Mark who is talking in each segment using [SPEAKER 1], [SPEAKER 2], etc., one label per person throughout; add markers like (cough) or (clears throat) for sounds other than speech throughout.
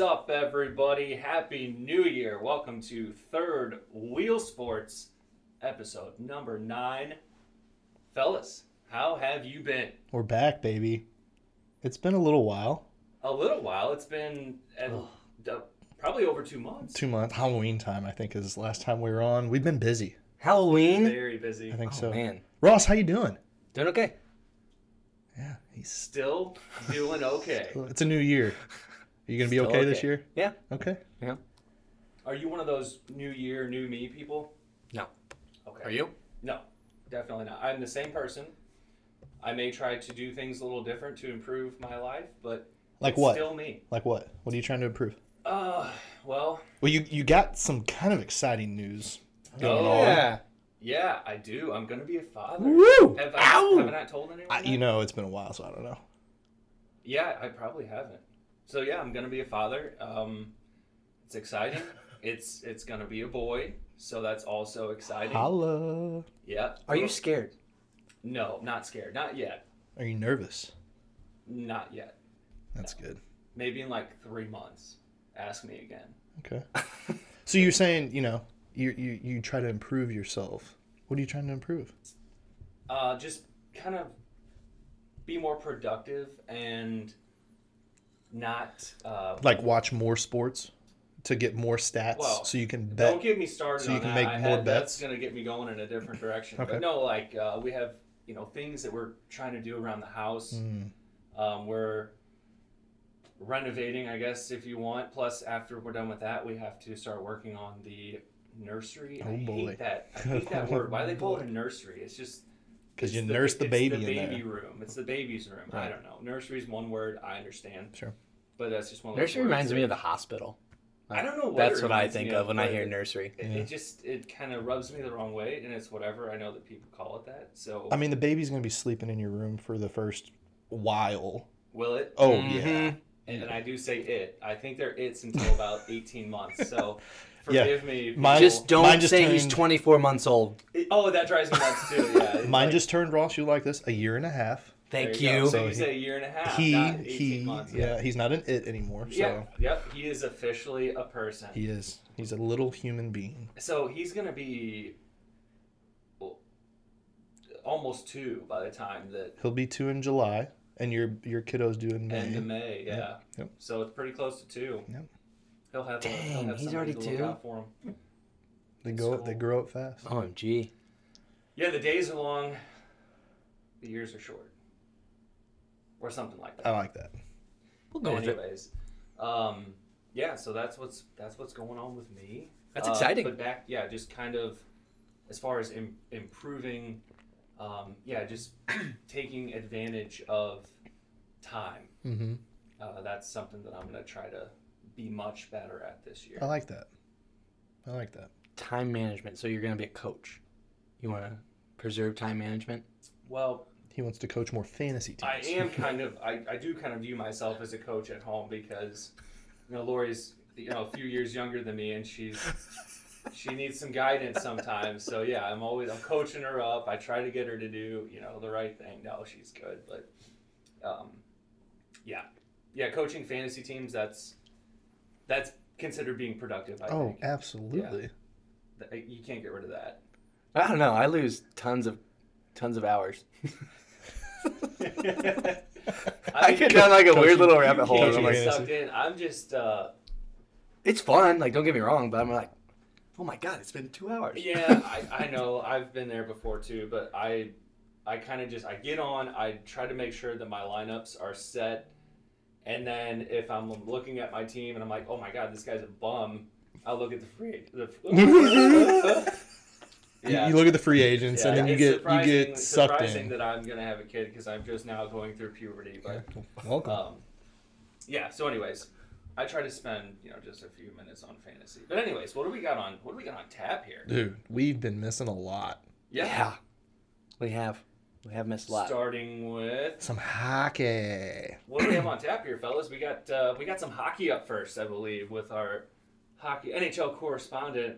[SPEAKER 1] up, everybody? Happy New Year. Welcome to Third Wheel Sports, episode number nine. Fellas, how have you been?
[SPEAKER 2] We're back, baby. It's been a little while.
[SPEAKER 1] A little while. It's been at, uh, probably over two months.
[SPEAKER 2] Two months. Halloween time, I think, is last time we were on. We've been busy.
[SPEAKER 3] Halloween.
[SPEAKER 1] Very busy.
[SPEAKER 2] I think
[SPEAKER 3] Oh,
[SPEAKER 2] so.
[SPEAKER 3] man.
[SPEAKER 2] Ross, how you doing?
[SPEAKER 3] Doing okay.
[SPEAKER 2] Yeah, he's.
[SPEAKER 1] Still
[SPEAKER 2] (laughs)
[SPEAKER 1] doing okay.
[SPEAKER 2] It's a new year. Are you gonna be
[SPEAKER 3] Still
[SPEAKER 2] okay, this
[SPEAKER 3] okay.
[SPEAKER 2] year?
[SPEAKER 3] Yeah.
[SPEAKER 2] Okay.
[SPEAKER 3] Yeah.
[SPEAKER 1] Are you one of those new year, new me people?
[SPEAKER 3] No.
[SPEAKER 1] Okay.
[SPEAKER 3] Are you?
[SPEAKER 1] No, definitely not. I'm the same person. I may try to do things a little different to improve my life, but
[SPEAKER 2] Like
[SPEAKER 1] it's
[SPEAKER 2] what?
[SPEAKER 1] still me.
[SPEAKER 2] Like what? What are you trying to improve?
[SPEAKER 1] Uh, well,
[SPEAKER 2] Well, you you got some kind of exciting news going
[SPEAKER 1] Oh,
[SPEAKER 2] on.
[SPEAKER 3] Yeah.
[SPEAKER 1] Yeah, I do. I'm gonna be a father.
[SPEAKER 2] Woo!
[SPEAKER 1] Have I,
[SPEAKER 3] Ow!
[SPEAKER 1] have I not told anyone?
[SPEAKER 2] I,
[SPEAKER 1] that?
[SPEAKER 2] you know, it's been a while, so I don't know.
[SPEAKER 1] Yeah, I probably haven't. So yeah, I'm gonna be a father. Um, it's exciting. it's it's gonna be a boy, so that's also exciting.
[SPEAKER 2] Holla.
[SPEAKER 1] yeah.
[SPEAKER 3] Are you scared?
[SPEAKER 1] No, not scared. Not yet.
[SPEAKER 2] Are you nervous?
[SPEAKER 1] Not yet.
[SPEAKER 2] That's good.
[SPEAKER 1] Maybe in like three months. Ask me again.
[SPEAKER 3] (laughs)
[SPEAKER 2] Okay. so you're saying, you know, you, you you try to improve yourself. What are you trying to improve?
[SPEAKER 1] Uh, just kind of be more productive and not uh,
[SPEAKER 2] like watch more sports to get more stats
[SPEAKER 1] Well,
[SPEAKER 2] so you can bet
[SPEAKER 1] Don't get me started.
[SPEAKER 2] so you
[SPEAKER 1] on
[SPEAKER 2] can
[SPEAKER 1] that.
[SPEAKER 2] make
[SPEAKER 1] I
[SPEAKER 2] more
[SPEAKER 1] had- That's
[SPEAKER 2] bets?
[SPEAKER 1] going to get me going in a different direction.
[SPEAKER 2] Okay.
[SPEAKER 1] But no, like uh, we have you know things that we're trying to do around the house.
[SPEAKER 2] Mm,
[SPEAKER 1] Um, we're renovating, I guess, if you want. Plus, after we're done with that, we have to start working on the nursery. I
[SPEAKER 2] Oh, boy.
[SPEAKER 1] hate that.
[SPEAKER 2] (laughs)
[SPEAKER 1] I hate that word. Why do they call it a nursery? It's just
[SPEAKER 2] 'Cause
[SPEAKER 1] it's
[SPEAKER 2] you nurse the
[SPEAKER 1] it's
[SPEAKER 2] baby
[SPEAKER 1] The
[SPEAKER 2] in
[SPEAKER 1] baby
[SPEAKER 2] there.
[SPEAKER 1] room. It's the baby's room. I
[SPEAKER 2] Right.
[SPEAKER 1] don't know. Nursery's one word. I understand.
[SPEAKER 2] Sure.
[SPEAKER 1] But that's just one. of those
[SPEAKER 3] Nursery
[SPEAKER 1] words
[SPEAKER 3] reminds
[SPEAKER 1] that-
[SPEAKER 3] me of the hospital.
[SPEAKER 1] I don't know what
[SPEAKER 3] That's
[SPEAKER 1] it
[SPEAKER 3] what I
[SPEAKER 1] reminds
[SPEAKER 3] think
[SPEAKER 1] me
[SPEAKER 3] of when I
[SPEAKER 1] but
[SPEAKER 3] hear
[SPEAKER 1] it-
[SPEAKER 3] nursery.
[SPEAKER 1] It,
[SPEAKER 2] Yeah.
[SPEAKER 1] it just it kind of rubs me the wrong way, and it's whatever. I know that people call it that. So
[SPEAKER 2] i mean the baby's going to be sleeping in your room for the first while
[SPEAKER 1] will it?
[SPEAKER 2] oh yeah
[SPEAKER 3] Mhm.
[SPEAKER 1] And, I do say it. I think they're it's until
[SPEAKER 2] (laughs)
[SPEAKER 1] about eighteen months. So
[SPEAKER 2] Yeah.
[SPEAKER 1] forgive me.
[SPEAKER 2] Mine-
[SPEAKER 1] people.
[SPEAKER 3] Just don't
[SPEAKER 2] Mine just
[SPEAKER 3] say he's
[SPEAKER 2] turned-
[SPEAKER 3] 24 months old.
[SPEAKER 1] It- oh, that drives me nuts too. Yeah. It's
[SPEAKER 2] mine
[SPEAKER 1] like-
[SPEAKER 2] just turned ross you like this a year and a half
[SPEAKER 1] there
[SPEAKER 3] Thank
[SPEAKER 1] go.
[SPEAKER 3] you.
[SPEAKER 1] So
[SPEAKER 2] So
[SPEAKER 1] you
[SPEAKER 2] he-
[SPEAKER 1] say a year and a half.
[SPEAKER 2] he
[SPEAKER 1] Ah, not 18
[SPEAKER 2] he
[SPEAKER 1] months.
[SPEAKER 2] yeah he's not an it anymore so
[SPEAKER 1] Yeah. Yep. He is officially a person.
[SPEAKER 2] he is he's a little human being
[SPEAKER 1] So he's gonna be. well, Almost two by the time that
[SPEAKER 2] he'll be two in july and your your kiddo's due in may
[SPEAKER 1] End of May, yeah.
[SPEAKER 2] Yep.
[SPEAKER 1] So it's pretty close to two.
[SPEAKER 2] Yep.
[SPEAKER 1] He'll have. to he'll
[SPEAKER 3] Dang,
[SPEAKER 1] have
[SPEAKER 3] he's
[SPEAKER 1] somebody
[SPEAKER 3] already
[SPEAKER 1] to look
[SPEAKER 3] two?
[SPEAKER 1] out for him.
[SPEAKER 2] they
[SPEAKER 1] in
[SPEAKER 2] go
[SPEAKER 1] school.
[SPEAKER 2] they grow up fast
[SPEAKER 3] OMG.
[SPEAKER 1] Yeah, the days are long, the years are short, or something like
[SPEAKER 2] i
[SPEAKER 1] that.
[SPEAKER 2] like that
[SPEAKER 3] We'll go with Oh, it.
[SPEAKER 1] Anyways, um, yeah. So that's what's that's what's going on with me.
[SPEAKER 3] That's
[SPEAKER 1] Uh,
[SPEAKER 3] exciting.
[SPEAKER 1] But back, yeah, just kind of as far as Im- improving, um, yeah, just (clears throat) taking advantage of time.
[SPEAKER 2] mm-hmm.
[SPEAKER 1] Uh, that's something that I'm gonna try to be much better at this year.
[SPEAKER 2] i like that i like that
[SPEAKER 3] Time management. So you're going to be a coach. You want to preserve time management?
[SPEAKER 1] Well,
[SPEAKER 2] he wants to coach more fantasy
[SPEAKER 1] I
[SPEAKER 2] teams (laughs)
[SPEAKER 1] am kind of I, I do kind of view myself as a coach at home because you know Lori's you know a few years younger than me and she's she needs some guidance sometimes. So yeah, I'm always I'm coaching her up. I try to get her to do, you know, the right thing. No, she's good, but um yeah. Yeah, coaching fantasy teams that's that's considered being productive, I
[SPEAKER 2] oh
[SPEAKER 1] think.
[SPEAKER 2] absolutely
[SPEAKER 1] Th- You can't get rid of that.
[SPEAKER 2] (laughs)
[SPEAKER 3] I don't know. I lose tons of tons of hours.
[SPEAKER 2] (laughs)
[SPEAKER 1] (laughs)
[SPEAKER 3] (laughs) I get down like a
[SPEAKER 2] Coaching-
[SPEAKER 3] weird little
[SPEAKER 1] You
[SPEAKER 3] rabbit hole.
[SPEAKER 1] can't
[SPEAKER 3] and I'm
[SPEAKER 1] get
[SPEAKER 3] like,
[SPEAKER 2] fantasy.
[SPEAKER 1] sucked in. I'm just uh
[SPEAKER 3] it's fun. Like, don't get me wrong, but I'm like, oh my god, it's been two hours. (laughs)
[SPEAKER 1] Yeah, I, I know. I've been there before too, but I I kind of just I get on, I try to make sure that my lineups are set. And then if I'm looking at my team and I'm like, "Oh my god, this guy's a bum." I look at the free
[SPEAKER 2] (laughs)
[SPEAKER 1] the (laughs)
[SPEAKER 2] You- You look at the free agents, and then you
[SPEAKER 1] it's
[SPEAKER 2] get you
[SPEAKER 1] surprising-
[SPEAKER 2] get sucked
[SPEAKER 1] surprising
[SPEAKER 2] in.
[SPEAKER 1] that I'm going to have a kid because I'm just now going through puberty, but
[SPEAKER 2] (laughs) Welcome.
[SPEAKER 1] um, yeah. So, anyways, I try to spend you know just a few minutes on fantasy. But anyways, what do we got on? What do we got on tap here?
[SPEAKER 2] Dude, we've been missing a lot.
[SPEAKER 1] Yeah.
[SPEAKER 3] We have. We have missed a lot.
[SPEAKER 1] Starting with
[SPEAKER 2] Some hockey.
[SPEAKER 1] what do we have on tap here, fellas? We got uh, we got some hockey up first, I believe, with our hockey NHL correspondent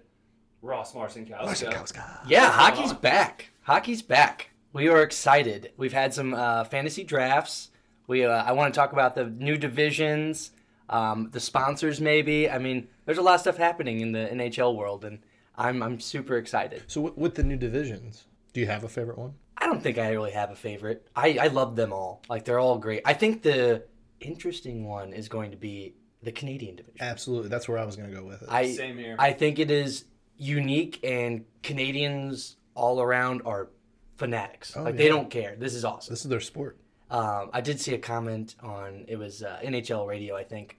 [SPEAKER 1] Ross Marcinkowska.
[SPEAKER 2] Wasikowska.
[SPEAKER 3] Yeah,
[SPEAKER 1] What's going
[SPEAKER 3] hockey's
[SPEAKER 1] on?
[SPEAKER 3] back. Hockey's back. We are excited. We've had some uh, fantasy drafts. We uh, I want to talk about the new divisions. um, the sponsors maybe. I mean, there's a lot of stuff happening in the NHL world, and I'm I'm super excited.
[SPEAKER 2] So with, with the new divisions, do you have a favorite one?
[SPEAKER 3] I don't think I really have a favorite. I, I love them all. Like they're all great. I think the interesting one is going to be the Canadian division.
[SPEAKER 2] Absolutely. That's where I was going to go with it.
[SPEAKER 3] I
[SPEAKER 1] Same here.
[SPEAKER 3] I think it is unique and Canadians all around are fanatics. like they
[SPEAKER 2] Oh, yeah.
[SPEAKER 3] don't care. This is awesome.
[SPEAKER 2] this is their sport.
[SPEAKER 3] Um, I did see a comment on it was uh, NHL radio, I think.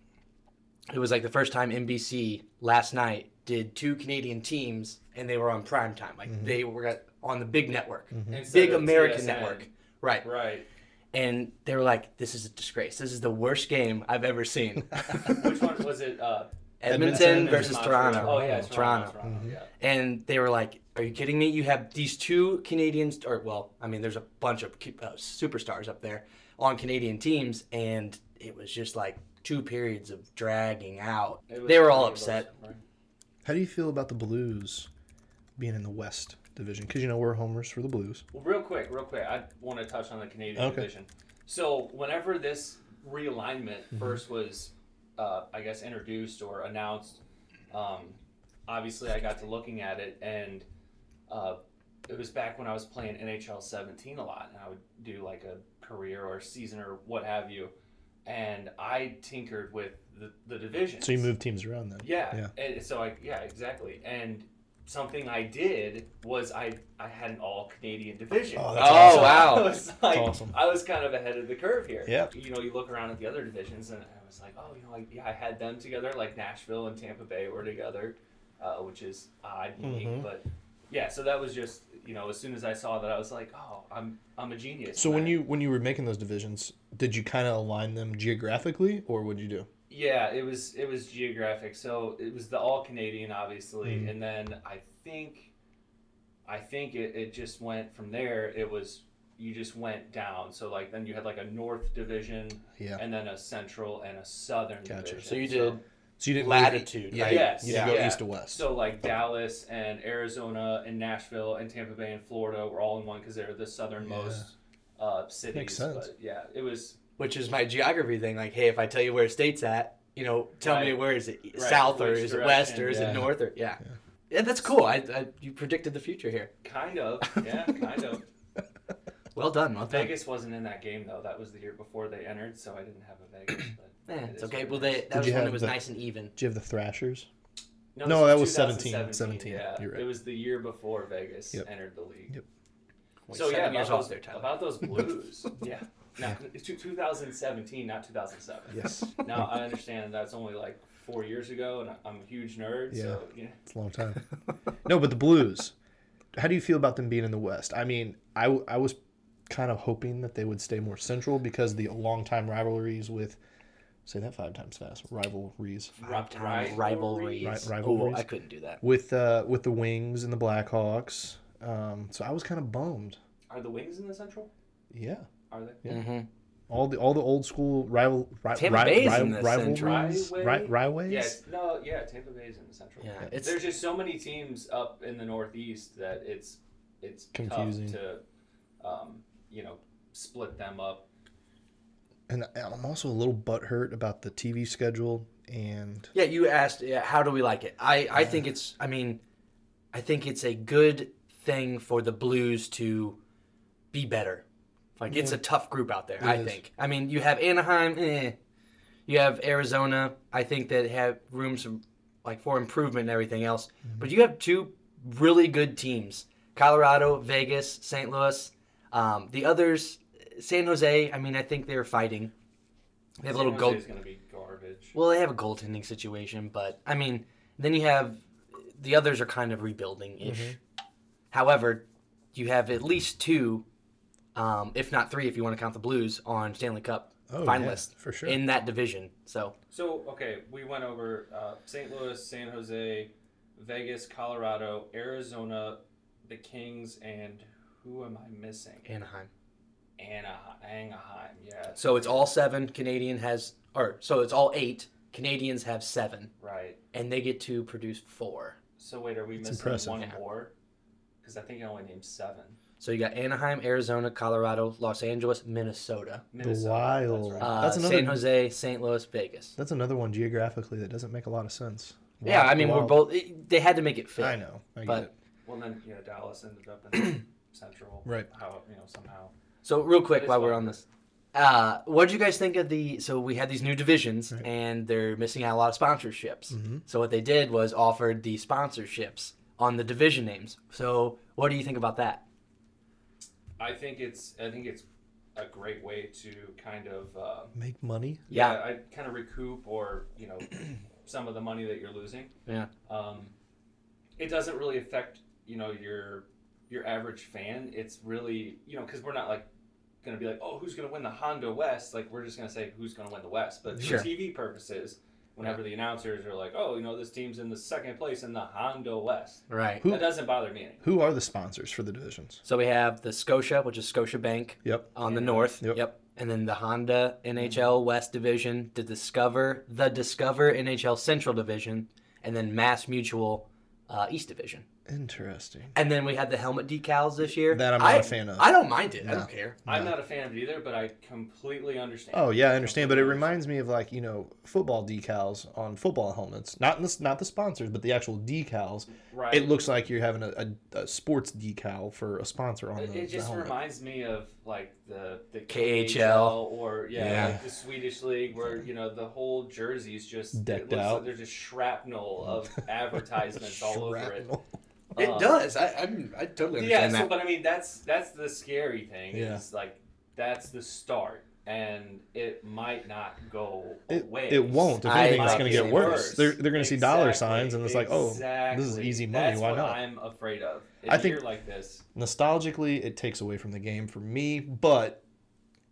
[SPEAKER 3] It was like the first time NBC last night did two Canadian teams, and they were on prime time. Like
[SPEAKER 2] Mm-hmm.
[SPEAKER 3] they were at- on the big network,
[SPEAKER 1] Instead
[SPEAKER 3] big
[SPEAKER 1] of
[SPEAKER 3] American
[SPEAKER 1] TSN.
[SPEAKER 3] network, right?
[SPEAKER 1] Right.
[SPEAKER 3] And they were like, "This is a disgrace. This is the worst game I've ever
[SPEAKER 2] (laughs)
[SPEAKER 3] seen."
[SPEAKER 1] Which one was it? Uh,
[SPEAKER 3] Edmonton
[SPEAKER 2] Edmonton
[SPEAKER 3] versus
[SPEAKER 1] Montreal.
[SPEAKER 3] Toronto.
[SPEAKER 1] Oh yeah, it's Toronto.
[SPEAKER 3] Toronto. Mm-hmm.
[SPEAKER 1] it's Toronto, Yeah.
[SPEAKER 3] and they were like, "Are you kidding me? You have these two Canadians, or well, I mean, there's a bunch of uh, superstars up there on Canadian teams, and it was just like two periods of dragging out.
[SPEAKER 1] It was
[SPEAKER 3] They were all
[SPEAKER 1] pretty
[SPEAKER 3] upset.
[SPEAKER 1] close, right?
[SPEAKER 2] How do you feel about the Blues being in the West Division? Because you know we're homers for the Blues.
[SPEAKER 1] Well, real quick, real quick, I want to touch on the Canadian
[SPEAKER 2] Okay.
[SPEAKER 1] division. So, whenever this realignment
[SPEAKER 2] Mm-hmm.
[SPEAKER 1] first was, uh, I guess, introduced or announced, um, obviously I got to looking at it, and uh, it was back when I was playing NHL 17 a lot, and I would do like a career or season or what have you, and I tinkered with the, the division.
[SPEAKER 2] So you move teams around then.
[SPEAKER 1] Yeah. And so I yeah, exactly. And something I did was I I had an all Canadian division.
[SPEAKER 2] Oh,
[SPEAKER 3] that's awesome.
[SPEAKER 1] I was like
[SPEAKER 2] awesome.
[SPEAKER 1] I was kind of ahead of the curve here.
[SPEAKER 2] Yeah.
[SPEAKER 1] You know, you look around at the other divisions and I was like, "Oh, you know, like yeah, I had them together like Nashville and Tampa Bay were together, uh, which is odd, unique,
[SPEAKER 2] Mhm.
[SPEAKER 1] but yeah, so that was just, you know, as soon as I saw that I was like, "Oh, I'm I'm a genius."
[SPEAKER 2] So
[SPEAKER 1] And
[SPEAKER 2] when
[SPEAKER 1] I-
[SPEAKER 2] you when you were making those divisions, did you kind of align them geographically, or would you do?
[SPEAKER 1] Yeah, it was it was geographic. So it was the all Canadian, obviously,
[SPEAKER 2] Mhm.
[SPEAKER 1] and then I think, I think it, it just went from there. It was you just went down. So like then you had like a North Division,
[SPEAKER 2] Yeah.
[SPEAKER 1] and then a Central and a Southern
[SPEAKER 2] Gotcha.
[SPEAKER 1] Division.
[SPEAKER 3] So you did
[SPEAKER 2] So you didn't really-
[SPEAKER 3] latitude.
[SPEAKER 2] yeah.
[SPEAKER 3] right?
[SPEAKER 1] Yes.
[SPEAKER 2] You didn't go
[SPEAKER 1] yeah.
[SPEAKER 2] east to west.
[SPEAKER 1] So like Dallas and Arizona and Nashville and Tampa Bay and Florida were all in one because they're the southernmost uh, cities.
[SPEAKER 2] sense.
[SPEAKER 1] But yeah, it was
[SPEAKER 3] Which is my geography thing. Like, hey, if I tell you where a state's at, you know, tell me
[SPEAKER 1] Right.
[SPEAKER 3] where is it
[SPEAKER 1] Right.
[SPEAKER 3] south or
[SPEAKER 1] Which
[SPEAKER 3] is it west
[SPEAKER 1] direction,
[SPEAKER 3] or is
[SPEAKER 1] yeah.
[SPEAKER 3] it north or yeah. yeah. that's cool. I, I you predicted the future here.
[SPEAKER 1] kind of yeah, kind of.
[SPEAKER 3] Well done. Well done.
[SPEAKER 1] Vegas wasn't in that game though. That was the year before they entered, so I didn't have a
[SPEAKER 3] (clears throat)
[SPEAKER 1] Vegas. But
[SPEAKER 3] Eh,
[SPEAKER 1] it
[SPEAKER 3] it's
[SPEAKER 1] is
[SPEAKER 3] okay. Well,
[SPEAKER 1] what it
[SPEAKER 3] they,
[SPEAKER 1] is.
[SPEAKER 3] that was
[SPEAKER 2] you
[SPEAKER 3] when
[SPEAKER 2] have
[SPEAKER 3] it was
[SPEAKER 2] the-
[SPEAKER 3] nice and even.
[SPEAKER 2] Do you have the Thrashers?
[SPEAKER 1] this
[SPEAKER 2] no, that was
[SPEAKER 1] 2017,
[SPEAKER 2] 17, 17,
[SPEAKER 1] Yeah,
[SPEAKER 2] you're right.
[SPEAKER 1] it was the year before Vegas
[SPEAKER 2] Yep.
[SPEAKER 1] entered the league.
[SPEAKER 2] Yep.
[SPEAKER 3] Only
[SPEAKER 1] So yeah,
[SPEAKER 3] seven
[SPEAKER 1] about
[SPEAKER 3] years off
[SPEAKER 1] those,
[SPEAKER 3] there, Tyler.
[SPEAKER 1] about those
[SPEAKER 3] (laughs)
[SPEAKER 1] Blues. yeah. Now, it's two- 2017, not 2007.
[SPEAKER 2] Yes.
[SPEAKER 1] (laughs) Now I understand that's only like four years ago, and I- I'm a huge nerd. So yeah.
[SPEAKER 2] It's a long time. (laughs) no, but the Blues. How do you feel about them being in the West? I mean, I, w- I was kind of hoping that they would stay more central because the longtime rivalries with, say that five times fast, rivalries
[SPEAKER 1] Rob
[SPEAKER 3] time rivalries.
[SPEAKER 2] Ri-
[SPEAKER 3] Oh,
[SPEAKER 2] rivalries.
[SPEAKER 3] I couldn't do that.
[SPEAKER 2] with uh, with the Wings and the Blackhawks. Um, so I was kind of bummed.
[SPEAKER 1] Are the Wings in the Central?
[SPEAKER 2] Yeah,
[SPEAKER 1] Are they?
[SPEAKER 2] Mm-hmm. all the all the old school rival ri-
[SPEAKER 3] Tampa
[SPEAKER 2] ri-
[SPEAKER 3] Bay's
[SPEAKER 2] ri-
[SPEAKER 3] in the Central.
[SPEAKER 2] rivalries, ri- riways.
[SPEAKER 1] Yes. No. Yeah. Tampa Bay's in the Central.
[SPEAKER 3] Yeah, it's
[SPEAKER 1] There's just so many teams up in the Northeast that it's it's
[SPEAKER 2] Confusing.
[SPEAKER 1] tough to um, you know split them up.
[SPEAKER 2] And I- I'm also a little butthurt about the TV schedule and
[SPEAKER 3] yeah. You asked, yeah, how do we like it? I I think it's. I mean, I think it's a good thing for the Blues to be better. Like it's a tough group out there. I
[SPEAKER 2] is.
[SPEAKER 3] think. I mean, you have Anaheim. Eh. You have Arizona. I think that have rooms like for improvement and everything else. But you have two really good teams: Colorado, Vegas, St. Louis. Um, the others, San Jose. I mean, I think they're fighting. They have a little
[SPEAKER 1] San
[SPEAKER 3] gold.
[SPEAKER 1] Jose's gonna be garbage.
[SPEAKER 3] Well, they have a goaltending situation, but I mean, then you have the others are kind of rebuilding ish.
[SPEAKER 2] Mm-hmm.
[SPEAKER 3] However, you have at least two, um, if not three, if you want to count the Blues on Stanley Cup
[SPEAKER 2] Oh, yeah,
[SPEAKER 3] finalists
[SPEAKER 2] for sure.
[SPEAKER 3] in that division. So
[SPEAKER 1] So okay, we went over uh, St. Louis, San Jose, Vegas, Colorado, Arizona, the Kings, and who am I missing?
[SPEAKER 3] Anaheim.
[SPEAKER 1] Anaheim. Anaheim. Yeah.
[SPEAKER 3] So it's all seven. Canadian has, or so it's all eight. Canadians have seven,
[SPEAKER 1] Right.
[SPEAKER 3] and they get to produce four.
[SPEAKER 1] So wait, are we missing
[SPEAKER 2] impressive.
[SPEAKER 1] one
[SPEAKER 2] Yeah.
[SPEAKER 1] more? Because I think I only named seven.
[SPEAKER 3] So you got Anaheim, Arizona, Colorado, Los Angeles, Minnesota,
[SPEAKER 1] Minnesota, that's
[SPEAKER 2] Wild.
[SPEAKER 1] right.
[SPEAKER 3] uh,
[SPEAKER 2] That's another-
[SPEAKER 3] San Jose, St. Louis, Vegas.
[SPEAKER 2] That's another one geographically that doesn't make a lot of sense.
[SPEAKER 3] yeah, I mean, we're
[SPEAKER 2] Wild.
[SPEAKER 3] both. It, they had to make it fit.
[SPEAKER 2] I know. I get
[SPEAKER 3] But-
[SPEAKER 2] it.
[SPEAKER 1] Well, then you know Dallas ended up in Central.
[SPEAKER 2] Right.
[SPEAKER 1] How you know somehow.
[SPEAKER 3] So real quick,
[SPEAKER 1] It's
[SPEAKER 3] while we're
[SPEAKER 1] fine.
[SPEAKER 3] on this, uh, what did you guys think of the? So we had these new divisions,
[SPEAKER 2] Right.
[SPEAKER 3] and they're missing out a lot of sponsorships.
[SPEAKER 2] Mhm.
[SPEAKER 3] So what they did was offered the sponsorships on the division names. So what do you think about that?
[SPEAKER 1] I think it's I think it's a great way to kind of uh,
[SPEAKER 2] Make money.
[SPEAKER 1] yeah,
[SPEAKER 3] Yeah.
[SPEAKER 1] I kind of recoup or you know some of the money that you're losing.
[SPEAKER 3] Yeah.
[SPEAKER 1] Um, it doesn't really affect you know your your average fan. It's really you know because we're not like gonna be like oh who's gonna win the Honda West like we're just gonna say who's gonna win the West. But
[SPEAKER 3] Sure.
[SPEAKER 1] for TV purposes, whenever the announcers are like oh you know this team's in the second place in the Honda West,
[SPEAKER 3] Right.
[SPEAKER 2] Who-
[SPEAKER 1] that doesn't bother me. Any.
[SPEAKER 2] Who are the sponsors for the divisions?
[SPEAKER 3] So we have the Scotia, which is Scotia Bank
[SPEAKER 2] Yep.
[SPEAKER 3] on
[SPEAKER 1] Yeah.
[SPEAKER 3] the
[SPEAKER 1] Mm-hmm.
[SPEAKER 3] north.
[SPEAKER 2] Yep.
[SPEAKER 3] And then the Honda NHL West Division, the Discover, the Discover NHL Central Division, and then Mass Mutual uh, East Division.
[SPEAKER 2] Interesting.
[SPEAKER 3] And then we had the helmet decals this year.
[SPEAKER 2] That I'm not
[SPEAKER 3] I,
[SPEAKER 2] a fan of.
[SPEAKER 3] I don't mind it. I
[SPEAKER 2] No.
[SPEAKER 3] don't care.
[SPEAKER 1] I'm
[SPEAKER 2] No.
[SPEAKER 1] not a fan of it either, but I completely understand.
[SPEAKER 2] Oh yeah, I understand, but it reminds me of like you know football decals on football helmets. Not in the, not the sponsors, but the actual decals.
[SPEAKER 1] right.
[SPEAKER 2] It looks like you're having a, a, a sports decal for Oh, a sponsor on
[SPEAKER 1] It,
[SPEAKER 2] the,
[SPEAKER 1] it
[SPEAKER 2] the
[SPEAKER 1] just
[SPEAKER 2] helmet.
[SPEAKER 1] reminds me of like the the
[SPEAKER 3] KHL.
[SPEAKER 1] or yeah,
[SPEAKER 2] Yeah.
[SPEAKER 1] Like the Swedish league where you know the whole jersey's just it
[SPEAKER 2] Decked
[SPEAKER 1] looks
[SPEAKER 2] out.
[SPEAKER 1] Like there's just shrapnel
[SPEAKER 2] (laughs)
[SPEAKER 1] of advertisements all over it.
[SPEAKER 2] Shrapnel. Uh,
[SPEAKER 1] Um,
[SPEAKER 3] does. I, I'm, I totally
[SPEAKER 1] Yeah, so, but I mean that's that's the scary thing.
[SPEAKER 2] Yeah.
[SPEAKER 1] Is like that's the start, and it might not go
[SPEAKER 2] It,
[SPEAKER 1] away.
[SPEAKER 2] it won't. If
[SPEAKER 3] I
[SPEAKER 2] anything, it's
[SPEAKER 3] might
[SPEAKER 2] going
[SPEAKER 3] be
[SPEAKER 2] to get worse.
[SPEAKER 3] worse.
[SPEAKER 2] They're, they're going to see dollar
[SPEAKER 1] Exactly,
[SPEAKER 2] signs, and it's like, oh, this is
[SPEAKER 1] exactly.
[SPEAKER 2] easy money.
[SPEAKER 1] That's
[SPEAKER 2] Why
[SPEAKER 1] what
[SPEAKER 2] not?
[SPEAKER 1] I'm afraid of. In
[SPEAKER 2] I
[SPEAKER 1] a
[SPEAKER 2] think-
[SPEAKER 1] year like this.
[SPEAKER 2] nostalgically it takes away from the game for me but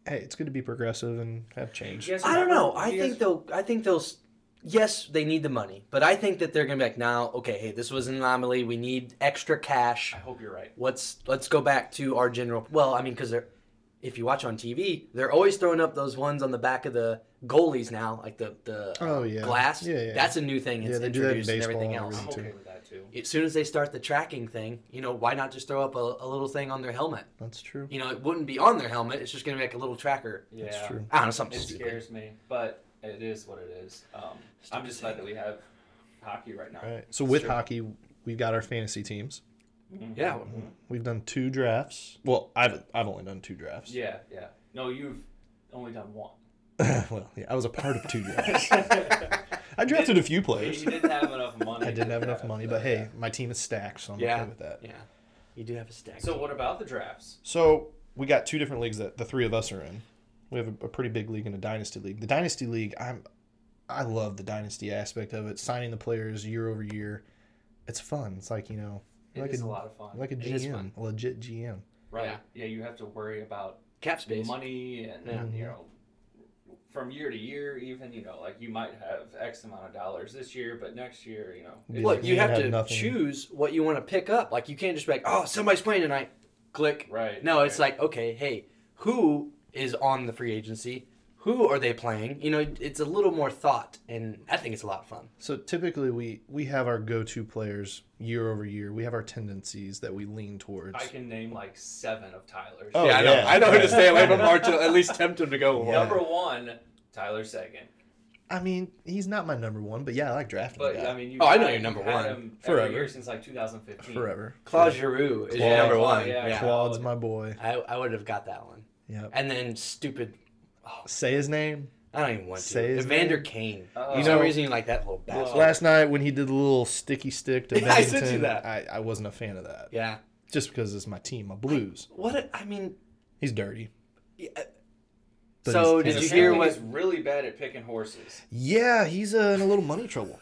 [SPEAKER 2] hey it's good to be progressive and have change
[SPEAKER 1] Yes,
[SPEAKER 3] I don't know. I
[SPEAKER 1] yes,
[SPEAKER 3] think they'll. I think they'll. s- Yes, they need the money, but I think that they're gonna be like, now, okay, hey, this was an anomaly. We need extra cash.
[SPEAKER 1] I hope you're right.
[SPEAKER 3] Let's let's go back to our general. Well, I mean, because they're, if you watch on TV, they're always throwing up those ones on the back of the goalies now, like the the uh,
[SPEAKER 2] Oh, yeah.
[SPEAKER 3] glass.
[SPEAKER 2] Yeah, yeah.
[SPEAKER 3] That's a new thing.
[SPEAKER 2] Yeah,
[SPEAKER 3] It's
[SPEAKER 2] they do that in
[SPEAKER 3] introduced and
[SPEAKER 2] baseball
[SPEAKER 3] everything
[SPEAKER 2] and
[SPEAKER 3] else.
[SPEAKER 1] I'm
[SPEAKER 2] too.
[SPEAKER 1] okay with that too.
[SPEAKER 3] As soon as they start the tracking thing, you know, why not just throw up a, a little thing on their helmet?
[SPEAKER 2] that's true
[SPEAKER 3] You know, it wouldn't be on their helmet. It's just gonna be like a little tracker.
[SPEAKER 1] Yeah.
[SPEAKER 2] that's true
[SPEAKER 3] I don't know something
[SPEAKER 1] It
[SPEAKER 3] stupid.
[SPEAKER 1] scares me, but it is what it is. Um, I'm just glad that we have hockey right now.
[SPEAKER 2] all right so with
[SPEAKER 1] Sure.
[SPEAKER 2] hockey we've got our fantasy teams
[SPEAKER 1] Mhm.
[SPEAKER 3] Yeah,
[SPEAKER 2] we've done two drafts well i've i've only done two drafts
[SPEAKER 1] Yeah, yeah. No, you've only done one.
[SPEAKER 2] (laughs) well yeah i was a part of two
[SPEAKER 1] (laughs)
[SPEAKER 2] drafts
[SPEAKER 1] you
[SPEAKER 2] i drafted a few players
[SPEAKER 1] didn't have
[SPEAKER 2] (laughs)
[SPEAKER 1] enough money.
[SPEAKER 2] i didn't
[SPEAKER 1] to
[SPEAKER 2] have enough
[SPEAKER 1] draft,
[SPEAKER 2] money
[SPEAKER 1] so
[SPEAKER 2] but hey
[SPEAKER 1] yeah.
[SPEAKER 2] my team is stacked so i'm
[SPEAKER 3] Yeah.
[SPEAKER 2] okay with that
[SPEAKER 3] Yeah, you do have a stack.
[SPEAKER 1] So what about the drafts?
[SPEAKER 2] So we got two different leagues that the three of us are in. We have a, a pretty big league and a dynasty league. The dynasty league, I'm, I love the dynasty aspect of it. Signing the players year over year, it's fun. It's like you know,
[SPEAKER 1] It
[SPEAKER 2] like
[SPEAKER 1] is a
[SPEAKER 2] a,
[SPEAKER 1] lot of fun,
[SPEAKER 2] like a
[SPEAKER 3] It is
[SPEAKER 2] GM,
[SPEAKER 3] fun.
[SPEAKER 2] a legit GM.
[SPEAKER 1] right? Yeah.
[SPEAKER 3] Yeah.
[SPEAKER 1] you have to worry about
[SPEAKER 3] cap space.
[SPEAKER 1] money and
[SPEAKER 3] Yeah.
[SPEAKER 1] you know, from year to year, even you know, like you might have X amount of dollars this year, but next year, you know, it's-
[SPEAKER 3] Look, you
[SPEAKER 2] You
[SPEAKER 3] have
[SPEAKER 2] have
[SPEAKER 3] to
[SPEAKER 2] nothing.
[SPEAKER 3] choose what you want to pick up. Like you can't just be like, oh, somebody's playing tonight. Click.
[SPEAKER 1] right?
[SPEAKER 3] No, it's
[SPEAKER 1] right.
[SPEAKER 3] like, okay, hey, who is on the free agency? Who are they playing? You know, it's a little more thought, and I think it's a lot of fun.
[SPEAKER 2] So typically we we have our go-to players year over year. We have our tendencies that we lean towards.
[SPEAKER 1] I can name like seven of Tyler's.
[SPEAKER 2] Oh, Yeah, I know. yeah. I know who to
[SPEAKER 1] stay away (laughs)
[SPEAKER 3] (laughs)
[SPEAKER 1] from or to at
[SPEAKER 3] least tempt him to go
[SPEAKER 2] with. Yeah.
[SPEAKER 1] Number one, Tyler Seguin.
[SPEAKER 2] I mean, he's not my number one, but yeah, I like drafting the
[SPEAKER 1] But
[SPEAKER 2] guy
[SPEAKER 1] I mean, you.
[SPEAKER 3] Oh, I know
[SPEAKER 1] had-
[SPEAKER 3] you're number
[SPEAKER 1] you've had
[SPEAKER 3] one.
[SPEAKER 1] him
[SPEAKER 2] Forever.
[SPEAKER 1] Every year since like 2015.
[SPEAKER 2] forever.
[SPEAKER 3] Claude Giroux is your
[SPEAKER 2] Claude.
[SPEAKER 3] number one.
[SPEAKER 1] Oh, yeah.
[SPEAKER 3] yeah.
[SPEAKER 2] Claude's my boy.
[SPEAKER 3] I, I would have got that one.
[SPEAKER 2] Yep.
[SPEAKER 3] And then stupid,
[SPEAKER 2] Say his name.
[SPEAKER 3] I don't even want to.
[SPEAKER 2] Say his
[SPEAKER 3] Evander Kane.
[SPEAKER 1] Oh.
[SPEAKER 3] you know, reason you like that little bastard.
[SPEAKER 1] Oh.
[SPEAKER 2] Last night when he did the little sticky stick to
[SPEAKER 3] (laughs) Yeah, I sent you
[SPEAKER 2] Bennington,
[SPEAKER 3] that.
[SPEAKER 2] I, I wasn't a fan of that.
[SPEAKER 3] Yeah.
[SPEAKER 2] Just because it's my team, my Blues.
[SPEAKER 3] What a, I mean.
[SPEAKER 2] He's dirty.
[SPEAKER 3] yeah, uh,
[SPEAKER 2] But
[SPEAKER 3] so
[SPEAKER 2] he's-
[SPEAKER 3] did
[SPEAKER 1] And
[SPEAKER 3] you
[SPEAKER 2] he's-
[SPEAKER 3] hear
[SPEAKER 1] apparently
[SPEAKER 3] what?
[SPEAKER 1] He's really bad at picking horses.
[SPEAKER 2] Yeah, he's uh, in a little money
[SPEAKER 3] (laughs)
[SPEAKER 2] trouble.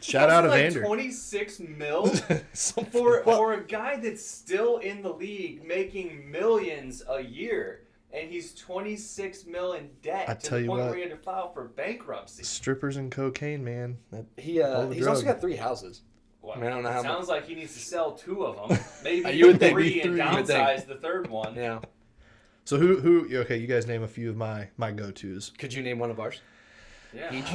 [SPEAKER 2] Shout out
[SPEAKER 1] That's like
[SPEAKER 2] Evander.
[SPEAKER 1] 26 mil
[SPEAKER 2] (laughs) Something-
[SPEAKER 1] for
[SPEAKER 2] Well,
[SPEAKER 1] for a guy that's still in the league making millions a year, and he's 26 mil in debt.
[SPEAKER 2] I
[SPEAKER 1] to
[SPEAKER 2] tell
[SPEAKER 1] the
[SPEAKER 2] you
[SPEAKER 1] point
[SPEAKER 2] what.
[SPEAKER 1] where he had to file for bankruptcy.
[SPEAKER 2] strippers and cocaine, man. That-
[SPEAKER 3] He
[SPEAKER 2] All
[SPEAKER 3] uh,
[SPEAKER 2] the
[SPEAKER 3] he's also
[SPEAKER 2] drug.
[SPEAKER 3] got three houses.
[SPEAKER 1] Wow.
[SPEAKER 3] I mean, I don't know
[SPEAKER 1] It
[SPEAKER 3] how mu-
[SPEAKER 1] sounds like he needs to sell two of
[SPEAKER 3] (laughs)
[SPEAKER 1] them, maybe
[SPEAKER 3] You would think-
[SPEAKER 1] three, and
[SPEAKER 2] three.
[SPEAKER 3] You would think.
[SPEAKER 1] downsize the third one.
[SPEAKER 3] Yeah.
[SPEAKER 2] So who who? Okay, you guys name a few of my my go (sighs) tos.
[SPEAKER 3] Could you name one of ours?
[SPEAKER 1] Yeah.
[SPEAKER 3] Each-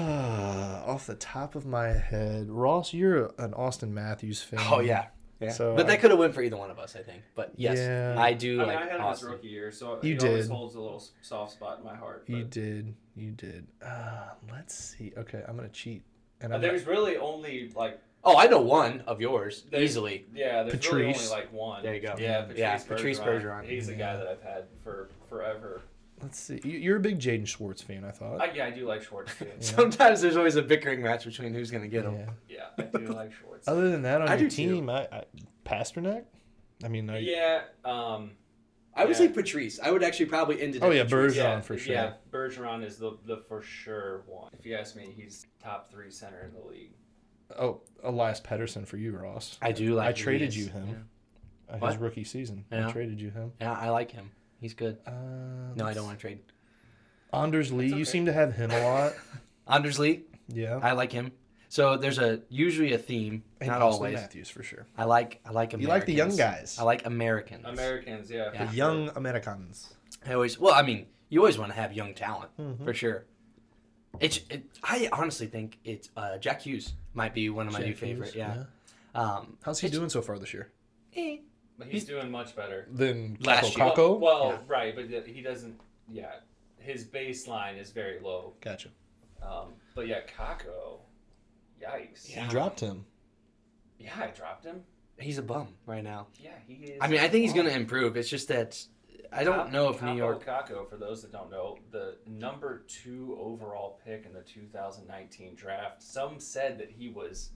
[SPEAKER 2] Off the top of my head, Ross, you're an Austin Matthews fan.
[SPEAKER 3] Oh yeah. Yeah.
[SPEAKER 2] Mm-hmm. So
[SPEAKER 3] but
[SPEAKER 2] I-
[SPEAKER 3] that could have went for either one of us, I think. But yes,
[SPEAKER 2] Yeah.
[SPEAKER 3] I
[SPEAKER 1] I,
[SPEAKER 3] do
[SPEAKER 1] mean,
[SPEAKER 3] like
[SPEAKER 1] I had him his
[SPEAKER 3] Austin.
[SPEAKER 1] rookie year, so
[SPEAKER 2] You
[SPEAKER 1] he always
[SPEAKER 2] did.
[SPEAKER 1] holds a little s- soft spot in my heart.
[SPEAKER 2] You
[SPEAKER 1] But.
[SPEAKER 2] did. You did. Uh, let's see. Okay, I'm gonna cheat. And
[SPEAKER 1] But
[SPEAKER 3] Uh,
[SPEAKER 2] I'm gonna,
[SPEAKER 1] there's really only like
[SPEAKER 3] Oh, I know one of yours
[SPEAKER 1] There's-
[SPEAKER 3] easily.
[SPEAKER 1] yeah, there's really only
[SPEAKER 2] Patrice.
[SPEAKER 1] like one.
[SPEAKER 3] There you go.
[SPEAKER 1] Yeah, Patrice,
[SPEAKER 3] Yeah,
[SPEAKER 1] Patrice
[SPEAKER 3] Patrice Bergeron.
[SPEAKER 1] He's a guy
[SPEAKER 2] Yeah.
[SPEAKER 1] that I've had for forever.
[SPEAKER 2] let's see. You- You're a big Jaden Schwartz fan, I thought.
[SPEAKER 1] I, yeah, I do like Schwartz
[SPEAKER 3] (laughs)
[SPEAKER 1] too.
[SPEAKER 3] Sometimes there's always a bickering match between who's gonna get him.
[SPEAKER 2] Yeah.
[SPEAKER 1] yeah, I do like Schwartz.
[SPEAKER 2] (laughs) Other than that, on
[SPEAKER 3] I
[SPEAKER 2] your
[SPEAKER 3] do too.
[SPEAKER 2] team, I, I Pasternak. I mean, I,
[SPEAKER 1] Yeah. Um.
[SPEAKER 3] I would
[SPEAKER 1] Yeah.
[SPEAKER 3] say Patrice. I would actually probably end it.
[SPEAKER 2] Oh,
[SPEAKER 3] at
[SPEAKER 2] yeah,
[SPEAKER 3] Patrice.
[SPEAKER 2] Bergeron
[SPEAKER 1] yeah,
[SPEAKER 2] for
[SPEAKER 1] Yeah,
[SPEAKER 2] sure.
[SPEAKER 1] Bergeron is the the for sure one. If you ask me, he's top three center in the league.
[SPEAKER 2] oh Elias Pettersson for you, Ross.
[SPEAKER 3] I do like.
[SPEAKER 2] I traded
[SPEAKER 3] Elias.
[SPEAKER 2] you him. Uh, His
[SPEAKER 3] What?
[SPEAKER 2] rookie season,
[SPEAKER 3] Yeah.
[SPEAKER 2] I traded you him.
[SPEAKER 3] Yeah, I like him. He's good.
[SPEAKER 2] Uh,
[SPEAKER 3] No, I don't want to trade.
[SPEAKER 2] Anders Lee.
[SPEAKER 1] That's
[SPEAKER 2] You
[SPEAKER 1] okay.
[SPEAKER 2] seem to have him a (laughs) lot.
[SPEAKER 3] Anders Lee,
[SPEAKER 2] Yeah.
[SPEAKER 3] I like him. So there's a usually a theme,
[SPEAKER 2] And
[SPEAKER 3] not
[SPEAKER 2] Austin
[SPEAKER 3] always.
[SPEAKER 2] Matthews for sure.
[SPEAKER 3] I like I like Americans.
[SPEAKER 2] You like the young guys.
[SPEAKER 3] I like Americans.
[SPEAKER 1] Americans, yeah.
[SPEAKER 3] Yeah.
[SPEAKER 1] for
[SPEAKER 2] The
[SPEAKER 1] sure.
[SPEAKER 2] young Americans.
[SPEAKER 3] I always well, I mean, you always want to have young talent
[SPEAKER 2] Mhm.
[SPEAKER 3] for sure. It's it, I honestly think it's uh, Jack Hughes might be one of my new
[SPEAKER 2] Jack Hughes,
[SPEAKER 3] favorite. Yeah. Um,
[SPEAKER 2] How's he
[SPEAKER 3] It's-
[SPEAKER 2] doing so far this year?
[SPEAKER 3] eh.
[SPEAKER 1] But he's doing much better.
[SPEAKER 2] Then
[SPEAKER 3] Last year.
[SPEAKER 1] Well,
[SPEAKER 2] Kako Kako?
[SPEAKER 1] well,
[SPEAKER 3] Yeah.
[SPEAKER 1] right, but th- he doesn't. Yeah, his baseline is very low.
[SPEAKER 2] Gotcha.
[SPEAKER 1] Um, but yeah, Kako, yikes.
[SPEAKER 3] Yeah.
[SPEAKER 2] You dropped him.
[SPEAKER 1] Yeah, I dropped him.
[SPEAKER 3] He's a bum right now.
[SPEAKER 1] Yeah, he is.
[SPEAKER 3] I mean, I think he's going to improve. It's just that I don't know if New
[SPEAKER 1] Capo
[SPEAKER 3] York.
[SPEAKER 1] Kako, for those that don't know, the number two overall pick in the 2019 draft. Some said that he was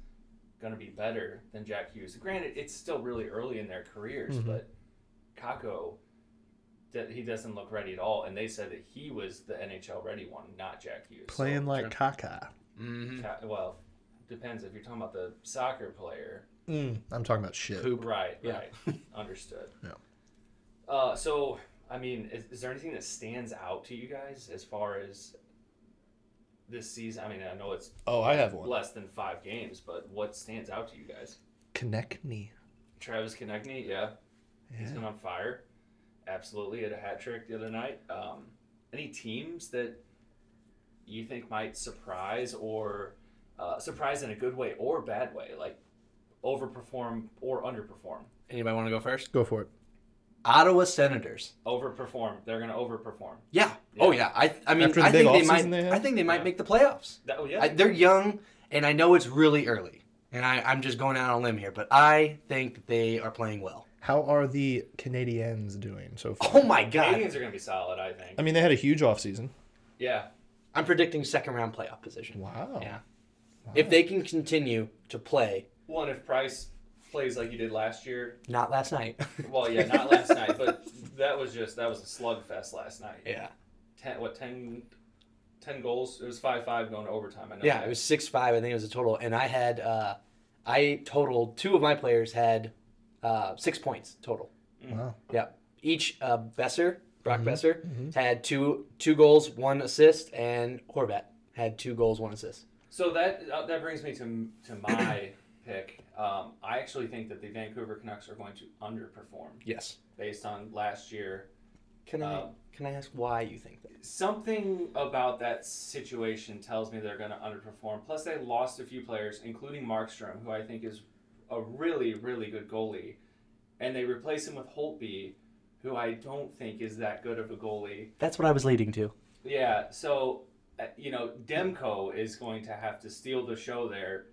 [SPEAKER 1] going to be better than Jack Hughes. Granted, it's still really early in their careers,
[SPEAKER 2] Mhm.
[SPEAKER 1] but Kako, that he doesn't look ready at all. And they said that he was the NHL ready one, not Jack Hughes. So-
[SPEAKER 2] Playing like Kaka.
[SPEAKER 3] Mhm.
[SPEAKER 1] Ka- well, depends if you're talking about the soccer player.
[SPEAKER 2] Mm, I'm talking about shit.
[SPEAKER 3] Poop.
[SPEAKER 1] Right.
[SPEAKER 3] Yeah. (laughs)
[SPEAKER 1] Right. Understood.
[SPEAKER 2] Yeah.
[SPEAKER 1] Uh, so, I mean, is, is there anything that stands out to you guys as far as this season? I mean, I know it's
[SPEAKER 2] Oh, I have one.
[SPEAKER 1] less than five games, but what stands out to you guys?
[SPEAKER 2] Connect me.
[SPEAKER 1] Travis Konechny, yeah, he's
[SPEAKER 2] Yeah.
[SPEAKER 1] been on fire. Absolutely, at a hat trick the other night. Um, any teams that you think might surprise or uh, surprise in a good way or bad way, like overperform or underperform?
[SPEAKER 3] Anybody want to go first?
[SPEAKER 2] Go for it.
[SPEAKER 3] Ottawa Senators.
[SPEAKER 1] Overperform. They're going to overperform.
[SPEAKER 3] Yeah. Oh yeah. I I mean
[SPEAKER 2] After the
[SPEAKER 3] I
[SPEAKER 2] big
[SPEAKER 3] think
[SPEAKER 2] offseason
[SPEAKER 3] they might
[SPEAKER 2] they had?
[SPEAKER 3] I think they might
[SPEAKER 1] Yeah.
[SPEAKER 3] make the playoffs.
[SPEAKER 1] That, oh, yeah.
[SPEAKER 3] I, they're young, and I know it's really early, and I, I'm just going out on a limb here, but I think that they are
[SPEAKER 1] (laughs)
[SPEAKER 3] playing well.
[SPEAKER 2] How are the Canadians doing so far?
[SPEAKER 3] Oh my god!
[SPEAKER 1] Canadians are going to be solid, I think.
[SPEAKER 2] I mean, they had a huge offseason.
[SPEAKER 1] Yeah.
[SPEAKER 3] I'm predicting second round playoff position.
[SPEAKER 2] Wow.
[SPEAKER 3] Yeah. If they can continue to play,
[SPEAKER 1] Well, and if Price plays like he did last year,
[SPEAKER 3] not last night. (laughs)
[SPEAKER 1] well, yeah, not last night, but that was just that was a slugfest last night.
[SPEAKER 3] yeah,
[SPEAKER 1] Ten, what 10, 10 goals? It was five five going to overtime. I know
[SPEAKER 3] yeah,
[SPEAKER 1] that.
[SPEAKER 3] it was six five. I think it was a total, and I had uh, I totaled two of my players had uh, six points total.
[SPEAKER 2] Wow.
[SPEAKER 3] Yeah, each uh, Besser, Brock
[SPEAKER 1] Mm-hmm.
[SPEAKER 3] Besser,
[SPEAKER 2] mhm.
[SPEAKER 3] had two two goals, one assist, and Horvat had two goals, one assist.
[SPEAKER 1] So that uh, that brings me to to my (clears throat) pick. Um, I actually think that the Vancouver Canucks are going to underperform
[SPEAKER 3] Yes.
[SPEAKER 1] based on last year.
[SPEAKER 3] Can
[SPEAKER 1] Um,
[SPEAKER 3] I can I ask why you think that?
[SPEAKER 1] Something about that situation tells me they're going to underperform. Plus, they lost a few players, including Markstrom, who I think is a really, really good goalie. And they replace him with Holtby, who I don't think is that good of a goalie.
[SPEAKER 3] That's what I was leading to. (laughs)
[SPEAKER 1] Yeah, so, uh, you know, Demko is going to have to steal the show there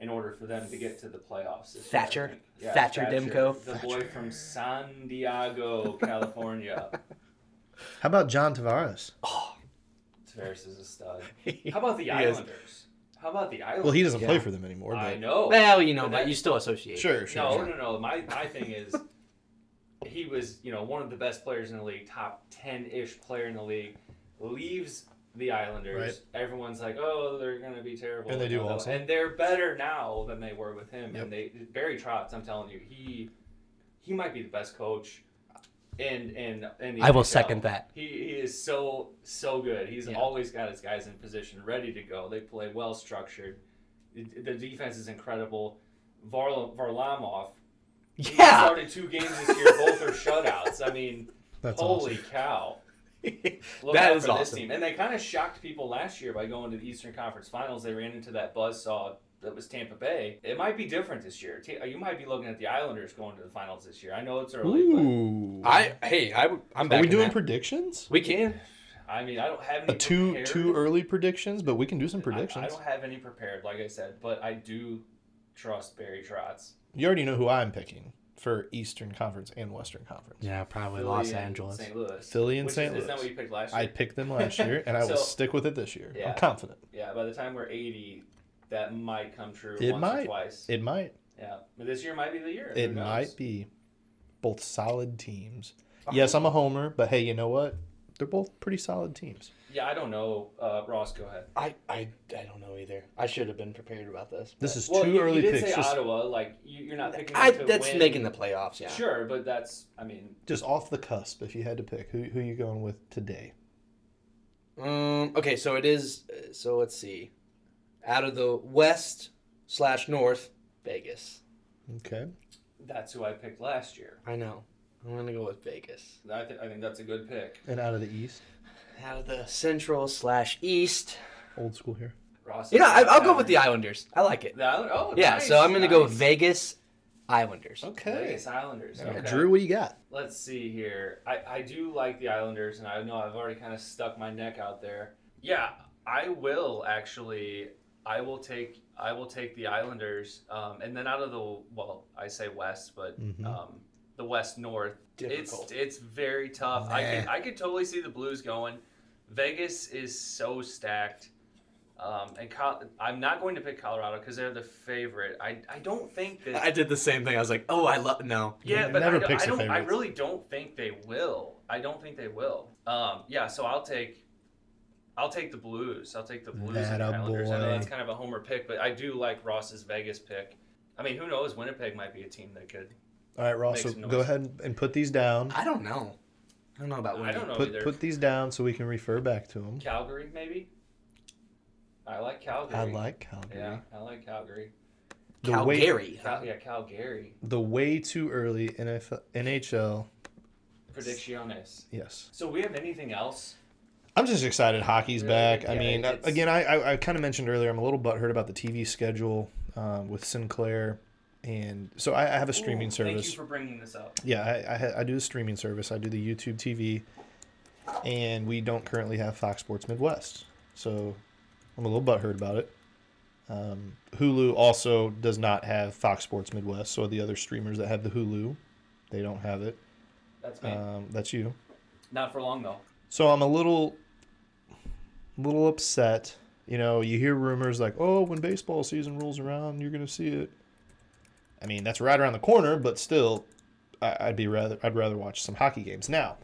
[SPEAKER 1] in order for them to get to the playoffs. this year, I
[SPEAKER 3] Thatcher.
[SPEAKER 1] think. Yeah,
[SPEAKER 3] Thatcher Demko.
[SPEAKER 1] The boy from San Diego,
[SPEAKER 3] (laughs)
[SPEAKER 1] California.
[SPEAKER 2] How about John Tavares?
[SPEAKER 3] Oh.
[SPEAKER 1] Tavares is a stud.
[SPEAKER 2] (laughs)
[SPEAKER 1] How about the
[SPEAKER 3] He is.
[SPEAKER 1] Islanders? How about the Islanders?
[SPEAKER 2] Well, he doesn't
[SPEAKER 3] Yeah.
[SPEAKER 2] play for them anymore. But
[SPEAKER 1] I know.
[SPEAKER 3] Well, you know,
[SPEAKER 1] But
[SPEAKER 3] but,
[SPEAKER 1] that-
[SPEAKER 3] you still associate.
[SPEAKER 2] Sure, sure.
[SPEAKER 1] no,
[SPEAKER 2] sure.
[SPEAKER 1] no, no. My my thing is, he was you know one of the best players in the league, top ten ish player in the league, leaves the Islanders.
[SPEAKER 2] Right.
[SPEAKER 1] Everyone's like, oh, they're gonna be terrible,
[SPEAKER 2] And they do
[SPEAKER 1] all that.
[SPEAKER 2] also.
[SPEAKER 1] and they're better now than they were with him.
[SPEAKER 2] Yep.
[SPEAKER 1] And they Barry Trotz, I'm telling you, he he might be the best coach. In, in, in the
[SPEAKER 3] I will
[SPEAKER 1] NHL.
[SPEAKER 3] second that.
[SPEAKER 1] He, he is so so good. He's
[SPEAKER 3] Yeah.
[SPEAKER 1] always got his guys in position, ready to go. They play well structured. The the defense is incredible. Varl- Varlamov. He
[SPEAKER 3] Yeah.
[SPEAKER 1] started two games this year. Both are shutouts. I
[SPEAKER 3] (laughs)
[SPEAKER 1] mean,
[SPEAKER 2] That's
[SPEAKER 1] holy
[SPEAKER 2] awesome.
[SPEAKER 1] cow. Look
[SPEAKER 3] That
[SPEAKER 1] out
[SPEAKER 3] is
[SPEAKER 1] for this
[SPEAKER 3] awesome.
[SPEAKER 1] team. And they kind of shocked people last year by going to the Eastern Conference Finals. They ran into that buzzsaw that was Tampa Bay. It might be different this year. Ta- You might be looking at the Islanders going to the finals this year. I know it's early,
[SPEAKER 2] Ooh.
[SPEAKER 3] I hey, I would- I'm
[SPEAKER 2] Are
[SPEAKER 3] back.
[SPEAKER 2] we doing
[SPEAKER 3] that.
[SPEAKER 2] predictions?
[SPEAKER 3] we can.
[SPEAKER 1] but I mean, I don't have any
[SPEAKER 2] A two
[SPEAKER 1] prepared.
[SPEAKER 2] two early predictions, but we can do some
[SPEAKER 1] I-
[SPEAKER 2] predictions.
[SPEAKER 1] I, don't have any prepared, like I said, but I do trust Barry Trotz.
[SPEAKER 2] you already know who I'm picking for Eastern Conference and Western Conference.
[SPEAKER 3] Yeah, probably
[SPEAKER 1] Philly
[SPEAKER 3] Los
[SPEAKER 1] and
[SPEAKER 3] Angeles.
[SPEAKER 1] St. Louis,
[SPEAKER 2] Philly and
[SPEAKER 1] Which is-
[SPEAKER 2] St.
[SPEAKER 1] Is that
[SPEAKER 2] Louis.
[SPEAKER 1] what you picked last year?
[SPEAKER 2] I picked them last year, and I will
[SPEAKER 1] (laughs) So-
[SPEAKER 2] stick with it this year.
[SPEAKER 1] Yeah.
[SPEAKER 2] I'm confident.
[SPEAKER 1] Yeah, by the time we're eighty, that might come true.
[SPEAKER 2] It
[SPEAKER 1] once
[SPEAKER 2] might.
[SPEAKER 1] Or twice.
[SPEAKER 2] It might.
[SPEAKER 1] yeah, but this year might be the year.
[SPEAKER 2] It
[SPEAKER 1] Who knows?
[SPEAKER 2] might be both solid teams.
[SPEAKER 1] Oh.
[SPEAKER 2] Yes, I'm a homer, but hey, you know what? They're both pretty solid teams.
[SPEAKER 1] Yeah, I don't know. Uh, Ross, go ahead.
[SPEAKER 3] I, I I don't know either. I should have been prepared about this.
[SPEAKER 2] This is
[SPEAKER 1] well,
[SPEAKER 2] two
[SPEAKER 1] you,
[SPEAKER 2] early
[SPEAKER 1] you did
[SPEAKER 2] picks.
[SPEAKER 1] say
[SPEAKER 2] Just,
[SPEAKER 1] Ottawa. Like you, you're not picking.
[SPEAKER 3] I
[SPEAKER 1] them to
[SPEAKER 3] that's
[SPEAKER 1] win.
[SPEAKER 3] making the playoffs. Yeah.
[SPEAKER 1] Sure, but that's. I mean,
[SPEAKER 2] just off the cusp, if you had to pick, who who you going with today?
[SPEAKER 3] Um. Okay. So it is. uh, So let's see. Out of the west slash north, Vegas.
[SPEAKER 2] Okay.
[SPEAKER 1] that's who I picked last year.
[SPEAKER 3] I know. I'm gonna go with Vegas.
[SPEAKER 1] I, th- I think that's a good pick.
[SPEAKER 2] And out of the East,
[SPEAKER 3] Out of the central slash east.
[SPEAKER 2] old school here.
[SPEAKER 1] Ross.
[SPEAKER 3] You know, I,
[SPEAKER 1] is-
[SPEAKER 3] I'll go with the Islanders. I like it.
[SPEAKER 1] The Island- oh,
[SPEAKER 3] Yeah.
[SPEAKER 1] nice,
[SPEAKER 3] so I'm gonna go
[SPEAKER 1] nice.
[SPEAKER 3] Vegas Islanders.
[SPEAKER 2] Okay.
[SPEAKER 1] Vegas Islanders. Okay.
[SPEAKER 2] Drew, what do you got?
[SPEAKER 1] Let's see here. I, I do like the Islanders, and I know I've already kind of stuck my neck out there. Yeah, I will actually. I will take I will take the Islanders, um, and then out of the well, I say West, but
[SPEAKER 2] Mhm.
[SPEAKER 1] um, the West North.
[SPEAKER 3] Difficult.
[SPEAKER 1] It's it's very tough. I could I could totally see the Blues going. Vegas is so stacked. Um, and Col- I'm not going to pick Colorado because they're the favorite. I, I don't think that
[SPEAKER 3] did the same thing. (laughs) I was like, oh, I love no.
[SPEAKER 1] yeah,
[SPEAKER 2] You
[SPEAKER 1] but
[SPEAKER 2] never
[SPEAKER 1] I, don't-
[SPEAKER 2] picks
[SPEAKER 1] I,
[SPEAKER 2] the
[SPEAKER 1] don't, I
[SPEAKER 2] favorites.
[SPEAKER 1] really don't think they will. I don't think they will. Um, yeah, so I'll take, I'll take the Blues. I'll take the Blues and the
[SPEAKER 2] Atta
[SPEAKER 1] Islanders. I know
[SPEAKER 2] boy.
[SPEAKER 1] that's kind of a homer pick, but I do like Ross's Vegas pick. I mean, who knows? Winnipeg might be a team that could.
[SPEAKER 2] All right, Ross.
[SPEAKER 1] Make
[SPEAKER 2] So
[SPEAKER 1] some noise.
[SPEAKER 2] go ahead and put these down.
[SPEAKER 3] I don't know. I don't know about.
[SPEAKER 1] I
[SPEAKER 3] Winnipeg.
[SPEAKER 1] don't know
[SPEAKER 2] Put
[SPEAKER 1] either.
[SPEAKER 2] put these down so we can refer back to them.
[SPEAKER 1] Calgary maybe. I like Calgary.
[SPEAKER 2] I like Calgary.
[SPEAKER 1] Yeah, I like Calgary.
[SPEAKER 2] The way
[SPEAKER 3] Calgary.
[SPEAKER 1] Cal- yeah, Calgary.
[SPEAKER 2] the way too early NFL, NHL.
[SPEAKER 1] Predicciones.
[SPEAKER 2] Yes.
[SPEAKER 1] So we have anything else?
[SPEAKER 2] I'm just excited hockey's
[SPEAKER 1] Really?
[SPEAKER 2] back. I
[SPEAKER 1] Yeah,
[SPEAKER 2] mean,
[SPEAKER 1] it's-
[SPEAKER 2] again, I, I, I kind of mentioned earlier, I'm a little butthurt about the TV schedule um, with Sinclair. And so I, I have a streaming
[SPEAKER 1] Ooh, Thank
[SPEAKER 2] service.
[SPEAKER 1] you for bringing this up.
[SPEAKER 2] yeah, I, I, ha- I do a streaming service. I do the YouTube TV. And we don't currently have Fox Sports Midwest. So I'm a little butthurt about it. Um, Hulu also does not have Fox Sports Midwest. So the other streamers that have the Hulu, they don't have it.
[SPEAKER 1] That's me.
[SPEAKER 2] Um, that's you.
[SPEAKER 1] Not for long though.
[SPEAKER 2] So I'm a little, little upset. You know, you hear rumors like, "Oh, when baseball season rolls around, you're gonna see it." I mean, that's right around the corner, but still, I, I'd be rather I'd rather watch some hockey games now.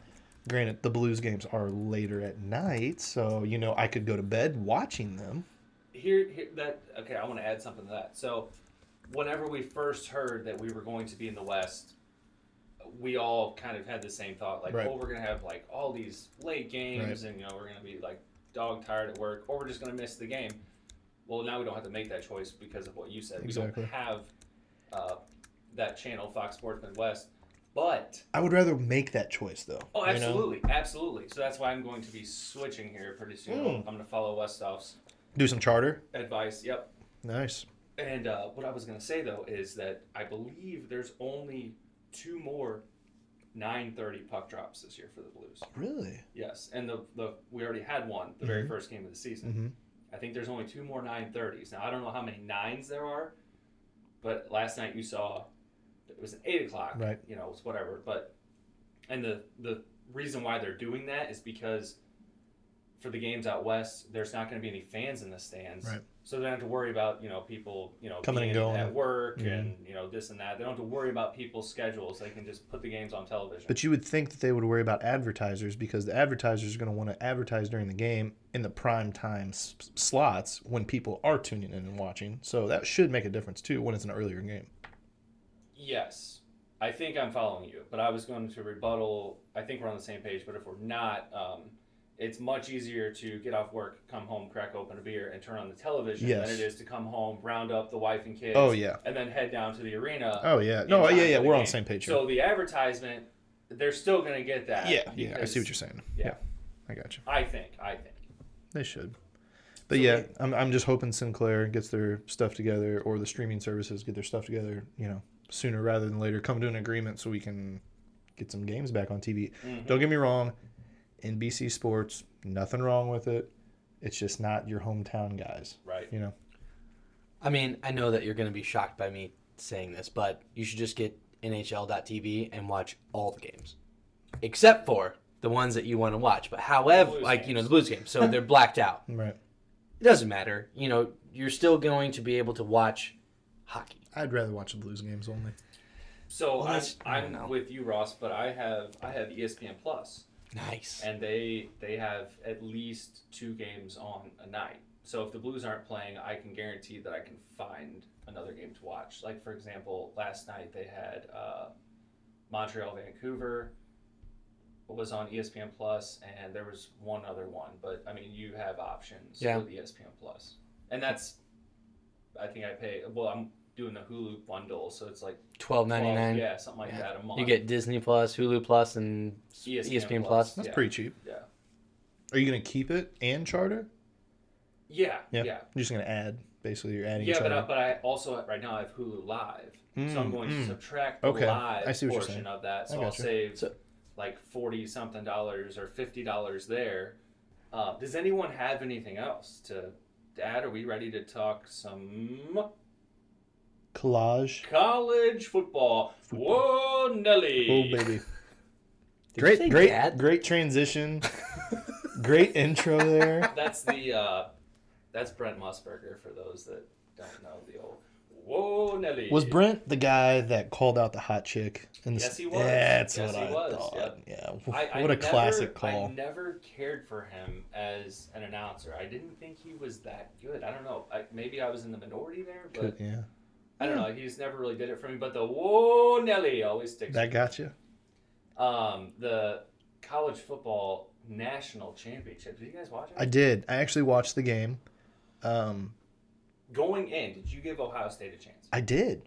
[SPEAKER 2] Granted, the Blues games are later at night, so you know I could go to bed watching them.
[SPEAKER 1] here, here that okay i want to add something to that so whenever we first heard that we were going to be in the west we all kind of had the same thought like
[SPEAKER 2] Right.
[SPEAKER 1] oh we're gonna have like all these late games and you know we're gonna be like dog tired at work or we're just gonna miss the game well now we don't have to make that choice because of what you said
[SPEAKER 2] Exactly.
[SPEAKER 1] we don't have uh, that channel fox sports midwest but
[SPEAKER 2] I would rather make that choice though.
[SPEAKER 1] oh
[SPEAKER 2] you know?
[SPEAKER 1] absolutely absolutely so that's why i'm going to be switching here pretty soon
[SPEAKER 2] Mm.
[SPEAKER 1] i'm going to follow westoff's
[SPEAKER 2] Do some charter.
[SPEAKER 1] advice yep
[SPEAKER 2] Nice.
[SPEAKER 1] And uh, what I was going to say though is that I believe there's only two more 9:30 puck drops this year for the Blues.
[SPEAKER 2] Really?
[SPEAKER 1] Yes, and the, the we already had one the very first game of the season.
[SPEAKER 2] Mm-hmm.
[SPEAKER 1] I think there's only two more 9:30s. Now I don't know how many nines there are, but last night you saw it was an eight o'clock.
[SPEAKER 2] Right.
[SPEAKER 1] You know, it's whatever. But and the the reason why they're doing that is because for the games out west, there's not going to be any fans in the stands.
[SPEAKER 2] Right.
[SPEAKER 1] So they don't have to worry about you know people you know
[SPEAKER 2] Coming and
[SPEAKER 1] being
[SPEAKER 2] going.
[SPEAKER 1] at work and you know this and that. They don't have to worry about people's schedules. They can just put the games on television.
[SPEAKER 2] But you would think that they would worry about advertisers because the advertisers are going to want to advertise during the game in the prime time s- slots when people are tuning in and watching. So that should make a difference too when it's an earlier game.
[SPEAKER 1] Yes. I think I'm following you, but I was going to rebuttal. I think we're on the same page, but if we're not, um, it's much easier to get off work, come home, crack open a beer, and turn on the television
[SPEAKER 2] Yes.
[SPEAKER 1] than it is to come home, round up the wife and kids,
[SPEAKER 2] Oh yeah.
[SPEAKER 1] and then head down to the arena.
[SPEAKER 2] Oh yeah.
[SPEAKER 1] in
[SPEAKER 2] No.
[SPEAKER 1] time
[SPEAKER 2] Yeah.
[SPEAKER 1] for
[SPEAKER 2] Yeah. We're on
[SPEAKER 1] game.
[SPEAKER 2] the same page. Here.
[SPEAKER 1] So the advertisement, they're still going to get that.
[SPEAKER 2] yeah. Yeah. I
[SPEAKER 1] because-
[SPEAKER 2] see what you're saying.
[SPEAKER 1] yeah.
[SPEAKER 2] Yeah. I got you.
[SPEAKER 1] I think. I think.
[SPEAKER 2] They should. But yeah, I'm, I'm just hoping Sinclair gets their stuff together or the streaming services get their stuff together, you know, sooner rather than later. Come to an agreement so we can get some games back on TV. Don't get me wrong, NBC Sports, nothing wrong with it. It's just not your hometown guys,
[SPEAKER 1] Right.
[SPEAKER 2] you know.
[SPEAKER 3] I mean, I know that you're going to be shocked by me saying this, but you should just get NHL.tv and watch all the games, except for the ones that you want to watch. But however,
[SPEAKER 1] Blues
[SPEAKER 3] like you know,
[SPEAKER 1] games.
[SPEAKER 3] the Blues game, (laughs) so they're blacked out.
[SPEAKER 2] Right.
[SPEAKER 3] It doesn't matter. You know, you're still going to be able to watch hockey.
[SPEAKER 2] I'd rather watch the Blues games only.
[SPEAKER 1] So
[SPEAKER 3] Well,
[SPEAKER 1] I'm,
[SPEAKER 3] that's- I don't know.
[SPEAKER 1] I'm with you, Ross, but I have I have E ESPN Plus,
[SPEAKER 3] Nice.
[SPEAKER 1] and they they have at least two games on a night. So if the Blues aren't playing, I can guarantee that I can find another game to watch. Like for example, last night they had uh, Montreal Vancouver was on E ESPN Plus, and there was one other one. But I mean, you have options
[SPEAKER 3] Yeah.
[SPEAKER 1] with E ESPN Plus, and that's I think I pay. Well, I'm doing the Hulu bundle, so it's like
[SPEAKER 3] Twelve ninety
[SPEAKER 1] 12,
[SPEAKER 3] nine.
[SPEAKER 1] yeah, something like
[SPEAKER 3] Yeah.
[SPEAKER 1] that a month. E
[SPEAKER 3] You get E Disney Plus, Hulu Plus, and ESPN, Plus.
[SPEAKER 2] That's
[SPEAKER 1] yeah.
[SPEAKER 2] pretty cheap.
[SPEAKER 1] Yeah.
[SPEAKER 2] Are you going to keep it and charter?
[SPEAKER 1] Yeah.
[SPEAKER 2] Yeah.
[SPEAKER 1] Yeah.
[SPEAKER 2] You're just going to add, basically, you're adding
[SPEAKER 1] Yeah, but
[SPEAKER 2] charter.
[SPEAKER 1] I, but I also right now I have Hulu Live, so
[SPEAKER 2] Mm,
[SPEAKER 1] I'm going
[SPEAKER 2] mm.
[SPEAKER 1] to subtract the
[SPEAKER 2] Okay,
[SPEAKER 1] live
[SPEAKER 2] I see what you're
[SPEAKER 1] portion
[SPEAKER 2] saying.
[SPEAKER 1] of that,
[SPEAKER 2] I
[SPEAKER 1] so I'll
[SPEAKER 2] gotcha.
[SPEAKER 1] save
[SPEAKER 3] So-
[SPEAKER 1] like forty something dollars or fifty dollars there. Uh, does anyone have anything else to, to add? Are we ready to talk some
[SPEAKER 2] Collage.
[SPEAKER 1] college football? Whoa, Nelly!
[SPEAKER 2] Oh baby.
[SPEAKER 3] Did you say
[SPEAKER 2] Great, great,
[SPEAKER 3] dad?
[SPEAKER 1] (laughs)
[SPEAKER 2] great transition. great intro there.
[SPEAKER 1] That's the uh, that's Brent Musburger for those that don't know the old. Whoa, Nelly!
[SPEAKER 2] Was Brent the guy that called out the hot chick? And
[SPEAKER 1] Yes, he was.
[SPEAKER 2] That's
[SPEAKER 1] Yes,
[SPEAKER 2] what
[SPEAKER 1] he
[SPEAKER 2] I
[SPEAKER 1] was,
[SPEAKER 2] thought.
[SPEAKER 1] yep.
[SPEAKER 2] Yeah.
[SPEAKER 1] I, I
[SPEAKER 2] what a
[SPEAKER 1] never-
[SPEAKER 2] classic
[SPEAKER 1] I
[SPEAKER 2] call.
[SPEAKER 1] never cared for him as an announcer. I didn't think he was that good. I don't know. I, maybe I was in the minority there, but
[SPEAKER 2] Could- yeah.
[SPEAKER 1] I don't know. He just never really did it for me. But the whoa Nelly always sticks.
[SPEAKER 2] That got you.
[SPEAKER 1] um, the college football national championship. Did you guys watch it?
[SPEAKER 2] I did. I actually watched the game. Um,
[SPEAKER 1] Going in, did you give Ohio State a chance?
[SPEAKER 2] I did.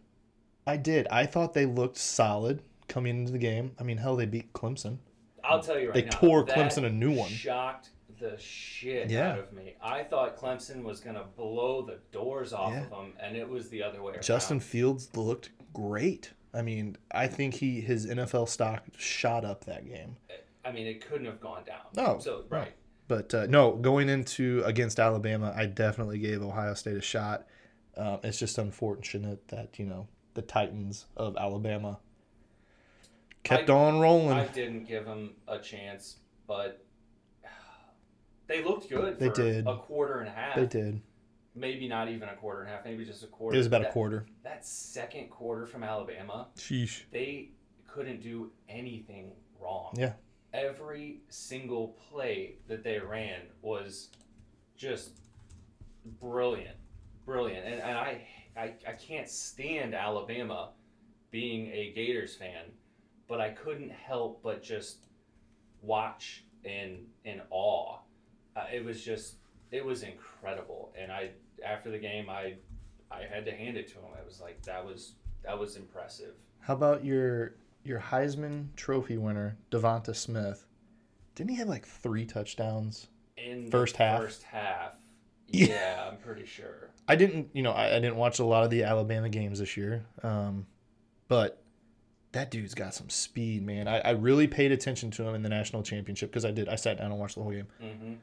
[SPEAKER 2] I did. I thought they looked solid coming into the game. I mean, hell, they beat Clemson.
[SPEAKER 1] I'll tell you right
[SPEAKER 2] They
[SPEAKER 1] now.
[SPEAKER 2] tore
[SPEAKER 1] that
[SPEAKER 2] Clemson a new one.
[SPEAKER 1] Shocked the shit
[SPEAKER 2] Yeah.
[SPEAKER 1] out of me. I thought Clemson was gonna blow the doors off
[SPEAKER 2] Yeah.
[SPEAKER 1] of them, and it was the other way around.
[SPEAKER 2] Justin Fields looked great. I mean, I think he his NFL stock shot up that game.
[SPEAKER 1] I mean, it couldn't have gone down.
[SPEAKER 2] No,
[SPEAKER 1] So
[SPEAKER 2] no.
[SPEAKER 1] right.
[SPEAKER 2] But uh, no, going into against Alabama, I definitely gave Ohio State a shot. Um, it's just unfortunate that you know the Titans of Alabama kept
[SPEAKER 1] I-
[SPEAKER 2] on rolling.
[SPEAKER 1] I didn't give them a chance, but (sighs) they looked good.
[SPEAKER 2] They
[SPEAKER 1] for
[SPEAKER 2] did.
[SPEAKER 1] a quarter and a half.
[SPEAKER 2] they did.
[SPEAKER 1] Maybe not even a quarter and a half. Maybe just a quarter.
[SPEAKER 2] It was about a
[SPEAKER 1] That-
[SPEAKER 2] quarter.
[SPEAKER 1] That second quarter from Alabama,
[SPEAKER 2] Sheesh.
[SPEAKER 1] they couldn't do anything wrong.
[SPEAKER 2] Yeah.
[SPEAKER 1] Every single play that they ran was just brilliant, brilliant. And, and I, I, I can't stand Alabama being a Gators fan, but I couldn't help but just watch in in awe. Uh, it was just it was incredible. And I after the game I I had to hand it to him. I was like that was that was impressive.
[SPEAKER 2] How about your your Heisman Trophy winner Devonta Smith? Didn't he have like three touchdowns?
[SPEAKER 1] in the
[SPEAKER 2] First half?
[SPEAKER 1] First half.
[SPEAKER 2] (laughs) Yeah.
[SPEAKER 1] Yeah, I'm pretty sure.
[SPEAKER 2] I didn't, you know, I, I didn't watch a lot of the Alabama games this year, um, but that dude's got some speed, man. I, I really paid attention to him in the national championship because I did. I sat down and watched the whole game.
[SPEAKER 1] hmm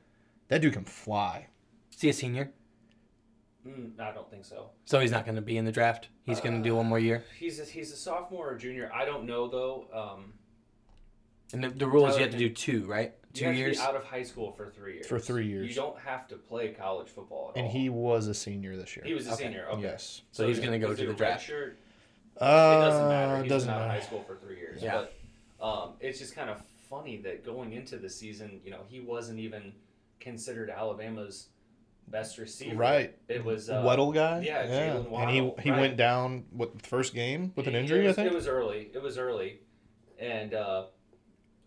[SPEAKER 2] That dude can fly.
[SPEAKER 3] See a senior.
[SPEAKER 1] Mm, I don't think so.
[SPEAKER 3] So he's not going to be in the draft. He's going to do one more year.
[SPEAKER 1] He's a, he's a sophomore or junior. I don't know though. Um,
[SPEAKER 3] And the, the rule is you
[SPEAKER 1] Tyler
[SPEAKER 3] have to do two, right?
[SPEAKER 1] you
[SPEAKER 3] Two
[SPEAKER 1] have to be
[SPEAKER 3] years.
[SPEAKER 1] out of high school for three years.
[SPEAKER 2] For three years.
[SPEAKER 1] you don't have to play college football at
[SPEAKER 2] And
[SPEAKER 1] all.
[SPEAKER 2] he was a senior this year.
[SPEAKER 1] Oh. he was a
[SPEAKER 3] Okay.
[SPEAKER 1] senior. Okay,
[SPEAKER 2] Yes.
[SPEAKER 3] So he's
[SPEAKER 1] he-
[SPEAKER 3] gonna go
[SPEAKER 1] was
[SPEAKER 3] to
[SPEAKER 1] he a
[SPEAKER 3] the draft.
[SPEAKER 1] redshirt?
[SPEAKER 2] Uh,
[SPEAKER 1] It doesn't matter. He's
[SPEAKER 2] doesn't
[SPEAKER 1] been out of
[SPEAKER 2] matter.
[SPEAKER 1] high school for three years.
[SPEAKER 3] Yeah.
[SPEAKER 1] But um, it's just kind of funny that going into the season, you know, he wasn't even considered Alabama's best receiver.
[SPEAKER 2] Right.
[SPEAKER 1] It was uh,
[SPEAKER 2] Weddle guy.
[SPEAKER 1] yeah, Jalen
[SPEAKER 2] And he
[SPEAKER 1] Waddle,
[SPEAKER 2] he
[SPEAKER 1] right.
[SPEAKER 2] went down what the first game with an
[SPEAKER 1] It-
[SPEAKER 2] injury,
[SPEAKER 1] It
[SPEAKER 2] I
[SPEAKER 1] was,
[SPEAKER 2] think.
[SPEAKER 1] it was early. It was early, and uh,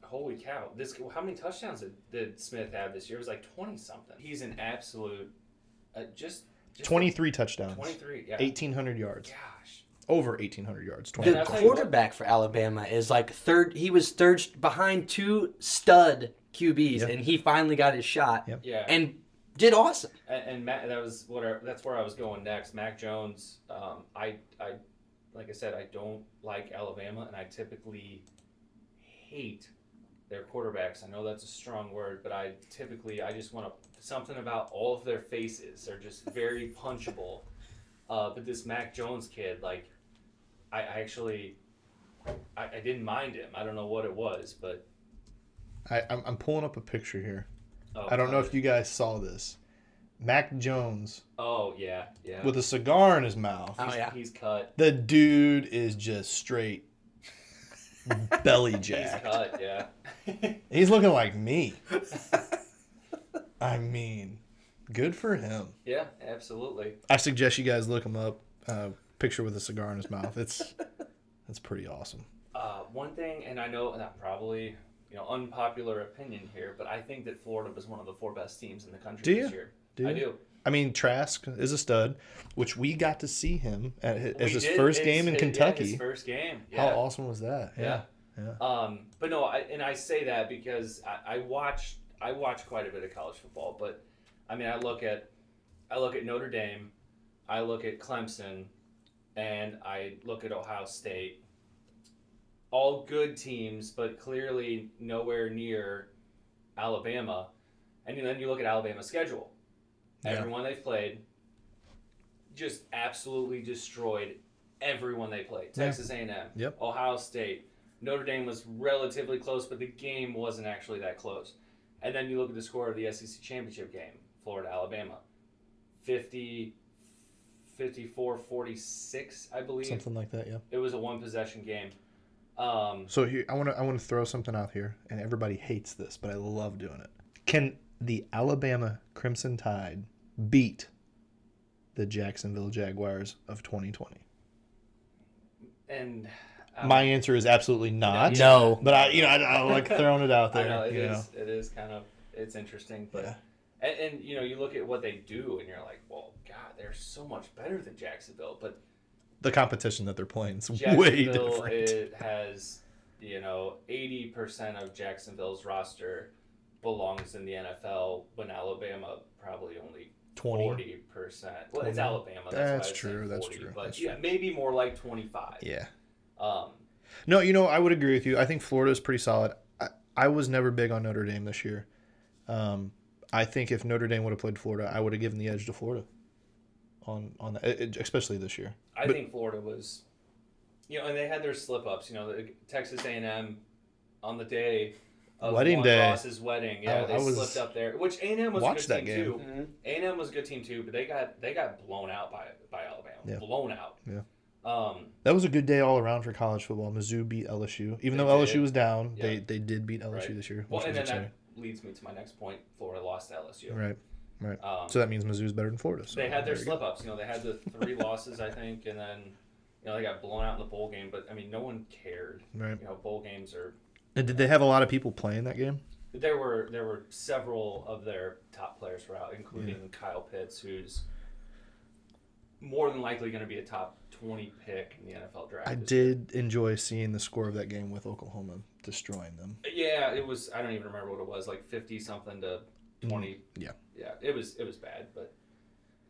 [SPEAKER 1] holy cow! This how many touchdowns did, did Smith have this year? It was like twenty something. He's an absolute, uh, just, just
[SPEAKER 2] Twenty three touchdowns.
[SPEAKER 1] twenty three. Yeah.
[SPEAKER 2] Eighteen hundred yards.
[SPEAKER 1] Gosh.
[SPEAKER 2] Over eighteen hundred yards. Twenty.
[SPEAKER 3] The
[SPEAKER 1] I'll tell you what-
[SPEAKER 3] quarterback for Alabama is like third. He was third behind two stud QBs,
[SPEAKER 2] Yep.
[SPEAKER 3] and he finally got his shot.
[SPEAKER 2] Yep.
[SPEAKER 1] Yeah.
[SPEAKER 3] And did awesome.
[SPEAKER 1] And, and Matt, that was what I, that's where I was going next. Mac Jones. Um, I I like I said, I don't like Alabama, and I typically hate their quarterbacks. I know that's a strong word, but I typically I just want to something about all of their faces. They're just very punchable. Uh, but this Mac Jones kid, like, I, I actually I, I didn't mind him. I don't know what it was, but
[SPEAKER 2] I, I'm, I'm pulling up a picture here.
[SPEAKER 1] oh,
[SPEAKER 2] I don't know if you guys saw this. Mac Jones
[SPEAKER 1] Oh yeah, yeah.
[SPEAKER 2] with a cigar in his mouth.
[SPEAKER 3] Oh, yeah.
[SPEAKER 1] He's cut.
[SPEAKER 2] The dude is just straight belly
[SPEAKER 1] (laughs) He's
[SPEAKER 2] jacked.
[SPEAKER 1] cut. Yeah.
[SPEAKER 2] (laughs) He's looking like me. I mean, good for him.
[SPEAKER 1] Yeah. Absolutely.
[SPEAKER 2] I suggest you guys look him up. Uh, picture with a cigar in his mouth. It's that's pretty awesome.
[SPEAKER 1] Uh, one thing, and I know that probably you know unpopular opinion here, but I think that Florida was one of the four best teams in the country
[SPEAKER 2] Do
[SPEAKER 1] this
[SPEAKER 2] you?
[SPEAKER 1] year.
[SPEAKER 2] Do
[SPEAKER 1] I
[SPEAKER 2] you?
[SPEAKER 1] do.
[SPEAKER 2] I mean, Trask is a stud, which we got to see him at his, as
[SPEAKER 1] We
[SPEAKER 2] his
[SPEAKER 1] did.
[SPEAKER 2] first
[SPEAKER 1] It's-
[SPEAKER 2] game in
[SPEAKER 1] it- yeah,
[SPEAKER 2] Kentucky.
[SPEAKER 1] his first game. Yeah.
[SPEAKER 2] How awesome was that?
[SPEAKER 1] Yeah.
[SPEAKER 2] yeah.
[SPEAKER 1] Um, but no, I, and I say that because I, I watch I watch quite a bit of college football, but I mean I look at I look at Notre Dame, I look at Clemson, and I look at Ohio State. All good teams, but clearly nowhere near Alabama. And then you look at Alabama's schedule.
[SPEAKER 2] Yeah.
[SPEAKER 1] Everyone they've played just absolutely destroyed everyone they played.
[SPEAKER 2] Yeah.
[SPEAKER 1] Texas A&M,
[SPEAKER 2] Yep.
[SPEAKER 1] Ohio State, Notre Dame was relatively close, but the game wasn't actually that close. And then you look at the score of the SEC championship game, Florida Alabama, 50, 54 46, I believe.
[SPEAKER 2] Something like that. Yeah.
[SPEAKER 1] It was a one possession game. Um,
[SPEAKER 2] So here, I want to I want to throw something out here, and everybody hates this, but I love doing it. Can the Alabama Crimson Tide beat the Jacksonville Jaguars of 2020?
[SPEAKER 1] and um,
[SPEAKER 2] My answer is absolutely not.
[SPEAKER 1] yeah. No.
[SPEAKER 2] But I, you know, I, I like throwing it
[SPEAKER 1] (laughs)
[SPEAKER 2] out
[SPEAKER 1] I
[SPEAKER 2] there.
[SPEAKER 1] know it
[SPEAKER 2] you know.
[SPEAKER 1] is. It is kind of it's interesting, but
[SPEAKER 2] Yeah.
[SPEAKER 1] and, and you know you look at what they do, and you're like, well, God, they're so much better than Jacksonville, but
[SPEAKER 2] The competition that they're playing is way
[SPEAKER 1] Jacksonville
[SPEAKER 2] different.
[SPEAKER 1] it has you know 80% of Jacksonville's roster belongs in the NFL when Alabama probably only
[SPEAKER 2] 20.
[SPEAKER 1] 40%. Well, it's
[SPEAKER 2] 20.
[SPEAKER 1] Alabama. That's,
[SPEAKER 2] That's
[SPEAKER 1] why I said
[SPEAKER 2] true, that's
[SPEAKER 1] 40,
[SPEAKER 2] true,
[SPEAKER 1] But
[SPEAKER 2] that's
[SPEAKER 1] yeah, maybe more like 25.
[SPEAKER 2] Yeah.
[SPEAKER 1] Um
[SPEAKER 2] No, you know, I would agree with you. I think Florida is pretty solid. I, I was never big on Notre Dame this year. Um, I think if Notre Dame would have played Florida, I would have given the edge to Florida on on that, eh, eh, especially this year.
[SPEAKER 1] I
[SPEAKER 2] But-
[SPEAKER 1] think Florida was, you know, and they had their slip ups. You know, the- Texas A and M on the day of
[SPEAKER 2] Wedding
[SPEAKER 1] Juan
[SPEAKER 2] day.
[SPEAKER 1] Ross's wedding. Yeah,
[SPEAKER 2] I-
[SPEAKER 1] they
[SPEAKER 2] I was-
[SPEAKER 1] slipped up there. Which A and M was a good
[SPEAKER 2] Watched that
[SPEAKER 1] team
[SPEAKER 2] game.
[SPEAKER 1] too. A and M was a good team too, but they got they got blown out by by Alabama.
[SPEAKER 2] Yeah.
[SPEAKER 1] Blown out.
[SPEAKER 2] Yeah.
[SPEAKER 1] Um,
[SPEAKER 2] That was a good day all around for college football. Mizzou beat LSU, even
[SPEAKER 1] They
[SPEAKER 2] though LSU
[SPEAKER 1] did.
[SPEAKER 2] was down.
[SPEAKER 1] Yeah.
[SPEAKER 2] They they did beat LSU
[SPEAKER 1] Right.
[SPEAKER 2] this year, which
[SPEAKER 1] well, and
[SPEAKER 2] was
[SPEAKER 1] then
[SPEAKER 2] exciting.
[SPEAKER 1] that leads me to my next point. Florida lost to LSU.
[SPEAKER 2] Right.
[SPEAKER 1] Um,
[SPEAKER 2] So that means Mizzou's better than Florida. So
[SPEAKER 1] they had
[SPEAKER 2] there
[SPEAKER 1] their
[SPEAKER 2] you go.
[SPEAKER 1] slip ups. You know, they had the
[SPEAKER 2] (laughs)
[SPEAKER 1] three losses, I think, and then you know they got blown out in the bowl game. But I mean, no one cared.
[SPEAKER 2] Right.
[SPEAKER 1] You know, bowl games are
[SPEAKER 2] And did they have a lot of people playing that game?
[SPEAKER 1] There were there were several of their top players were out, including Kyle Pitts, who's more than likely going to be a top twenty pick in the NFL draft.
[SPEAKER 2] I did enjoy seeing the score of that game with Oklahoma destroying them.
[SPEAKER 1] Yeah, it was. I don't even remember what it was, like fifty something to twenty.
[SPEAKER 2] Yeah.
[SPEAKER 1] Yeah, it was it was bad, but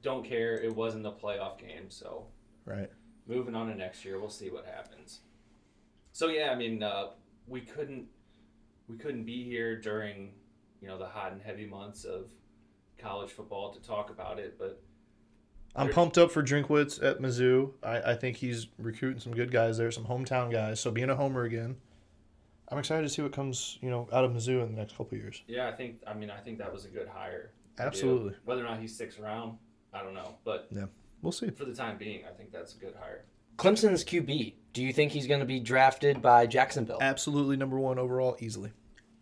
[SPEAKER 1] don't care. It wasn't a playoff game, so
[SPEAKER 2] Right.
[SPEAKER 1] moving on to next year, we'll see what happens. So yeah, I mean, uh, we couldn't we couldn't be here during you know the hot and heavy months of college football to talk about it, but
[SPEAKER 2] I'm
[SPEAKER 1] They're-
[SPEAKER 2] pumped up for Drinkwitz at Mizzou. I, I think he's recruiting some good guys there, some hometown guys. So being a homer again, I'm excited to see what comes, you know, out of Mizzou in the next couple of years.
[SPEAKER 1] yeah, I think I mean I think that was a good hire.
[SPEAKER 2] Absolutely,
[SPEAKER 1] Yeah. Whether or not he sticks around, I don't know, but
[SPEAKER 2] we'll see.
[SPEAKER 1] for the time being, I think that's a good hire.
[SPEAKER 3] Clemson's QB. Do you think he's going to be drafted by Jacksonville?
[SPEAKER 2] Absolutely, number one overall, easily.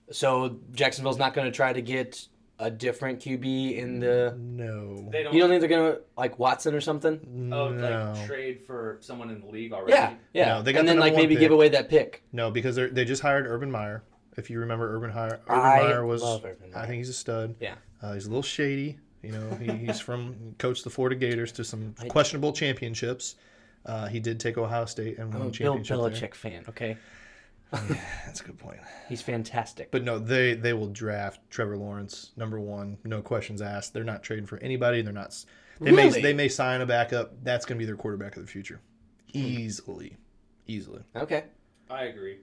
[SPEAKER 3] So Jacksonville's not going to try to get a different QB in the.
[SPEAKER 2] No,
[SPEAKER 1] They don't,
[SPEAKER 3] You don't think they're going to like Watson or something?
[SPEAKER 1] oh,
[SPEAKER 2] no,
[SPEAKER 1] like trade for someone in the league already.
[SPEAKER 3] Yeah, yeah.
[SPEAKER 2] No, they got
[SPEAKER 3] and
[SPEAKER 2] the
[SPEAKER 3] then
[SPEAKER 2] number
[SPEAKER 3] like
[SPEAKER 2] one
[SPEAKER 3] maybe
[SPEAKER 2] pick.
[SPEAKER 3] give away that pick.
[SPEAKER 2] no, because they they just hired Urban Meyer. If you remember, Urban, Hire, Urban
[SPEAKER 3] I
[SPEAKER 2] Meyer was.
[SPEAKER 3] love Urban Meyer.
[SPEAKER 2] I think he's a stud.
[SPEAKER 3] Yeah.
[SPEAKER 2] uh, he's a little shady. You know, he,
[SPEAKER 3] (laughs)
[SPEAKER 2] he's from coached the Florida Gators to some questionable championships. Uh, he did take Ohio State and won
[SPEAKER 3] I'm
[SPEAKER 2] a
[SPEAKER 3] a Oh, Bill
[SPEAKER 2] championship. there.
[SPEAKER 3] Belichick fan. Okay.
[SPEAKER 2] That's a good point.
[SPEAKER 3] He's fantastic.
[SPEAKER 2] But no, they they will draft Trevor Lawrence number one, no questions asked. They're not trading for anybody. They're not. s- They
[SPEAKER 3] Really?
[SPEAKER 2] may they may sign a backup. That's going to be their quarterback of the future,
[SPEAKER 3] Hmm.
[SPEAKER 2] easily, easily.
[SPEAKER 3] okay.
[SPEAKER 1] I agree.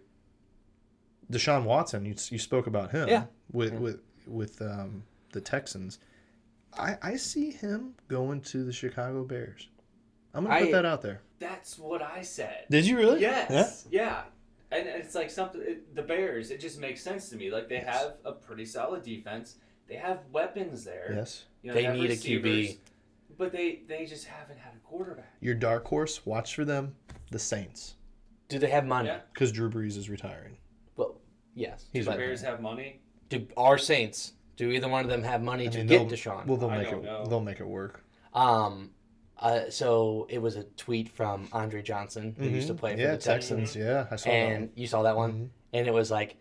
[SPEAKER 2] Deshaun Watson, you you spoke about him.
[SPEAKER 3] Yeah.
[SPEAKER 2] With with with um, the Texans, I I see him going to the Chicago Bears. I'm gonna put
[SPEAKER 3] I-
[SPEAKER 2] that out there.
[SPEAKER 1] That's what I said.
[SPEAKER 2] Did you (laughs) really?
[SPEAKER 1] Yes. Yeah. And it's like something it, the Bears. It just makes sense to me. Like they
[SPEAKER 2] Yes.
[SPEAKER 1] have a pretty solid defense. They have weapons there.
[SPEAKER 2] Yes.
[SPEAKER 1] You know,
[SPEAKER 3] They
[SPEAKER 1] have
[SPEAKER 3] need a QB.
[SPEAKER 1] receivers, But they they just haven't had a quarterback.
[SPEAKER 2] Your dark horse. Watch for them. The Saints,
[SPEAKER 3] Do they have money?
[SPEAKER 1] Yeah.
[SPEAKER 2] because Drew Brees is retiring.
[SPEAKER 3] Well, yes.
[SPEAKER 2] He's
[SPEAKER 1] The
[SPEAKER 2] But-
[SPEAKER 1] Bears have money.
[SPEAKER 3] Do our Saints? Do either one of them have money to get
[SPEAKER 2] they'll-
[SPEAKER 3] Deshaun?
[SPEAKER 2] Well, they'll
[SPEAKER 1] I
[SPEAKER 2] make
[SPEAKER 1] don't
[SPEAKER 2] it.
[SPEAKER 1] know.
[SPEAKER 2] They'll make it work.
[SPEAKER 3] um, uh, so it was a tweet from Andre Johnson who used to
[SPEAKER 2] Mhm.
[SPEAKER 3] play for
[SPEAKER 2] yeah,
[SPEAKER 3] the Texans,
[SPEAKER 2] Texans. Yeah, I saw
[SPEAKER 3] and
[SPEAKER 2] that.
[SPEAKER 3] you saw that one,
[SPEAKER 2] Mhm.
[SPEAKER 3] and it was like,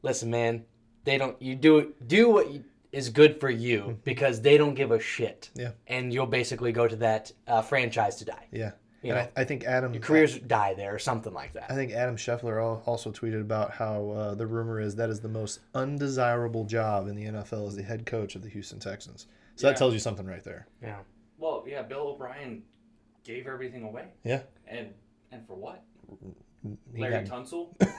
[SPEAKER 3] "Listen, man, they don't. You do it. Do what you, is good for you because they don't give a shit.
[SPEAKER 2] Mm-hmm. Yeah.
[SPEAKER 3] and you'll basically go to that uh, franchise to die.
[SPEAKER 2] Yeah,
[SPEAKER 3] You
[SPEAKER 2] and
[SPEAKER 3] know,
[SPEAKER 2] I, I think Adam.
[SPEAKER 3] your careers die there or something like that.
[SPEAKER 2] I think Adam Scheffler al- also tweeted about how uh, the rumor is that is the most undesirable job in the NFL is the head coach of the Houston Texans. So
[SPEAKER 1] Yeah.
[SPEAKER 2] that tells you something right there.
[SPEAKER 3] yeah,
[SPEAKER 1] Well, yeah, Bill O'Brien gave everything away.
[SPEAKER 2] Yeah.
[SPEAKER 1] And and for what?
[SPEAKER 2] Mm, He
[SPEAKER 1] Larry
[SPEAKER 2] got
[SPEAKER 1] Tunsil,
[SPEAKER 2] (laughs)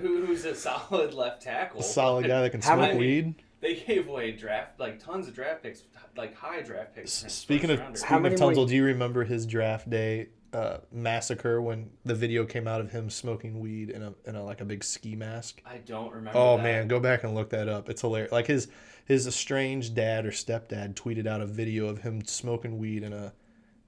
[SPEAKER 1] who, who's a solid left tackle.
[SPEAKER 2] a solid guy that can
[SPEAKER 3] How
[SPEAKER 2] smoke
[SPEAKER 1] many-
[SPEAKER 2] weed.
[SPEAKER 1] They gave away draft like tons of draft picks, like high draft picks.
[SPEAKER 2] S-
[SPEAKER 1] and
[SPEAKER 2] Speaking of
[SPEAKER 1] first-rounders.
[SPEAKER 2] speaking of
[SPEAKER 3] many
[SPEAKER 2] Tunzel,
[SPEAKER 3] more-
[SPEAKER 2] do you remember his draft day uh, massacre when the video came out of him smoking weed in a in a like a big ski mask?
[SPEAKER 1] I don't remember.
[SPEAKER 2] Oh
[SPEAKER 1] that.
[SPEAKER 2] man, go back and look that up. It's hilarious. Like his his estranged dad or stepdad tweeted out a video of him smoking weed in a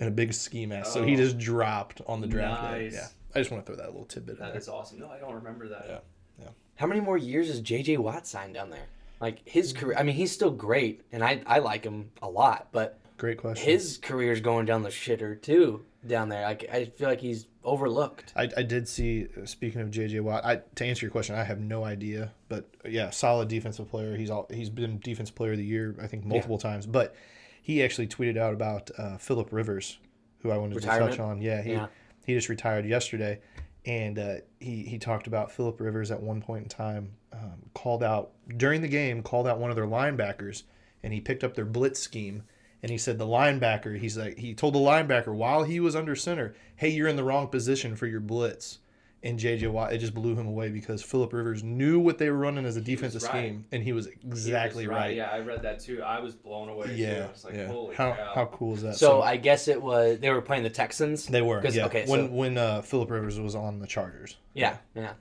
[SPEAKER 2] in a big ski mask. So he
[SPEAKER 1] Oh.
[SPEAKER 2] just dropped on the draft
[SPEAKER 1] Nice.
[SPEAKER 2] day. Yeah. I just want to throw that little tidbit in
[SPEAKER 1] that
[SPEAKER 2] there.
[SPEAKER 1] is awesome. No, I don't remember that.
[SPEAKER 2] Yeah.
[SPEAKER 3] how many more years is J.J. Watt signed down there? Like his
[SPEAKER 2] Mm-hmm.
[SPEAKER 3] career. I mean, he's still great, and I I like him a lot, but
[SPEAKER 2] Great question.
[SPEAKER 3] his career's going down the shitter too down there. Like I feel like he's overlooked.
[SPEAKER 2] I, I did see uh, speaking of JJ Watt, I to answer your question, I have no idea, but uh, yeah, solid defensive player. He's all he's been defensive player of the year I think multiple times, but he actually tweeted out about uh, Philip Rivers, who I wanted to
[SPEAKER 3] Retirement?
[SPEAKER 2] touch on. Um, Yeah, he
[SPEAKER 3] Yeah.
[SPEAKER 2] he just retired yesterday, and uh, he he talked about Philip Rivers at one point in time um, called out during the game called out one of their linebackers, and he picked up their blitz scheme. And he said the linebacker. He's like he told the linebacker while he was under center, "Hey, you're in the wrong position for your blitz." And JJ Watt, it just blew him away because Philip Rivers knew what they were running as a defensive
[SPEAKER 1] right.
[SPEAKER 2] scheme, and he was
[SPEAKER 1] He was
[SPEAKER 2] exactly right.
[SPEAKER 1] Yeah, I read that too. I was blown away. Too.
[SPEAKER 2] Yeah,
[SPEAKER 1] I was like,
[SPEAKER 2] yeah.
[SPEAKER 1] holy
[SPEAKER 2] how
[SPEAKER 1] cow.
[SPEAKER 2] how cool is that?
[SPEAKER 3] So I guess it was they were playing the Texans.
[SPEAKER 2] they were
[SPEAKER 3] 'cause-
[SPEAKER 2] yeah.
[SPEAKER 3] okay,
[SPEAKER 2] when
[SPEAKER 3] so-
[SPEAKER 2] when uh, Philip Rivers was on the Chargers.
[SPEAKER 3] yeah, yeah.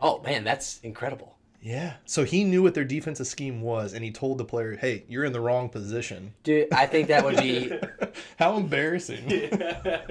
[SPEAKER 3] Oh man, that's incredible.
[SPEAKER 2] Yeah. So he knew what their defensive scheme was, and he told the player, "Hey, you're in the wrong position." (laughs)
[SPEAKER 3] Dude, I think that would be
[SPEAKER 2] How embarrassing!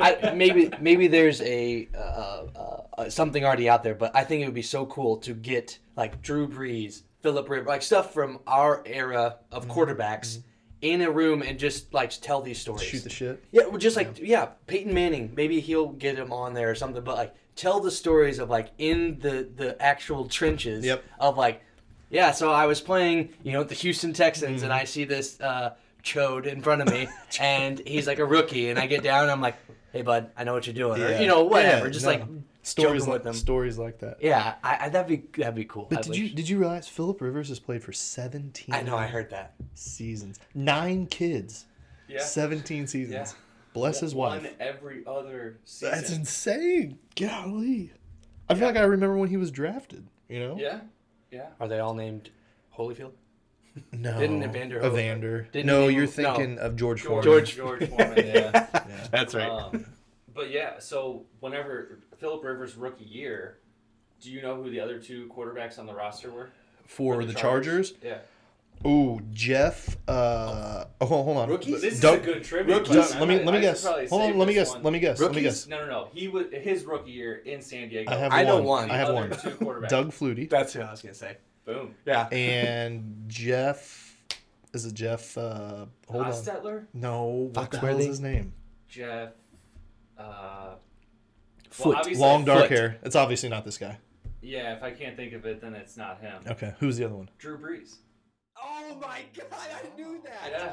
[SPEAKER 3] I, maybe maybe there's a uh, uh, uh, something already out there, but I think it would be so cool to get like Drew Brees, Philip Rivers, like stuff from our era of quarterbacks in a room and just like tell these stories.
[SPEAKER 2] Shoot the shit.
[SPEAKER 3] Yeah, well, just like yeah, Peyton Manning. Maybe he'll get him on there or something. But like, tell the stories of like in the the actual trenches
[SPEAKER 2] Yep.
[SPEAKER 3] of like, yeah. So I was playing, you know, the Houston Texans, and I see this uh, chode in front of me, and he's like a rookie, and I get down, and I'm like, hey bud, I know what you're doing, or you know, whatever.
[SPEAKER 2] Yeah,
[SPEAKER 3] just
[SPEAKER 2] no.
[SPEAKER 3] like
[SPEAKER 2] stories
[SPEAKER 3] joking
[SPEAKER 2] like
[SPEAKER 3] with them.
[SPEAKER 2] stories like that.
[SPEAKER 3] Yeah, I, I, that'd be that'd be cool. I
[SPEAKER 2] But did
[SPEAKER 3] wish.
[SPEAKER 2] you did you realize Philip Rivers has played for seventeen?
[SPEAKER 3] I know I heard that.
[SPEAKER 2] seasons, nine kids,
[SPEAKER 1] (laughs) yeah.
[SPEAKER 2] seventeen seasons.
[SPEAKER 1] Yeah.
[SPEAKER 2] Bless his wife.
[SPEAKER 1] One every other season.
[SPEAKER 2] That's insane. Golly, I feel like I remember when he was drafted. You know?
[SPEAKER 1] yeah. Yeah.
[SPEAKER 3] Are they all named Holyfield?
[SPEAKER 2] No.
[SPEAKER 3] Didn't Evander Holyfield-
[SPEAKER 2] Evander.
[SPEAKER 3] didn't
[SPEAKER 2] no,
[SPEAKER 3] he-
[SPEAKER 2] you're
[SPEAKER 3] no.
[SPEAKER 2] thinking of George, Foreman.
[SPEAKER 1] George George
[SPEAKER 2] (laughs)
[SPEAKER 1] Foreman. Yeah.
[SPEAKER 2] That's
[SPEAKER 3] Uh,
[SPEAKER 1] Um, but yeah, so whenever Philip Rivers rookie year, do you know who the other two quarterbacks on the roster were?
[SPEAKER 2] for, the Chargers.
[SPEAKER 1] Yeah.
[SPEAKER 2] Ooh, Jeff. Uh, oh, hold hold on.
[SPEAKER 3] Rookies?
[SPEAKER 1] This
[SPEAKER 2] Doug-
[SPEAKER 1] is a good trivia.
[SPEAKER 2] Doug-
[SPEAKER 1] question.
[SPEAKER 2] let me
[SPEAKER 1] I-
[SPEAKER 2] let me
[SPEAKER 1] I should
[SPEAKER 2] guess.
[SPEAKER 1] probably
[SPEAKER 2] Hold
[SPEAKER 1] save
[SPEAKER 2] on. Let me
[SPEAKER 1] this
[SPEAKER 2] guess.
[SPEAKER 1] one.
[SPEAKER 2] Let me guess. Let me
[SPEAKER 3] Rookies?
[SPEAKER 2] guess.
[SPEAKER 1] No, no, no. He was his rookie year in San Diego.
[SPEAKER 2] I have
[SPEAKER 3] I
[SPEAKER 2] one.
[SPEAKER 3] know one.
[SPEAKER 2] I have
[SPEAKER 1] Other
[SPEAKER 2] one.
[SPEAKER 1] two quarterbacks.
[SPEAKER 2] Doug Flutie
[SPEAKER 3] That's who I was gonna say.
[SPEAKER 1] Boom.
[SPEAKER 3] Yeah.
[SPEAKER 2] and Jeff. Is it Jeff? Uh, hold on.
[SPEAKER 1] Hostetler,
[SPEAKER 2] No. What the hell
[SPEAKER 3] Foxworthy?
[SPEAKER 2] is his name?
[SPEAKER 1] Jeff. Uh,
[SPEAKER 3] Foot.
[SPEAKER 1] obviously-
[SPEAKER 2] Long dark
[SPEAKER 3] Foot.
[SPEAKER 2] hair. It's obviously not this guy.
[SPEAKER 1] yeah, if I can't think of it, then it's not him.
[SPEAKER 2] Okay. Who's the other one?
[SPEAKER 1] Drew Brees.
[SPEAKER 3] Oh my god, I knew that.
[SPEAKER 1] Yeah,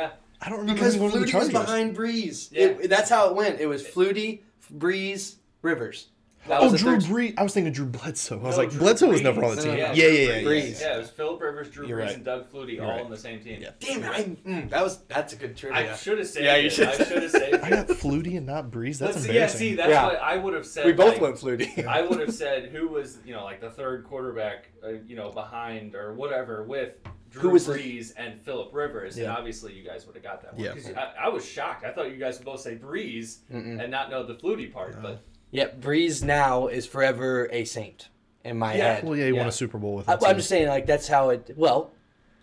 [SPEAKER 1] yeah.
[SPEAKER 2] I don't remember
[SPEAKER 3] Because
[SPEAKER 2] who was on the
[SPEAKER 3] Flutie was
[SPEAKER 2] Chargers.
[SPEAKER 3] behind Breeze.
[SPEAKER 1] Yeah.
[SPEAKER 3] It- that's how it went. It was Flutie, Breeze, Rivers. That
[SPEAKER 2] Oh,
[SPEAKER 3] the
[SPEAKER 2] Drew
[SPEAKER 3] third-
[SPEAKER 2] Brees. I was thinking Drew Bledsoe. I was
[SPEAKER 1] No,
[SPEAKER 2] like,
[SPEAKER 1] Drew
[SPEAKER 2] Bledsoe was never
[SPEAKER 1] Brees.
[SPEAKER 2] on the
[SPEAKER 3] No,
[SPEAKER 2] team.
[SPEAKER 3] no,
[SPEAKER 2] Yeah,
[SPEAKER 3] no,
[SPEAKER 2] yeah,
[SPEAKER 3] Drew
[SPEAKER 2] yeah. yeah,
[SPEAKER 3] Brees.
[SPEAKER 2] yeah.
[SPEAKER 1] Yeah, it was Philip Rivers, Drew
[SPEAKER 2] You're
[SPEAKER 1] Brees,
[SPEAKER 2] right.
[SPEAKER 1] and Doug Flutie all
[SPEAKER 2] right.
[SPEAKER 1] on the same team.
[SPEAKER 2] Yeah.
[SPEAKER 3] Damn it! I, mm, that was that's a good trivia.
[SPEAKER 1] I should have saved
[SPEAKER 3] Yeah, you
[SPEAKER 1] it.
[SPEAKER 3] should-
[SPEAKER 1] I should have saved
[SPEAKER 2] I
[SPEAKER 1] it.
[SPEAKER 2] got Flutie and not Brees.
[SPEAKER 1] Let's
[SPEAKER 2] That's
[SPEAKER 1] see, yeah,
[SPEAKER 2] embarrassing.
[SPEAKER 1] see, that's
[SPEAKER 3] Yeah.
[SPEAKER 1] what I would have said.
[SPEAKER 3] we
[SPEAKER 1] like,
[SPEAKER 3] both went
[SPEAKER 1] (laughs)
[SPEAKER 3] Flutie.
[SPEAKER 1] I would have said who was you know like the third quarterback, uh, you know behind or whatever with Drew
[SPEAKER 3] Who was the-
[SPEAKER 1] Brees and Philip Rivers, and
[SPEAKER 2] Yeah.
[SPEAKER 1] obviously you guys would have got that one.
[SPEAKER 2] Yeah.
[SPEAKER 1] 'Cause I, I was shocked. I thought you guys would both say Brees
[SPEAKER 3] Mm-mm.
[SPEAKER 1] and not know the Flutie part,
[SPEAKER 2] No.
[SPEAKER 1] but
[SPEAKER 3] Yep, Breeze now is forever a saint in my
[SPEAKER 1] Yeah.
[SPEAKER 3] head.
[SPEAKER 2] Well, yeah, he won
[SPEAKER 1] Yeah.
[SPEAKER 2] a Super Bowl with.
[SPEAKER 3] I,
[SPEAKER 2] that
[SPEAKER 3] I'm
[SPEAKER 2] team.
[SPEAKER 3] just saying, like that's how it. Well,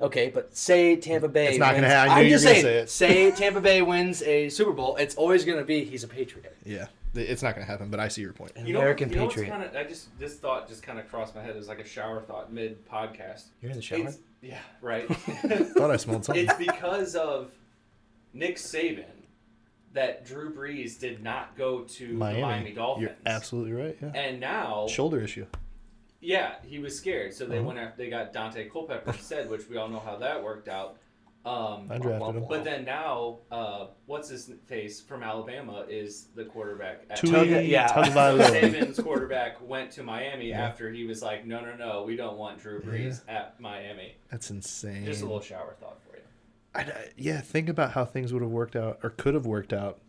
[SPEAKER 3] okay, but say Tampa Bay.
[SPEAKER 2] It's not gonna
[SPEAKER 3] wins-
[SPEAKER 2] happen. I
[SPEAKER 3] I'm
[SPEAKER 2] knew you
[SPEAKER 3] just
[SPEAKER 2] were gonna
[SPEAKER 3] saying, say Tampa Bay wins a Super Bowl. It's always going to be he's a Patriot,
[SPEAKER 2] Yeah, th- it's not going to happen. But I see your point.
[SPEAKER 3] an
[SPEAKER 1] you know,
[SPEAKER 3] American
[SPEAKER 1] you know
[SPEAKER 3] Patriot.
[SPEAKER 1] What's kinda, I just this thought just kind of crossed my head. It was like a shower thought mid podcast.
[SPEAKER 3] You're in the shower.
[SPEAKER 1] It's- Yeah, right.
[SPEAKER 2] (laughs)
[SPEAKER 1] (laughs)
[SPEAKER 2] Thought I smelled something.
[SPEAKER 1] it's because of Nick Saban that Drew Brees did not go to
[SPEAKER 2] Miami.
[SPEAKER 1] the Miami Dolphins.
[SPEAKER 2] You're absolutely right. Yeah.
[SPEAKER 1] and now
[SPEAKER 2] Shoulder issue.
[SPEAKER 1] Yeah, he was scared, so
[SPEAKER 2] Uh-huh.
[SPEAKER 1] they went after they got Dante Culpepper instead, which we all know how that worked out. Um,
[SPEAKER 2] I drafted him.
[SPEAKER 1] but then now, uh, what's his face from Alabama is the quarterback. At
[SPEAKER 2] Tui
[SPEAKER 3] Tug-
[SPEAKER 2] (laughs)
[SPEAKER 1] (laughs)
[SPEAKER 3] yeah.
[SPEAKER 2] Tagovailoa.
[SPEAKER 1] Saban's quarterback went to Miami after he was like, no, no, no, we don't want Drew Brees at Miami.
[SPEAKER 2] That's insane.
[SPEAKER 1] Just a little shower thought for you.
[SPEAKER 2] I, I- yeah, think about how things would have worked out or could have worked out.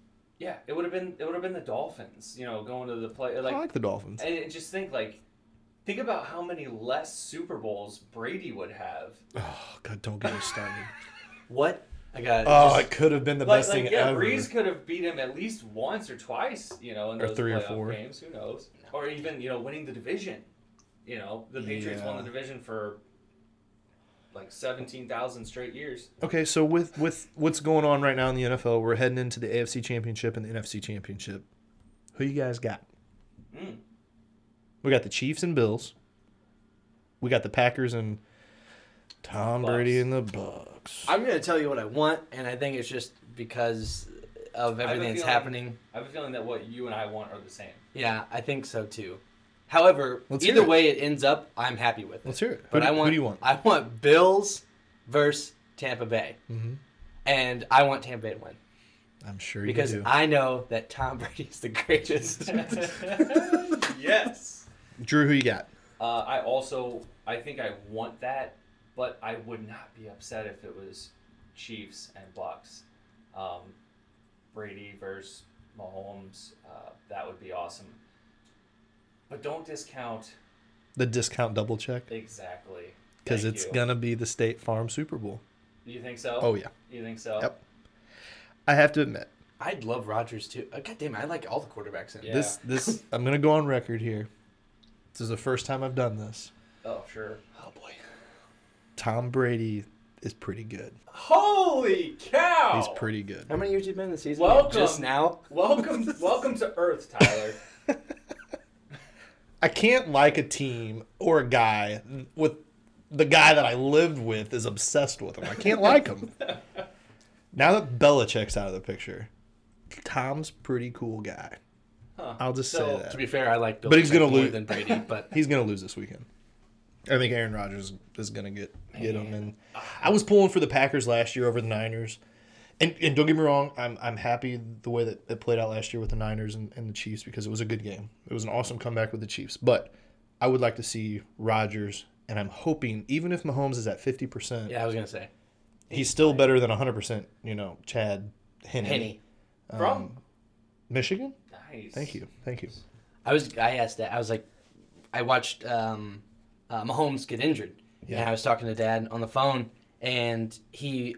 [SPEAKER 1] Yeah, it would have been it would have been the Dolphins, you know, going to the play like
[SPEAKER 2] I like the Dolphins.
[SPEAKER 1] And it- just think like, think about how many less Super Bowls Brady would have.
[SPEAKER 2] Oh God, don't get
[SPEAKER 1] (laughs)
[SPEAKER 2] me started.
[SPEAKER 3] What? I got.
[SPEAKER 2] oh,
[SPEAKER 3] just-
[SPEAKER 2] it could have been the
[SPEAKER 1] Like,
[SPEAKER 2] best
[SPEAKER 1] like
[SPEAKER 2] thing
[SPEAKER 1] yeah,
[SPEAKER 2] ever.
[SPEAKER 1] Breeze could have beat him at least once or twice, you know, in
[SPEAKER 2] Or
[SPEAKER 1] those
[SPEAKER 2] three or
[SPEAKER 1] playoff
[SPEAKER 2] four.
[SPEAKER 1] games. Who knows? Or even you know, winning the division. You know, the Patriots won
[SPEAKER 2] Yeah.
[SPEAKER 1] the division for like seventeen thousand straight years.
[SPEAKER 2] Okay, so with with what's going on right now in the NFL, we're heading into the AFC Championship and the NFC Championship. Who you guys got?
[SPEAKER 1] Mm.
[SPEAKER 2] We got the Chiefs and Bills. We got the Packers and Tom
[SPEAKER 1] Bucks.
[SPEAKER 2] Brady and the Bucks.
[SPEAKER 3] I'm going to tell you what I want, and I think it's just because of
[SPEAKER 1] have a
[SPEAKER 3] everything that's
[SPEAKER 1] feeling-
[SPEAKER 3] happening.
[SPEAKER 1] I have a feeling that what you and I want are the
[SPEAKER 2] (laughs)
[SPEAKER 1] same. (laughs)
[SPEAKER 3] Yeah, I think so too. However,
[SPEAKER 2] Let's hear
[SPEAKER 3] either
[SPEAKER 2] it.
[SPEAKER 3] way it ends up, I'm happy with it.
[SPEAKER 2] Let's hear it.
[SPEAKER 3] But
[SPEAKER 2] who,
[SPEAKER 3] I
[SPEAKER 2] do-
[SPEAKER 3] want.
[SPEAKER 2] who do you want?
[SPEAKER 3] I want Bills versus Tampa Bay,
[SPEAKER 2] Mhm.
[SPEAKER 3] and I want Tampa Bay to win.
[SPEAKER 2] I'm sure you
[SPEAKER 3] because
[SPEAKER 2] do.
[SPEAKER 3] I know that Tom (laughs) Brady is the greatest. (laughs)
[SPEAKER 1] yes.
[SPEAKER 2] Drew, who you got?
[SPEAKER 1] Uh, I also I think I want that, but I would not be upset if it was Chiefs and Bucks. Um, Brady versus Mahomes, uh, that would be awesome. But don't discount
[SPEAKER 2] The discount double check
[SPEAKER 1] exactly
[SPEAKER 2] because
[SPEAKER 1] Thank
[SPEAKER 2] it's
[SPEAKER 1] you.
[SPEAKER 2] gonna be the State Farm Super Bowl.
[SPEAKER 1] You think so?
[SPEAKER 2] Oh yeah,
[SPEAKER 1] You think so?
[SPEAKER 2] Yep. I have to admit
[SPEAKER 3] I'd love Rodgers too. Uh, God damn, it, I like all the quarterbacks in. it.
[SPEAKER 1] Yeah.
[SPEAKER 2] this.
[SPEAKER 3] (laughs)
[SPEAKER 2] This I'm gonna go on record here. This is the first time I've done this.
[SPEAKER 1] Oh sure.
[SPEAKER 3] Oh boy.
[SPEAKER 2] Tom Brady is pretty good.
[SPEAKER 1] Holy cow!
[SPEAKER 3] Oh.
[SPEAKER 2] He's pretty good.
[SPEAKER 3] How many years you been in the season?
[SPEAKER 1] Welcome.
[SPEAKER 3] Just now.
[SPEAKER 1] Welcome, welcome to Earth,
[SPEAKER 2] (laughs)
[SPEAKER 1] Tyler.
[SPEAKER 2] I can't like a team or a guy with the guy that I lived with is obsessed with him. I can't
[SPEAKER 1] (laughs)
[SPEAKER 2] like him. Now that Belichick's out of the picture, Tom's pretty cool guy.
[SPEAKER 1] Huh.
[SPEAKER 2] I'll just
[SPEAKER 1] So-
[SPEAKER 2] say
[SPEAKER 3] To
[SPEAKER 2] that.
[SPEAKER 3] be fair, I like Bill.
[SPEAKER 2] But he's
[SPEAKER 3] Belichick
[SPEAKER 2] gonna
[SPEAKER 3] more
[SPEAKER 2] lose.
[SPEAKER 3] than Brady. But
[SPEAKER 2] He's gonna lose this weekend. I think Aaron Rodgers is gonna get get him and I was pulling for the Packers last year over the Niners. And, and don't get me wrong, I'm, I'm happy the way that it played out last year with the Niners and, and the Chiefs because it was a good game. It was an awesome comeback with the Chiefs. But I would like to see Rodgers, and I'm hoping, even if Mahomes is at 50%,
[SPEAKER 3] yeah, I was
[SPEAKER 2] (laughs)
[SPEAKER 3] gonna say
[SPEAKER 2] he's still better than 100%, you know, Chad Henney.
[SPEAKER 3] Penny.
[SPEAKER 1] From
[SPEAKER 2] Michigan?
[SPEAKER 1] nice.
[SPEAKER 2] Um, Thank you. Thank you.
[SPEAKER 3] I was. I asked that. I was like, I watched um, uh, Mahomes get injured,
[SPEAKER 2] Yeah.
[SPEAKER 3] and I was talking to Dad on the phone, and he,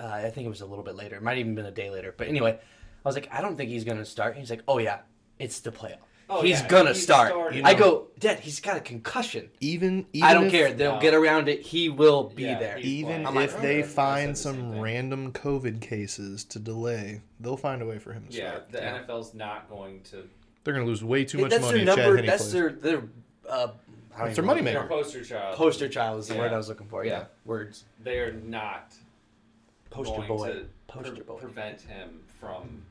[SPEAKER 3] uh, I think it was a little bit later. It might even been a day later. But anyway, I was like, I don't think he's gonna start. He's like, Oh yeah, it's the playoff.
[SPEAKER 1] Oh,
[SPEAKER 3] he's
[SPEAKER 1] yeah,
[SPEAKER 3] gonna
[SPEAKER 1] he's
[SPEAKER 3] start.
[SPEAKER 1] starting.
[SPEAKER 3] I go, Dad. He's got a concussion.
[SPEAKER 2] Even, even
[SPEAKER 3] I don't
[SPEAKER 2] if-
[SPEAKER 3] care. They'll
[SPEAKER 1] No.
[SPEAKER 3] get around it. He will be
[SPEAKER 1] Yeah,
[SPEAKER 3] there.
[SPEAKER 1] he-
[SPEAKER 2] Even
[SPEAKER 3] I'm like,
[SPEAKER 2] if
[SPEAKER 3] oh,
[SPEAKER 2] they
[SPEAKER 1] that's- I said
[SPEAKER 2] find
[SPEAKER 1] the same
[SPEAKER 2] some
[SPEAKER 1] thing.
[SPEAKER 2] random COVID cases to delay, they'll find a way for him to
[SPEAKER 1] Yeah,
[SPEAKER 2] start.
[SPEAKER 1] the
[SPEAKER 3] Yeah.
[SPEAKER 1] NFL's not going to
[SPEAKER 2] They're going to lose way too
[SPEAKER 3] Hey,
[SPEAKER 2] much
[SPEAKER 3] that's
[SPEAKER 2] money if
[SPEAKER 3] their
[SPEAKER 2] Chad
[SPEAKER 3] number.
[SPEAKER 2] Henne
[SPEAKER 3] That's
[SPEAKER 2] plays.
[SPEAKER 3] their their. Uh, I don't
[SPEAKER 2] It's their
[SPEAKER 3] even know.
[SPEAKER 2] moneymaker.
[SPEAKER 1] They're poster child.
[SPEAKER 3] Poster child is the word
[SPEAKER 1] Yeah.
[SPEAKER 3] I was looking for. Yeah,
[SPEAKER 1] Yeah.
[SPEAKER 3] words.
[SPEAKER 1] They are not
[SPEAKER 3] Poster
[SPEAKER 1] going
[SPEAKER 3] boy.
[SPEAKER 1] to
[SPEAKER 3] Poster
[SPEAKER 1] pre-
[SPEAKER 3] boy.
[SPEAKER 1] prevent him from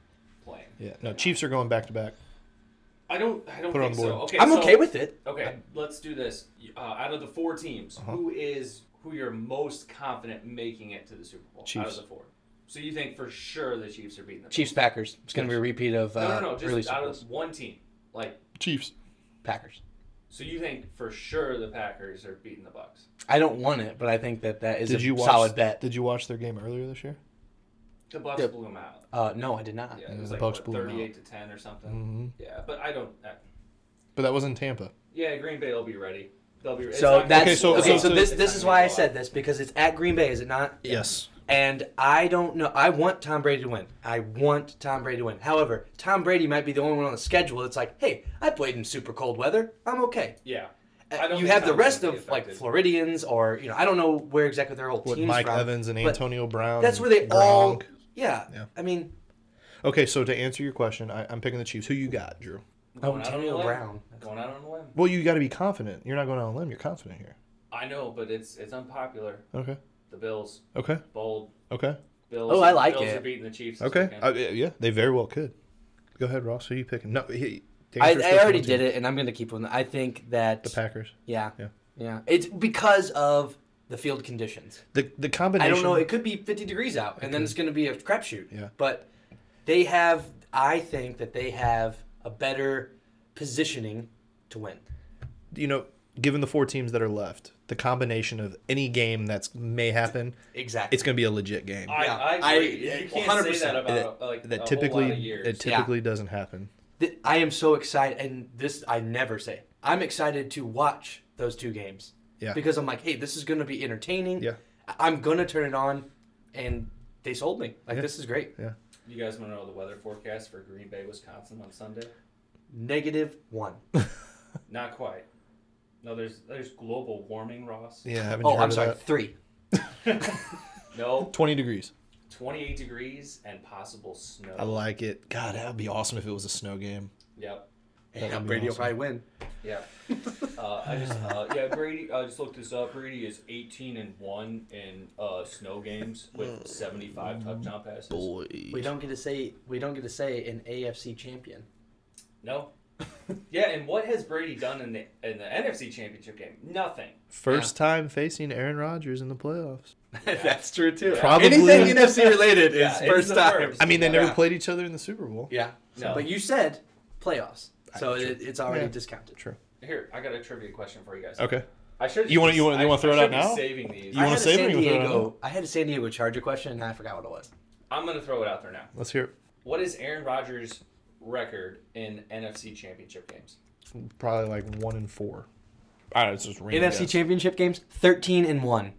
[SPEAKER 1] playing.
[SPEAKER 2] Yeah, no, Chiefs are going back to back.
[SPEAKER 1] I don't. I don't
[SPEAKER 2] Put it
[SPEAKER 1] think
[SPEAKER 2] on board.
[SPEAKER 1] so. Okay,
[SPEAKER 3] I'm
[SPEAKER 1] so-
[SPEAKER 3] okay with it.
[SPEAKER 1] Okay, let's do this. Uh, out of the four teams,
[SPEAKER 2] Uh-huh.
[SPEAKER 1] who is who you're most confident making it to the Super Bowl? Out of
[SPEAKER 2] Chiefs.
[SPEAKER 1] the four, so you think for sure the Chiefs are beating the
[SPEAKER 3] Chiefs Packers. It's going to be a repeat of uh,
[SPEAKER 1] No, no, no. Just
[SPEAKER 3] early Super
[SPEAKER 1] out
[SPEAKER 3] Bowls.
[SPEAKER 1] of one team. Like,
[SPEAKER 2] Chiefs.
[SPEAKER 3] Packers.
[SPEAKER 1] so you think for sure the Packers are beating the Bucks?
[SPEAKER 3] I don't want it, but I think that that is
[SPEAKER 2] Did
[SPEAKER 3] a
[SPEAKER 2] you watch,
[SPEAKER 3] solid bet.
[SPEAKER 2] Did you watch their game earlier this year?
[SPEAKER 1] The Bucks
[SPEAKER 3] Yeah.
[SPEAKER 1] blew them out.
[SPEAKER 3] Uh, no, I did not.
[SPEAKER 1] Yeah, it was
[SPEAKER 2] the
[SPEAKER 1] like
[SPEAKER 2] Bucks
[SPEAKER 1] what,
[SPEAKER 2] blew 'em out.
[SPEAKER 1] thirty-eight to ten or something.
[SPEAKER 2] Mhm.
[SPEAKER 1] Yeah, but I don't. I,
[SPEAKER 2] But that was in Tampa.
[SPEAKER 1] yeah, Green Bay will be ready. They'll be. it's
[SPEAKER 3] So
[SPEAKER 1] not gonna
[SPEAKER 3] that's
[SPEAKER 1] be
[SPEAKER 2] Okay,
[SPEAKER 3] okay.
[SPEAKER 2] so-
[SPEAKER 3] So,
[SPEAKER 1] blowout.
[SPEAKER 2] so-
[SPEAKER 3] this
[SPEAKER 1] It's not
[SPEAKER 3] this is
[SPEAKER 1] gonna be
[SPEAKER 3] why I
[SPEAKER 1] blowout.
[SPEAKER 3] said this because it's at Green Bay, is it not?
[SPEAKER 2] Yes.
[SPEAKER 3] And I don't know. I want Tom Brady to win. I want Tom Brady to win. However, Tom Brady might be the only one on the schedule that's like, hey, I played in super cold weather. I'm okay.
[SPEAKER 1] Yeah, I
[SPEAKER 3] Uh,
[SPEAKER 1] don't
[SPEAKER 3] You
[SPEAKER 1] think
[SPEAKER 3] have the
[SPEAKER 1] Tom's gonna
[SPEAKER 3] rest
[SPEAKER 1] be
[SPEAKER 3] of like
[SPEAKER 1] affected.
[SPEAKER 3] Floridians or you know I don't know where exactly their whole
[SPEAKER 2] With
[SPEAKER 3] team's
[SPEAKER 2] Mike
[SPEAKER 3] from,
[SPEAKER 2] Evans and
[SPEAKER 3] but
[SPEAKER 2] Antonio Brown.
[SPEAKER 3] That's
[SPEAKER 2] and
[SPEAKER 3] where they all.
[SPEAKER 2] Gronk.
[SPEAKER 3] Yeah,
[SPEAKER 2] Yeah.
[SPEAKER 3] I mean,
[SPEAKER 2] Okay, so to answer your question, I, I'm picking the Chiefs. Who you got, Drew?
[SPEAKER 1] Going out on a
[SPEAKER 3] Antonio
[SPEAKER 1] limb.
[SPEAKER 3] Brown.
[SPEAKER 1] Going out on a limb.
[SPEAKER 2] Well, you got to be confident. You're not going out on a limb. You're confident here.
[SPEAKER 1] I know, but it's it's unpopular.
[SPEAKER 2] Okay.
[SPEAKER 1] The Bills,
[SPEAKER 2] Okay.
[SPEAKER 1] bold
[SPEAKER 2] Okay.
[SPEAKER 1] Bills.
[SPEAKER 3] Oh, I like
[SPEAKER 1] Bills
[SPEAKER 3] it.
[SPEAKER 1] are beating the Chiefs. this
[SPEAKER 2] Okay.
[SPEAKER 1] weekend.
[SPEAKER 2] Uh, yeah, they very well could. Go ahead, Ross. Who you picking? No, he, the
[SPEAKER 3] I,
[SPEAKER 2] answer's
[SPEAKER 3] I
[SPEAKER 2] still
[SPEAKER 3] already
[SPEAKER 2] Clemson.
[SPEAKER 3] did it, and I'm going to keep on. I think that
[SPEAKER 2] The Packers.
[SPEAKER 3] yeah,
[SPEAKER 2] Yeah.
[SPEAKER 3] yeah, It's because of the field conditions.
[SPEAKER 2] The the
[SPEAKER 3] I
[SPEAKER 2] combination.
[SPEAKER 3] don't know. It could be 50 degrees out, and then it's going to be a crapshoot.
[SPEAKER 2] Yeah.
[SPEAKER 3] But they have. I think that they have a better positioning to win.
[SPEAKER 2] you know, given the four teams that are left, the combination of any game that's may happen,
[SPEAKER 3] Exactly.
[SPEAKER 2] it's going to be a legit game.
[SPEAKER 1] I,
[SPEAKER 3] Yeah,
[SPEAKER 1] I
[SPEAKER 3] I-
[SPEAKER 1] agree. you can't say
[SPEAKER 3] 100%.
[SPEAKER 1] that about like a
[SPEAKER 2] that
[SPEAKER 1] whole lot of
[SPEAKER 2] typically
[SPEAKER 1] years.
[SPEAKER 2] that typically doesn't happen.
[SPEAKER 3] Th- I am so excited, and this I never say. I'm excited to watch those two games.
[SPEAKER 2] Yeah.
[SPEAKER 3] Because I'm like, hey, this is going to be entertaining.
[SPEAKER 2] Yeah.
[SPEAKER 3] I- I'm going to turn it on, and they sold me. Like, this is great.
[SPEAKER 1] You guys want to know the weather forecast for Green Bay, Wisconsin on Sunday?
[SPEAKER 3] Negative one.
[SPEAKER 1] Not quite. No, there's there's global warming, Ross.
[SPEAKER 2] Yeah, haven't you
[SPEAKER 3] Oh,
[SPEAKER 2] heard
[SPEAKER 3] I'm
[SPEAKER 2] of
[SPEAKER 3] sorry.
[SPEAKER 2] that?
[SPEAKER 3] Three.
[SPEAKER 1] No,
[SPEAKER 2] Twenty degrees.
[SPEAKER 1] 28 degrees and possible snow.
[SPEAKER 2] I like it. God, that would be awesome if it was a snow game.
[SPEAKER 1] Yep.
[SPEAKER 3] And
[SPEAKER 2] would be
[SPEAKER 3] Brady will
[SPEAKER 2] awesome.
[SPEAKER 3] probably win.
[SPEAKER 1] Yeah. Uh, I just uh, yeah Brady. I just looked this up. Brady is 18 and one in uh, snow games with 75
[SPEAKER 3] Mm.
[SPEAKER 1] touchdown passes.
[SPEAKER 2] Boy,
[SPEAKER 3] We don't get to say we don't get to say an AFC champion.
[SPEAKER 1] No. Yeah, and what has Brady done in the in the NFC Championship game? Nothing.
[SPEAKER 2] first time facing Aaron Rodgers in the playoffs.
[SPEAKER 3] (laughs) That's true too.
[SPEAKER 2] Probably.
[SPEAKER 3] anything NFC related is
[SPEAKER 1] Yeah, it's
[SPEAKER 3] first
[SPEAKER 1] the
[SPEAKER 3] time.
[SPEAKER 1] first.
[SPEAKER 2] I mean, they never
[SPEAKER 3] Yeah.
[SPEAKER 2] played each other in the Super Bowl.
[SPEAKER 3] Yeah.
[SPEAKER 1] No.
[SPEAKER 3] But you said playoffs, so
[SPEAKER 2] true.
[SPEAKER 3] it, it's already
[SPEAKER 2] Yeah.
[SPEAKER 3] discounted.
[SPEAKER 2] True.
[SPEAKER 1] Here, I got a trivia question for you guys.
[SPEAKER 2] Okay.
[SPEAKER 1] I should.
[SPEAKER 2] You wanna- you wanna- you
[SPEAKER 1] I-
[SPEAKER 2] wanna throw
[SPEAKER 1] I
[SPEAKER 2] it out
[SPEAKER 1] should be
[SPEAKER 2] now?
[SPEAKER 1] Saving these.
[SPEAKER 2] You
[SPEAKER 3] I
[SPEAKER 2] wanna
[SPEAKER 3] had a
[SPEAKER 2] save it or
[SPEAKER 3] San
[SPEAKER 2] you wanna throw it out
[SPEAKER 3] Diego. I had a San Diego Charger question, and I forgot what it was.
[SPEAKER 1] I'm gonna throw it out there now.
[SPEAKER 2] Let's hear. it.
[SPEAKER 1] What is Aaron Rodgers' record in NFC Championship games?
[SPEAKER 2] Probably like one and four. All right, it's just random
[SPEAKER 3] NFC
[SPEAKER 2] guess.
[SPEAKER 3] Championship games, thirteen and one.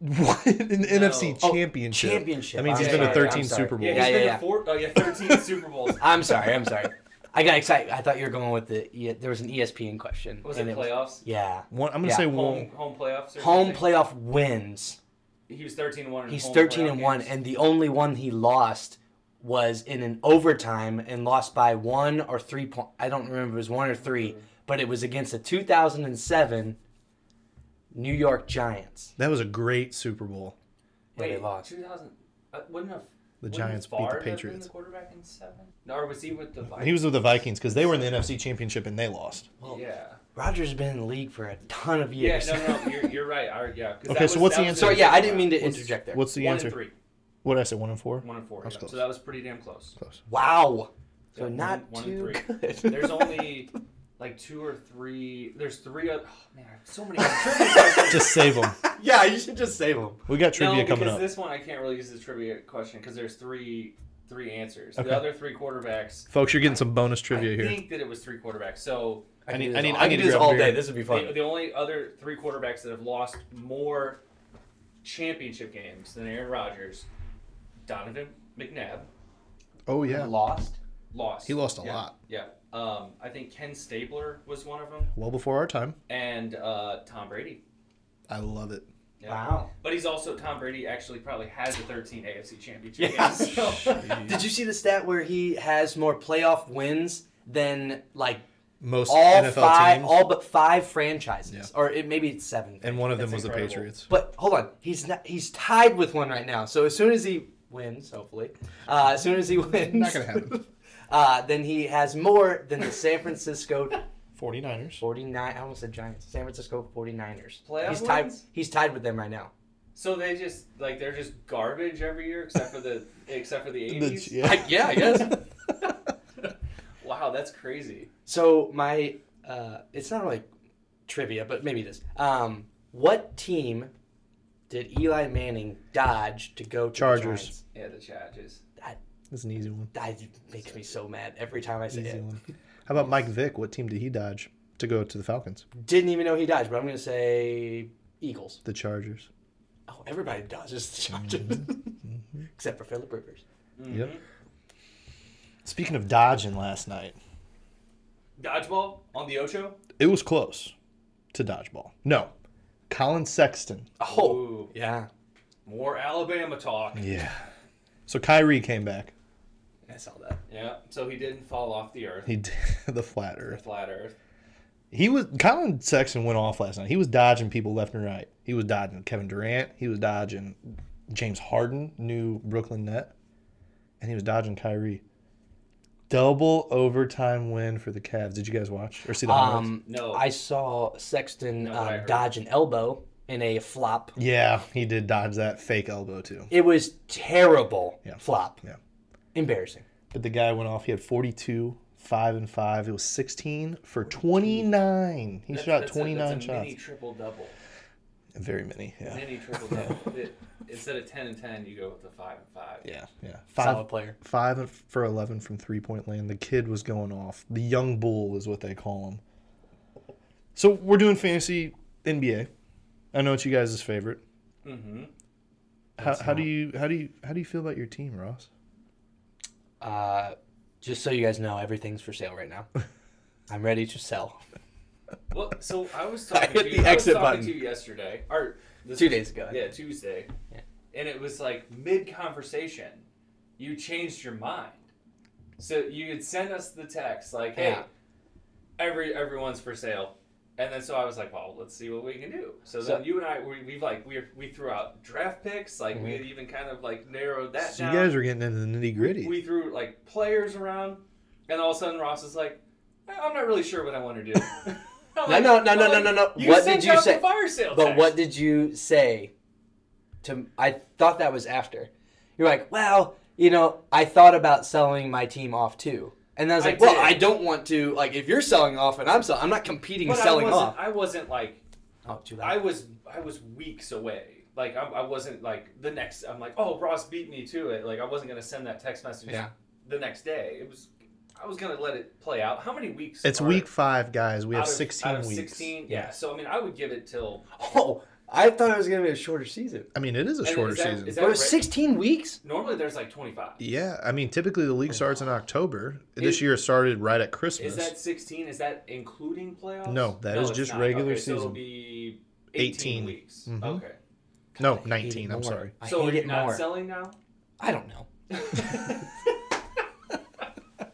[SPEAKER 2] What? An NFC
[SPEAKER 1] Oh,
[SPEAKER 2] championship.
[SPEAKER 3] championship.
[SPEAKER 2] That means
[SPEAKER 1] I'm
[SPEAKER 2] he's been to
[SPEAKER 1] sorry, I'm
[SPEAKER 2] 13
[SPEAKER 3] sorry.
[SPEAKER 2] Super Bowls.
[SPEAKER 1] Yeah, he's
[SPEAKER 3] Yeah, yeah,
[SPEAKER 1] been
[SPEAKER 3] yeah.
[SPEAKER 1] to four, oh, yeah,
[SPEAKER 3] (laughs)
[SPEAKER 1] 13 Super Bowls.
[SPEAKER 3] I'm sorry. I'm sorry. I got excited. I thought you were going with the. E- there was an ESPN question.
[SPEAKER 1] Was it
[SPEAKER 3] and
[SPEAKER 1] playoffs?
[SPEAKER 3] yeah.
[SPEAKER 2] One, I'm going to
[SPEAKER 3] Yeah.
[SPEAKER 2] say
[SPEAKER 1] Home,
[SPEAKER 2] one.
[SPEAKER 1] home playoffs. Or
[SPEAKER 3] Home
[SPEAKER 1] something?
[SPEAKER 3] playoff wins.
[SPEAKER 1] He was 13 and one. in
[SPEAKER 3] He's
[SPEAKER 1] home
[SPEAKER 3] thirteen and
[SPEAKER 1] playoff
[SPEAKER 3] one,
[SPEAKER 1] games.
[SPEAKER 3] and the only one he lost was in an overtime and lost by one or three point. I don't remember. It was one or three, but it was against the 2007 New York Giants.
[SPEAKER 2] That was a great Super Bowl.
[SPEAKER 3] where
[SPEAKER 1] Wait,
[SPEAKER 3] they lost.
[SPEAKER 1] 2000. Uh, wouldn't have
[SPEAKER 2] The
[SPEAKER 1] wouldn't
[SPEAKER 2] Giants beat
[SPEAKER 1] Favre
[SPEAKER 2] the
[SPEAKER 1] have been
[SPEAKER 2] Patriots.
[SPEAKER 1] The quarterback in seven. No, or was he with the Vikings?
[SPEAKER 2] He was with the Vikings because they were in the NFC championship and they lost.
[SPEAKER 1] Yeah.
[SPEAKER 3] Rogers has been in the league for a ton of
[SPEAKER 1] Yeah.
[SPEAKER 3] years.
[SPEAKER 1] No, no, you're, you're right. All right yeah. 'cause that
[SPEAKER 2] Okay, so what's
[SPEAKER 1] that
[SPEAKER 2] the answer?
[SPEAKER 3] Sorry, yeah, I didn't mean to
[SPEAKER 2] What's-
[SPEAKER 3] interject there.
[SPEAKER 2] What's the
[SPEAKER 1] one
[SPEAKER 2] answer?
[SPEAKER 1] and three,
[SPEAKER 2] What did I say? One and four?
[SPEAKER 1] one and four.
[SPEAKER 2] That's
[SPEAKER 1] yeah.
[SPEAKER 2] close.
[SPEAKER 1] So that was pretty damn
[SPEAKER 2] (laughs)
[SPEAKER 1] close.
[SPEAKER 2] Close.
[SPEAKER 3] (laughs) Wow. So
[SPEAKER 1] Yeah, one-
[SPEAKER 3] not
[SPEAKER 1] one and
[SPEAKER 3] too
[SPEAKER 1] three.
[SPEAKER 3] good.
[SPEAKER 1] There's only like two or three. There's three. oth- Oh, man, I have
[SPEAKER 2] (laughs)
[SPEAKER 1] so many trivia questions.
[SPEAKER 2] Just save them.
[SPEAKER 3] (laughs) yeah, you should just save them.
[SPEAKER 2] We got
[SPEAKER 1] (laughs)
[SPEAKER 2] trivia
[SPEAKER 1] no,
[SPEAKER 2] coming
[SPEAKER 1] because
[SPEAKER 2] up.
[SPEAKER 1] this one I can't really use the trivia question because there's three three answers.
[SPEAKER 2] Okay.
[SPEAKER 1] The other three quarterbacks.
[SPEAKER 2] Folks, you're getting some bonus
[SPEAKER 1] I
[SPEAKER 2] trivia here.
[SPEAKER 1] think that it was three quarterbacks. So
[SPEAKER 2] I need-
[SPEAKER 3] could do
[SPEAKER 2] I
[SPEAKER 3] this
[SPEAKER 2] need-
[SPEAKER 3] all-
[SPEAKER 2] I
[SPEAKER 3] I
[SPEAKER 2] need to
[SPEAKER 3] could do this
[SPEAKER 2] grab
[SPEAKER 3] all
[SPEAKER 2] beer.
[SPEAKER 3] day. This would be
[SPEAKER 1] the,
[SPEAKER 3] fun.
[SPEAKER 1] the only other three quarterbacks that have lost more championship games than Aaron Rodgers, Donovan McNabb
[SPEAKER 2] Oh, yeah.
[SPEAKER 3] Lost.
[SPEAKER 1] lost.
[SPEAKER 2] He lost a
[SPEAKER 1] Yeah,
[SPEAKER 2] lot.
[SPEAKER 1] Yeah. Um, I think Ken Stabler was one of them,
[SPEAKER 2] Well before our time.
[SPEAKER 1] and uh, Tom Brady.
[SPEAKER 2] I
[SPEAKER 1] (laughs)
[SPEAKER 2] love it.
[SPEAKER 1] Yeah.
[SPEAKER 3] Wow.
[SPEAKER 1] But he's also Tom Brady. Actually, probably has the 13 AFC championship
[SPEAKER 3] Yeah.
[SPEAKER 1] games.
[SPEAKER 3] (laughs)
[SPEAKER 1] So.
[SPEAKER 3] Did you see the stat where he has more playoff wins than like
[SPEAKER 2] Most
[SPEAKER 3] all
[SPEAKER 2] NFL
[SPEAKER 3] five,
[SPEAKER 2] teams.
[SPEAKER 3] all but five franchises, or it, maybe it's seven.
[SPEAKER 2] and one of them
[SPEAKER 1] That's
[SPEAKER 2] was the
[SPEAKER 1] incredible.
[SPEAKER 2] Patriots.
[SPEAKER 3] But hold on, he's not. He's tied with one right now. So as soon as he wins, hopefully, uh, as soon as he (laughs) wins,
[SPEAKER 2] Not gonna happen.
[SPEAKER 3] (laughs) uh, then he has more than the San Francisco
[SPEAKER 2] 49ers.
[SPEAKER 3] 49. I almost said Giants. San Francisco 49ers.
[SPEAKER 1] Playoff
[SPEAKER 3] he's tied.
[SPEAKER 1] wins?
[SPEAKER 3] He's tied with them right now.
[SPEAKER 1] So they just like they're just garbage every year, except for the except for the (laughs)
[SPEAKER 2] The- (laughs)
[SPEAKER 1] eighties.
[SPEAKER 2] yeah.
[SPEAKER 3] I- yeah, I guess.
[SPEAKER 1] Wow. Wow, that's crazy.
[SPEAKER 3] So my, uh, it's not really trivia, but maybe it is. Um, what team did Eli Manning dodge to go to the
[SPEAKER 2] Chargers.
[SPEAKER 3] Giants?
[SPEAKER 1] Yeah, the charges.
[SPEAKER 2] That's an easy one.
[SPEAKER 3] That makes me so mad every time I say
[SPEAKER 2] Easy
[SPEAKER 3] it.
[SPEAKER 2] one. How about Mike Vick? What team did he dodge to go to the Falcons?
[SPEAKER 3] Didn't even know he dodged, but I'm gonna say Eagles.
[SPEAKER 2] The Chargers.
[SPEAKER 3] Oh, everybody (laughs) dodges the Chargers,
[SPEAKER 2] Mm-hmm.
[SPEAKER 3] except for Philip Rivers.
[SPEAKER 2] Yep. Speaking of dodging last night,
[SPEAKER 1] Dodgeball on the Ocho.
[SPEAKER 2] it was close to dodgeball. No, Colin Sexton.
[SPEAKER 3] Oh,
[SPEAKER 1] Ooh.
[SPEAKER 3] yeah.
[SPEAKER 1] More Alabama talk.
[SPEAKER 2] Yeah. So Kyrie came back.
[SPEAKER 3] I saw that.
[SPEAKER 1] Yeah. So he didn't fall off the earth,
[SPEAKER 2] He (laughs) did the flat
[SPEAKER 1] the
[SPEAKER 2] earth.
[SPEAKER 1] flat earth.
[SPEAKER 2] He was Colin Sexton went off last night. He was dodging people left and right. He was dodging Kevin Durant. He was dodging James Harden, new Brooklyn net, and he was dodging Kyrie. Double overtime win for the Cavs. Did you guys watch or see the highlights?
[SPEAKER 3] Um,
[SPEAKER 1] No.
[SPEAKER 3] I saw Sexton
[SPEAKER 1] No, I
[SPEAKER 3] um,
[SPEAKER 1] heard.
[SPEAKER 3] dodge an elbow in a flop.
[SPEAKER 2] Yeah, he did dodge that fake elbow too.
[SPEAKER 3] It was terrible
[SPEAKER 2] Yeah.
[SPEAKER 3] flop.
[SPEAKER 2] Yeah.
[SPEAKER 3] Embarrassing.
[SPEAKER 2] But the guy went off. He had 42, 5 and 5. It was 16 for 29. He
[SPEAKER 1] That's-
[SPEAKER 2] shot
[SPEAKER 1] that's a-
[SPEAKER 2] 29
[SPEAKER 1] that's a
[SPEAKER 2] shots.
[SPEAKER 1] Mini triple double.
[SPEAKER 2] Very many. Yeah.
[SPEAKER 1] Mini triple double. It- Instead of ten and ten, you go with the five and five.
[SPEAKER 2] Yeah. Yeah.
[SPEAKER 3] Solid
[SPEAKER 2] Five,
[SPEAKER 3] player.
[SPEAKER 2] five and- for 11 from three point land. The kid was going off. The young bull is what they call him. So we're doing fantasy NBA. I know it's you guys' favorite.
[SPEAKER 1] Mm-hmm.
[SPEAKER 2] How, how do you how do you how do you feel about your team, Ross?
[SPEAKER 3] Uh, just so you guys know, everything's for sale
[SPEAKER 2] (laughs)
[SPEAKER 3] right now. I'm ready to sell.
[SPEAKER 1] Well, so I was
[SPEAKER 3] (laughs) I
[SPEAKER 1] talking
[SPEAKER 3] hit
[SPEAKER 1] to
[SPEAKER 3] the
[SPEAKER 1] you, I was
[SPEAKER 3] exit
[SPEAKER 1] talking
[SPEAKER 3] button.
[SPEAKER 1] to you yesterday, or this
[SPEAKER 3] Two
[SPEAKER 1] was-
[SPEAKER 3] days ago.
[SPEAKER 1] Yeah, Tuesday.
[SPEAKER 3] Yeah.
[SPEAKER 1] And it was like mid conversation, you changed your mind. So you had sent us the text like, "Hey,
[SPEAKER 3] Yeah.
[SPEAKER 1] every everyone's for sale," and then so I was like, "Well, let's see what we can do." So,
[SPEAKER 3] So-
[SPEAKER 1] then you and I, we, we've like we we threw out draft picks, like
[SPEAKER 3] Mm-hmm.
[SPEAKER 1] we had even kind of like narrowed that
[SPEAKER 2] So you
[SPEAKER 1] down.
[SPEAKER 2] guys are getting into the nitty gritty.
[SPEAKER 1] we threw like players around, and all of a sudden Ross is like, "I- "I'm not really sure what I
[SPEAKER 3] (laughs)
[SPEAKER 1] want to do." I'm
[SPEAKER 3] No,
[SPEAKER 1] like-
[SPEAKER 3] no, no,
[SPEAKER 1] I'm
[SPEAKER 3] no,
[SPEAKER 1] like,
[SPEAKER 3] no, no, no.
[SPEAKER 1] You
[SPEAKER 3] What
[SPEAKER 1] sent
[SPEAKER 3] did you
[SPEAKER 1] out
[SPEAKER 3] say?
[SPEAKER 1] The fire sale
[SPEAKER 3] But
[SPEAKER 1] text."
[SPEAKER 3] what did you say? To I thought that was after. You're like, well, you know, I thought about selling my team off too, and I was
[SPEAKER 1] I
[SPEAKER 3] like, well,
[SPEAKER 1] did.
[SPEAKER 3] I don't want to. Like, if you're selling off and I'm selling, I'm not competing
[SPEAKER 1] But
[SPEAKER 3] with selling
[SPEAKER 1] I wasn't,
[SPEAKER 3] off.
[SPEAKER 1] I wasn't like
[SPEAKER 3] Oh, too
[SPEAKER 1] I
[SPEAKER 3] loud.
[SPEAKER 1] was I was weeks away. Like I, I wasn't like the next. I'm like, oh, Ross beat me to it. Like I wasn't gonna send that text message
[SPEAKER 3] Yeah.
[SPEAKER 1] the next day. It was I was gonna let it play out. How many weeks?
[SPEAKER 2] it's
[SPEAKER 1] are
[SPEAKER 2] week five, guys. We
[SPEAKER 1] out
[SPEAKER 2] have
[SPEAKER 1] of-
[SPEAKER 2] sixteen
[SPEAKER 1] out of
[SPEAKER 2] weeks.
[SPEAKER 1] 16? yeah. So I mean, I would give it till.
[SPEAKER 3] (laughs) oh, I thought it was gonna be a shorter season.
[SPEAKER 2] I mean, it is a
[SPEAKER 1] and is
[SPEAKER 2] shorter
[SPEAKER 1] that-
[SPEAKER 2] season.
[SPEAKER 1] is that
[SPEAKER 3] But it was
[SPEAKER 1] right?
[SPEAKER 3] 16 weeks.
[SPEAKER 1] Normally, there's like 25.
[SPEAKER 2] Yeah, I mean, typically the league starts in October.
[SPEAKER 1] Is-
[SPEAKER 2] this year it started right at Christmas.
[SPEAKER 1] Is that 16? Is that including playoffs?
[SPEAKER 2] No, that is
[SPEAKER 1] it's
[SPEAKER 2] just
[SPEAKER 1] not.
[SPEAKER 2] regular
[SPEAKER 1] okay, So it'll
[SPEAKER 2] season.
[SPEAKER 1] be 18,
[SPEAKER 2] 18.
[SPEAKER 1] weeks.
[SPEAKER 2] Mhm.
[SPEAKER 1] Okay.
[SPEAKER 2] no,
[SPEAKER 3] I hate
[SPEAKER 2] nineteen.
[SPEAKER 3] it
[SPEAKER 2] I'm
[SPEAKER 3] more.
[SPEAKER 2] sorry.
[SPEAKER 3] I
[SPEAKER 1] so
[SPEAKER 3] hate
[SPEAKER 1] are you
[SPEAKER 3] it
[SPEAKER 1] not
[SPEAKER 3] more.
[SPEAKER 1] selling now?
[SPEAKER 3] (laughs) I don't know. I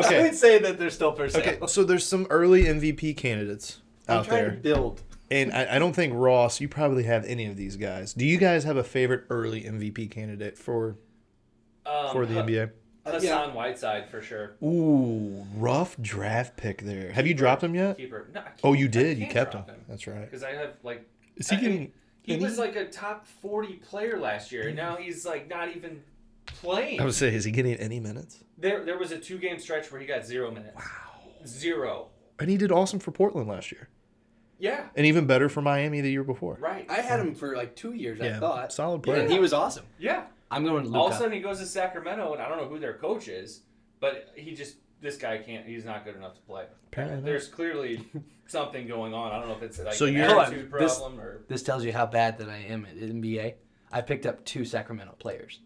[SPEAKER 2] Okay,
[SPEAKER 3] would say that they're still for sale.
[SPEAKER 2] (laughs) okay. So there's some early MVP candidates
[SPEAKER 3] I'm
[SPEAKER 2] out
[SPEAKER 3] trying
[SPEAKER 2] there,
[SPEAKER 3] to build.
[SPEAKER 2] and I, I don't think Ross, you probably have any of these guys. Do you guys have a favorite early MVP candidate for
[SPEAKER 1] Um,
[SPEAKER 2] for the
[SPEAKER 3] Uh,
[SPEAKER 1] H-
[SPEAKER 2] NBA?
[SPEAKER 1] Hassan
[SPEAKER 3] Yeah.
[SPEAKER 1] Whiteside for sure.
[SPEAKER 2] Ooh, rough draft pick there. Have you dropped him yet?
[SPEAKER 1] Keeper. No, I can't-
[SPEAKER 2] Oh, you
[SPEAKER 1] I
[SPEAKER 2] did. You
[SPEAKER 1] can't
[SPEAKER 2] kept him.
[SPEAKER 1] drop
[SPEAKER 2] That's right.
[SPEAKER 1] Because I have like
[SPEAKER 2] Is he
[SPEAKER 1] I-
[SPEAKER 2] getting?
[SPEAKER 1] he
[SPEAKER 2] any-
[SPEAKER 1] was like a top forty player last year, and now he's like not even playing.
[SPEAKER 2] I would say, is he getting any minutes?
[SPEAKER 1] there, there was a two game stretch where he got zero minutes. Wow. Zero.
[SPEAKER 2] And he did awesome for Portland last year,
[SPEAKER 1] Yeah.
[SPEAKER 2] and even better for Miami the year before.
[SPEAKER 1] Right.
[SPEAKER 3] I had him for like two years. I
[SPEAKER 2] Yeah,
[SPEAKER 3] thought.
[SPEAKER 2] solid player.
[SPEAKER 3] And he was awesome.
[SPEAKER 1] yeah.
[SPEAKER 3] I'm going Luka.
[SPEAKER 1] All of a sudden he goes to Sacramento, and I don't know who their coach is, but he just this guy can't. He's not good enough to play.
[SPEAKER 2] Apparently not.
[SPEAKER 1] There's
[SPEAKER 2] (laughs)
[SPEAKER 1] clearly something going on. I don't know if it's like
[SPEAKER 2] So
[SPEAKER 1] an
[SPEAKER 2] you're-
[SPEAKER 1] attitude
[SPEAKER 3] Hold on. This-
[SPEAKER 1] problem or
[SPEAKER 3] This tells you how bad that I am at NBA. I picked up two Sacramento players.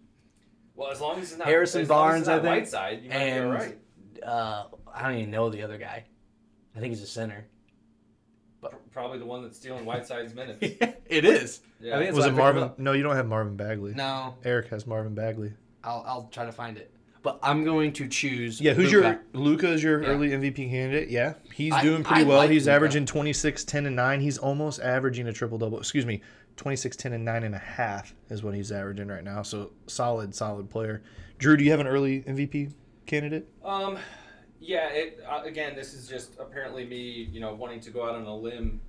[SPEAKER 1] well, as long as it's not
[SPEAKER 3] Harrison
[SPEAKER 1] as long as
[SPEAKER 3] Barnes,
[SPEAKER 1] it's
[SPEAKER 3] I
[SPEAKER 1] not
[SPEAKER 3] think,
[SPEAKER 1] Whiteside, you might be
[SPEAKER 3] and
[SPEAKER 1] all right.
[SPEAKER 3] uh, I don't even know the other guy. I think he's a center.
[SPEAKER 1] Pr- Probably the one that's stealing Whiteside's minutes.
[SPEAKER 2] (laughs)
[SPEAKER 3] (laughs) it is.
[SPEAKER 1] Yeah.
[SPEAKER 3] I think it's
[SPEAKER 2] was it
[SPEAKER 3] why I picked him
[SPEAKER 2] Marvin?
[SPEAKER 3] up.
[SPEAKER 2] No, you don't have Marvin Bagley.
[SPEAKER 3] No,
[SPEAKER 2] Eric has Marvin Bagley.
[SPEAKER 3] I'll, I'll try to find it. But I'm going to choose.
[SPEAKER 2] Yeah, who's
[SPEAKER 3] Luka.
[SPEAKER 2] your Luca is your
[SPEAKER 3] Yeah.
[SPEAKER 2] early MVP candidate. Yeah. He's
[SPEAKER 3] I-
[SPEAKER 2] doing pretty
[SPEAKER 3] I
[SPEAKER 2] well.
[SPEAKER 3] like
[SPEAKER 2] He's
[SPEAKER 3] Luka.
[SPEAKER 2] averaging 26, 10, and 9. He's almost averaging a triple double. Excuse me, 26, 10, and 9 and a half is what he's averaging right now. So solid, solid player. Drew, do you have an early MVP candidate?
[SPEAKER 1] Um, yeah. It uh, again. This is just apparently me, you know, wanting to go out on a limb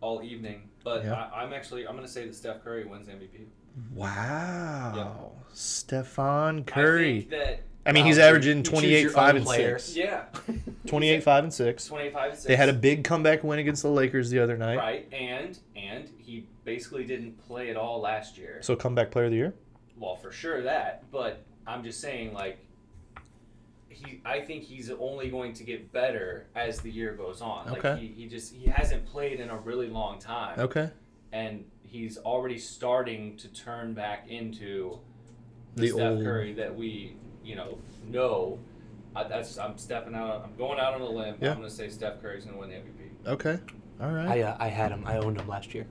[SPEAKER 1] all evening. But
[SPEAKER 2] Yeah.
[SPEAKER 1] I, I'm actually I'm going to say that Steph Curry wins MVP.
[SPEAKER 2] Wow. Stephon Curry.
[SPEAKER 1] I think that
[SPEAKER 2] I mean, he's
[SPEAKER 3] Wow.
[SPEAKER 2] averaging
[SPEAKER 3] Oh, You choose
[SPEAKER 2] 28,
[SPEAKER 3] your
[SPEAKER 2] 5,
[SPEAKER 3] own
[SPEAKER 2] and
[SPEAKER 3] player.
[SPEAKER 2] 6.
[SPEAKER 1] Yeah,
[SPEAKER 2] 28, 5, and 6.
[SPEAKER 1] twenty five.
[SPEAKER 2] They had a big comeback win against the Lakers the other night.
[SPEAKER 1] right, and and he basically didn't play at all last year.
[SPEAKER 2] So, comeback player of the year?
[SPEAKER 1] well, for sure that, but I'm just saying like. He, I think he's only going to get better as the year goes on. Like
[SPEAKER 2] Okay.
[SPEAKER 1] he, he just he hasn't played in a really long time.
[SPEAKER 2] Okay.
[SPEAKER 1] and he's already starting to turn back into the,
[SPEAKER 2] The
[SPEAKER 1] Steph
[SPEAKER 2] old-
[SPEAKER 1] Curry that we, you know, know. I, that's I'm stepping out. I'm going out on a limb.
[SPEAKER 2] Yeah.
[SPEAKER 1] I'm going to say Steph Curry's going to win the MVP.
[SPEAKER 2] Okay. All right.
[SPEAKER 3] I, uh, I had him. I owned him last year.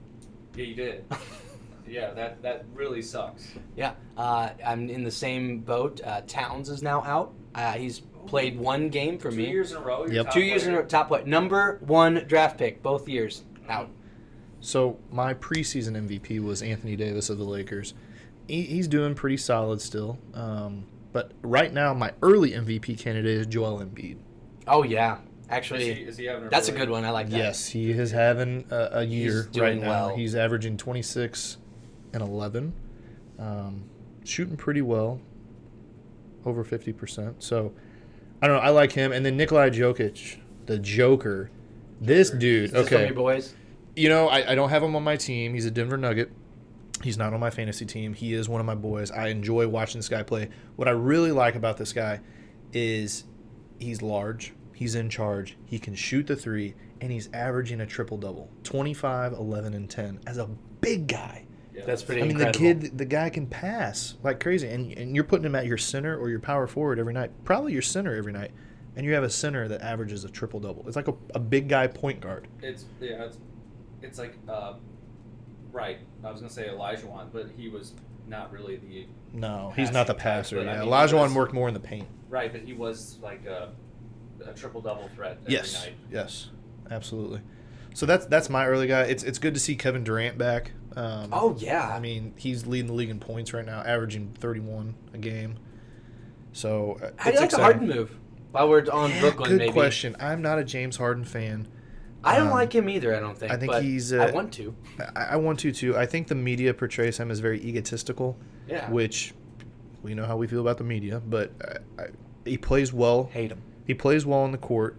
[SPEAKER 1] Yeah, you did. yeah, that that really sucks.
[SPEAKER 3] Yeah, uh, I'm in the same boat. Uh, Towns is now out. Uh, he's played one game (laughs) for
[SPEAKER 1] Two
[SPEAKER 3] me.
[SPEAKER 1] years in a row. you're
[SPEAKER 2] Yep.
[SPEAKER 1] top
[SPEAKER 3] Two years in a
[SPEAKER 1] player.
[SPEAKER 3] row, top player, number one draft pick, both years out.
[SPEAKER 2] So, my preseason MVP was Anthony Davis of the Lakers. He, he's doing pretty solid still. Um, but right now, my early MVP candidate is Joel Embiid.
[SPEAKER 3] Oh yeah,
[SPEAKER 1] Is he,
[SPEAKER 3] actually,
[SPEAKER 1] is he having a
[SPEAKER 3] that's a
[SPEAKER 1] really-
[SPEAKER 3] good one. I like that.
[SPEAKER 2] Yes, he is having a, a year
[SPEAKER 3] doing
[SPEAKER 2] right now.
[SPEAKER 3] well.
[SPEAKER 2] He's averaging 26 and 11, um, shooting pretty well, over 50%. So, I don't know. I like him. And then Nikolai Jokic, the Joker. This dude,
[SPEAKER 3] Is this from
[SPEAKER 2] okay.
[SPEAKER 3] your boys?
[SPEAKER 2] You know, I, I don't have him on my team. He's a Denver Nugget. He's not on my fantasy team. He is one of my boys. I enjoy watching this guy play. What I really like about this guy is he's large, he's in charge, he can shoot the three, and he's averaging a triple double 25, 11, and 10 as a big guy.
[SPEAKER 1] Yeah,
[SPEAKER 3] That's pretty-
[SPEAKER 2] I mean, the
[SPEAKER 3] Incredible.
[SPEAKER 2] kid, the guy can pass like crazy, and, and you're putting him at your center or your power forward every night, probably your center every night, and you have a center that averages a triple double. It's like a, a big guy point guard.
[SPEAKER 1] It's yeah. It's it's like uh, right. I was going to say Elijah Wan, but he was not really the
[SPEAKER 2] No, he's not the
[SPEAKER 1] Passing
[SPEAKER 2] passer.
[SPEAKER 1] type, but I
[SPEAKER 2] Yeah,
[SPEAKER 1] mean,
[SPEAKER 2] Olajuwon
[SPEAKER 1] that's-
[SPEAKER 2] worked more in the paint.
[SPEAKER 1] right. But he was like a, a triple double threat. Every
[SPEAKER 2] Yes,
[SPEAKER 1] Night.
[SPEAKER 2] yes, absolutely. So that's that's my early guy. It's it's good to see Kevin Durant back. Um,
[SPEAKER 3] Oh yeah,
[SPEAKER 2] I mean he's leading the league in points right now, averaging 31 a game. So uh, it's
[SPEAKER 3] how do you like the
[SPEAKER 2] exciting.
[SPEAKER 3] Harden move? While we're on
[SPEAKER 2] Yeah,
[SPEAKER 3] Brooklyn,
[SPEAKER 2] good
[SPEAKER 3] maybe.
[SPEAKER 2] question. I'm not a James Harden fan.
[SPEAKER 3] I don't
[SPEAKER 2] Um,
[SPEAKER 3] like him either. I don't think.
[SPEAKER 2] I think
[SPEAKER 3] but
[SPEAKER 2] he's,
[SPEAKER 3] I
[SPEAKER 2] uh,
[SPEAKER 3] want to.
[SPEAKER 2] I, I want to too. I think the media portrays him as very egotistical,
[SPEAKER 3] Yeah.
[SPEAKER 2] which we know how we feel about the media. But I, I, he plays well.
[SPEAKER 3] Hate him.
[SPEAKER 2] He plays well on the court.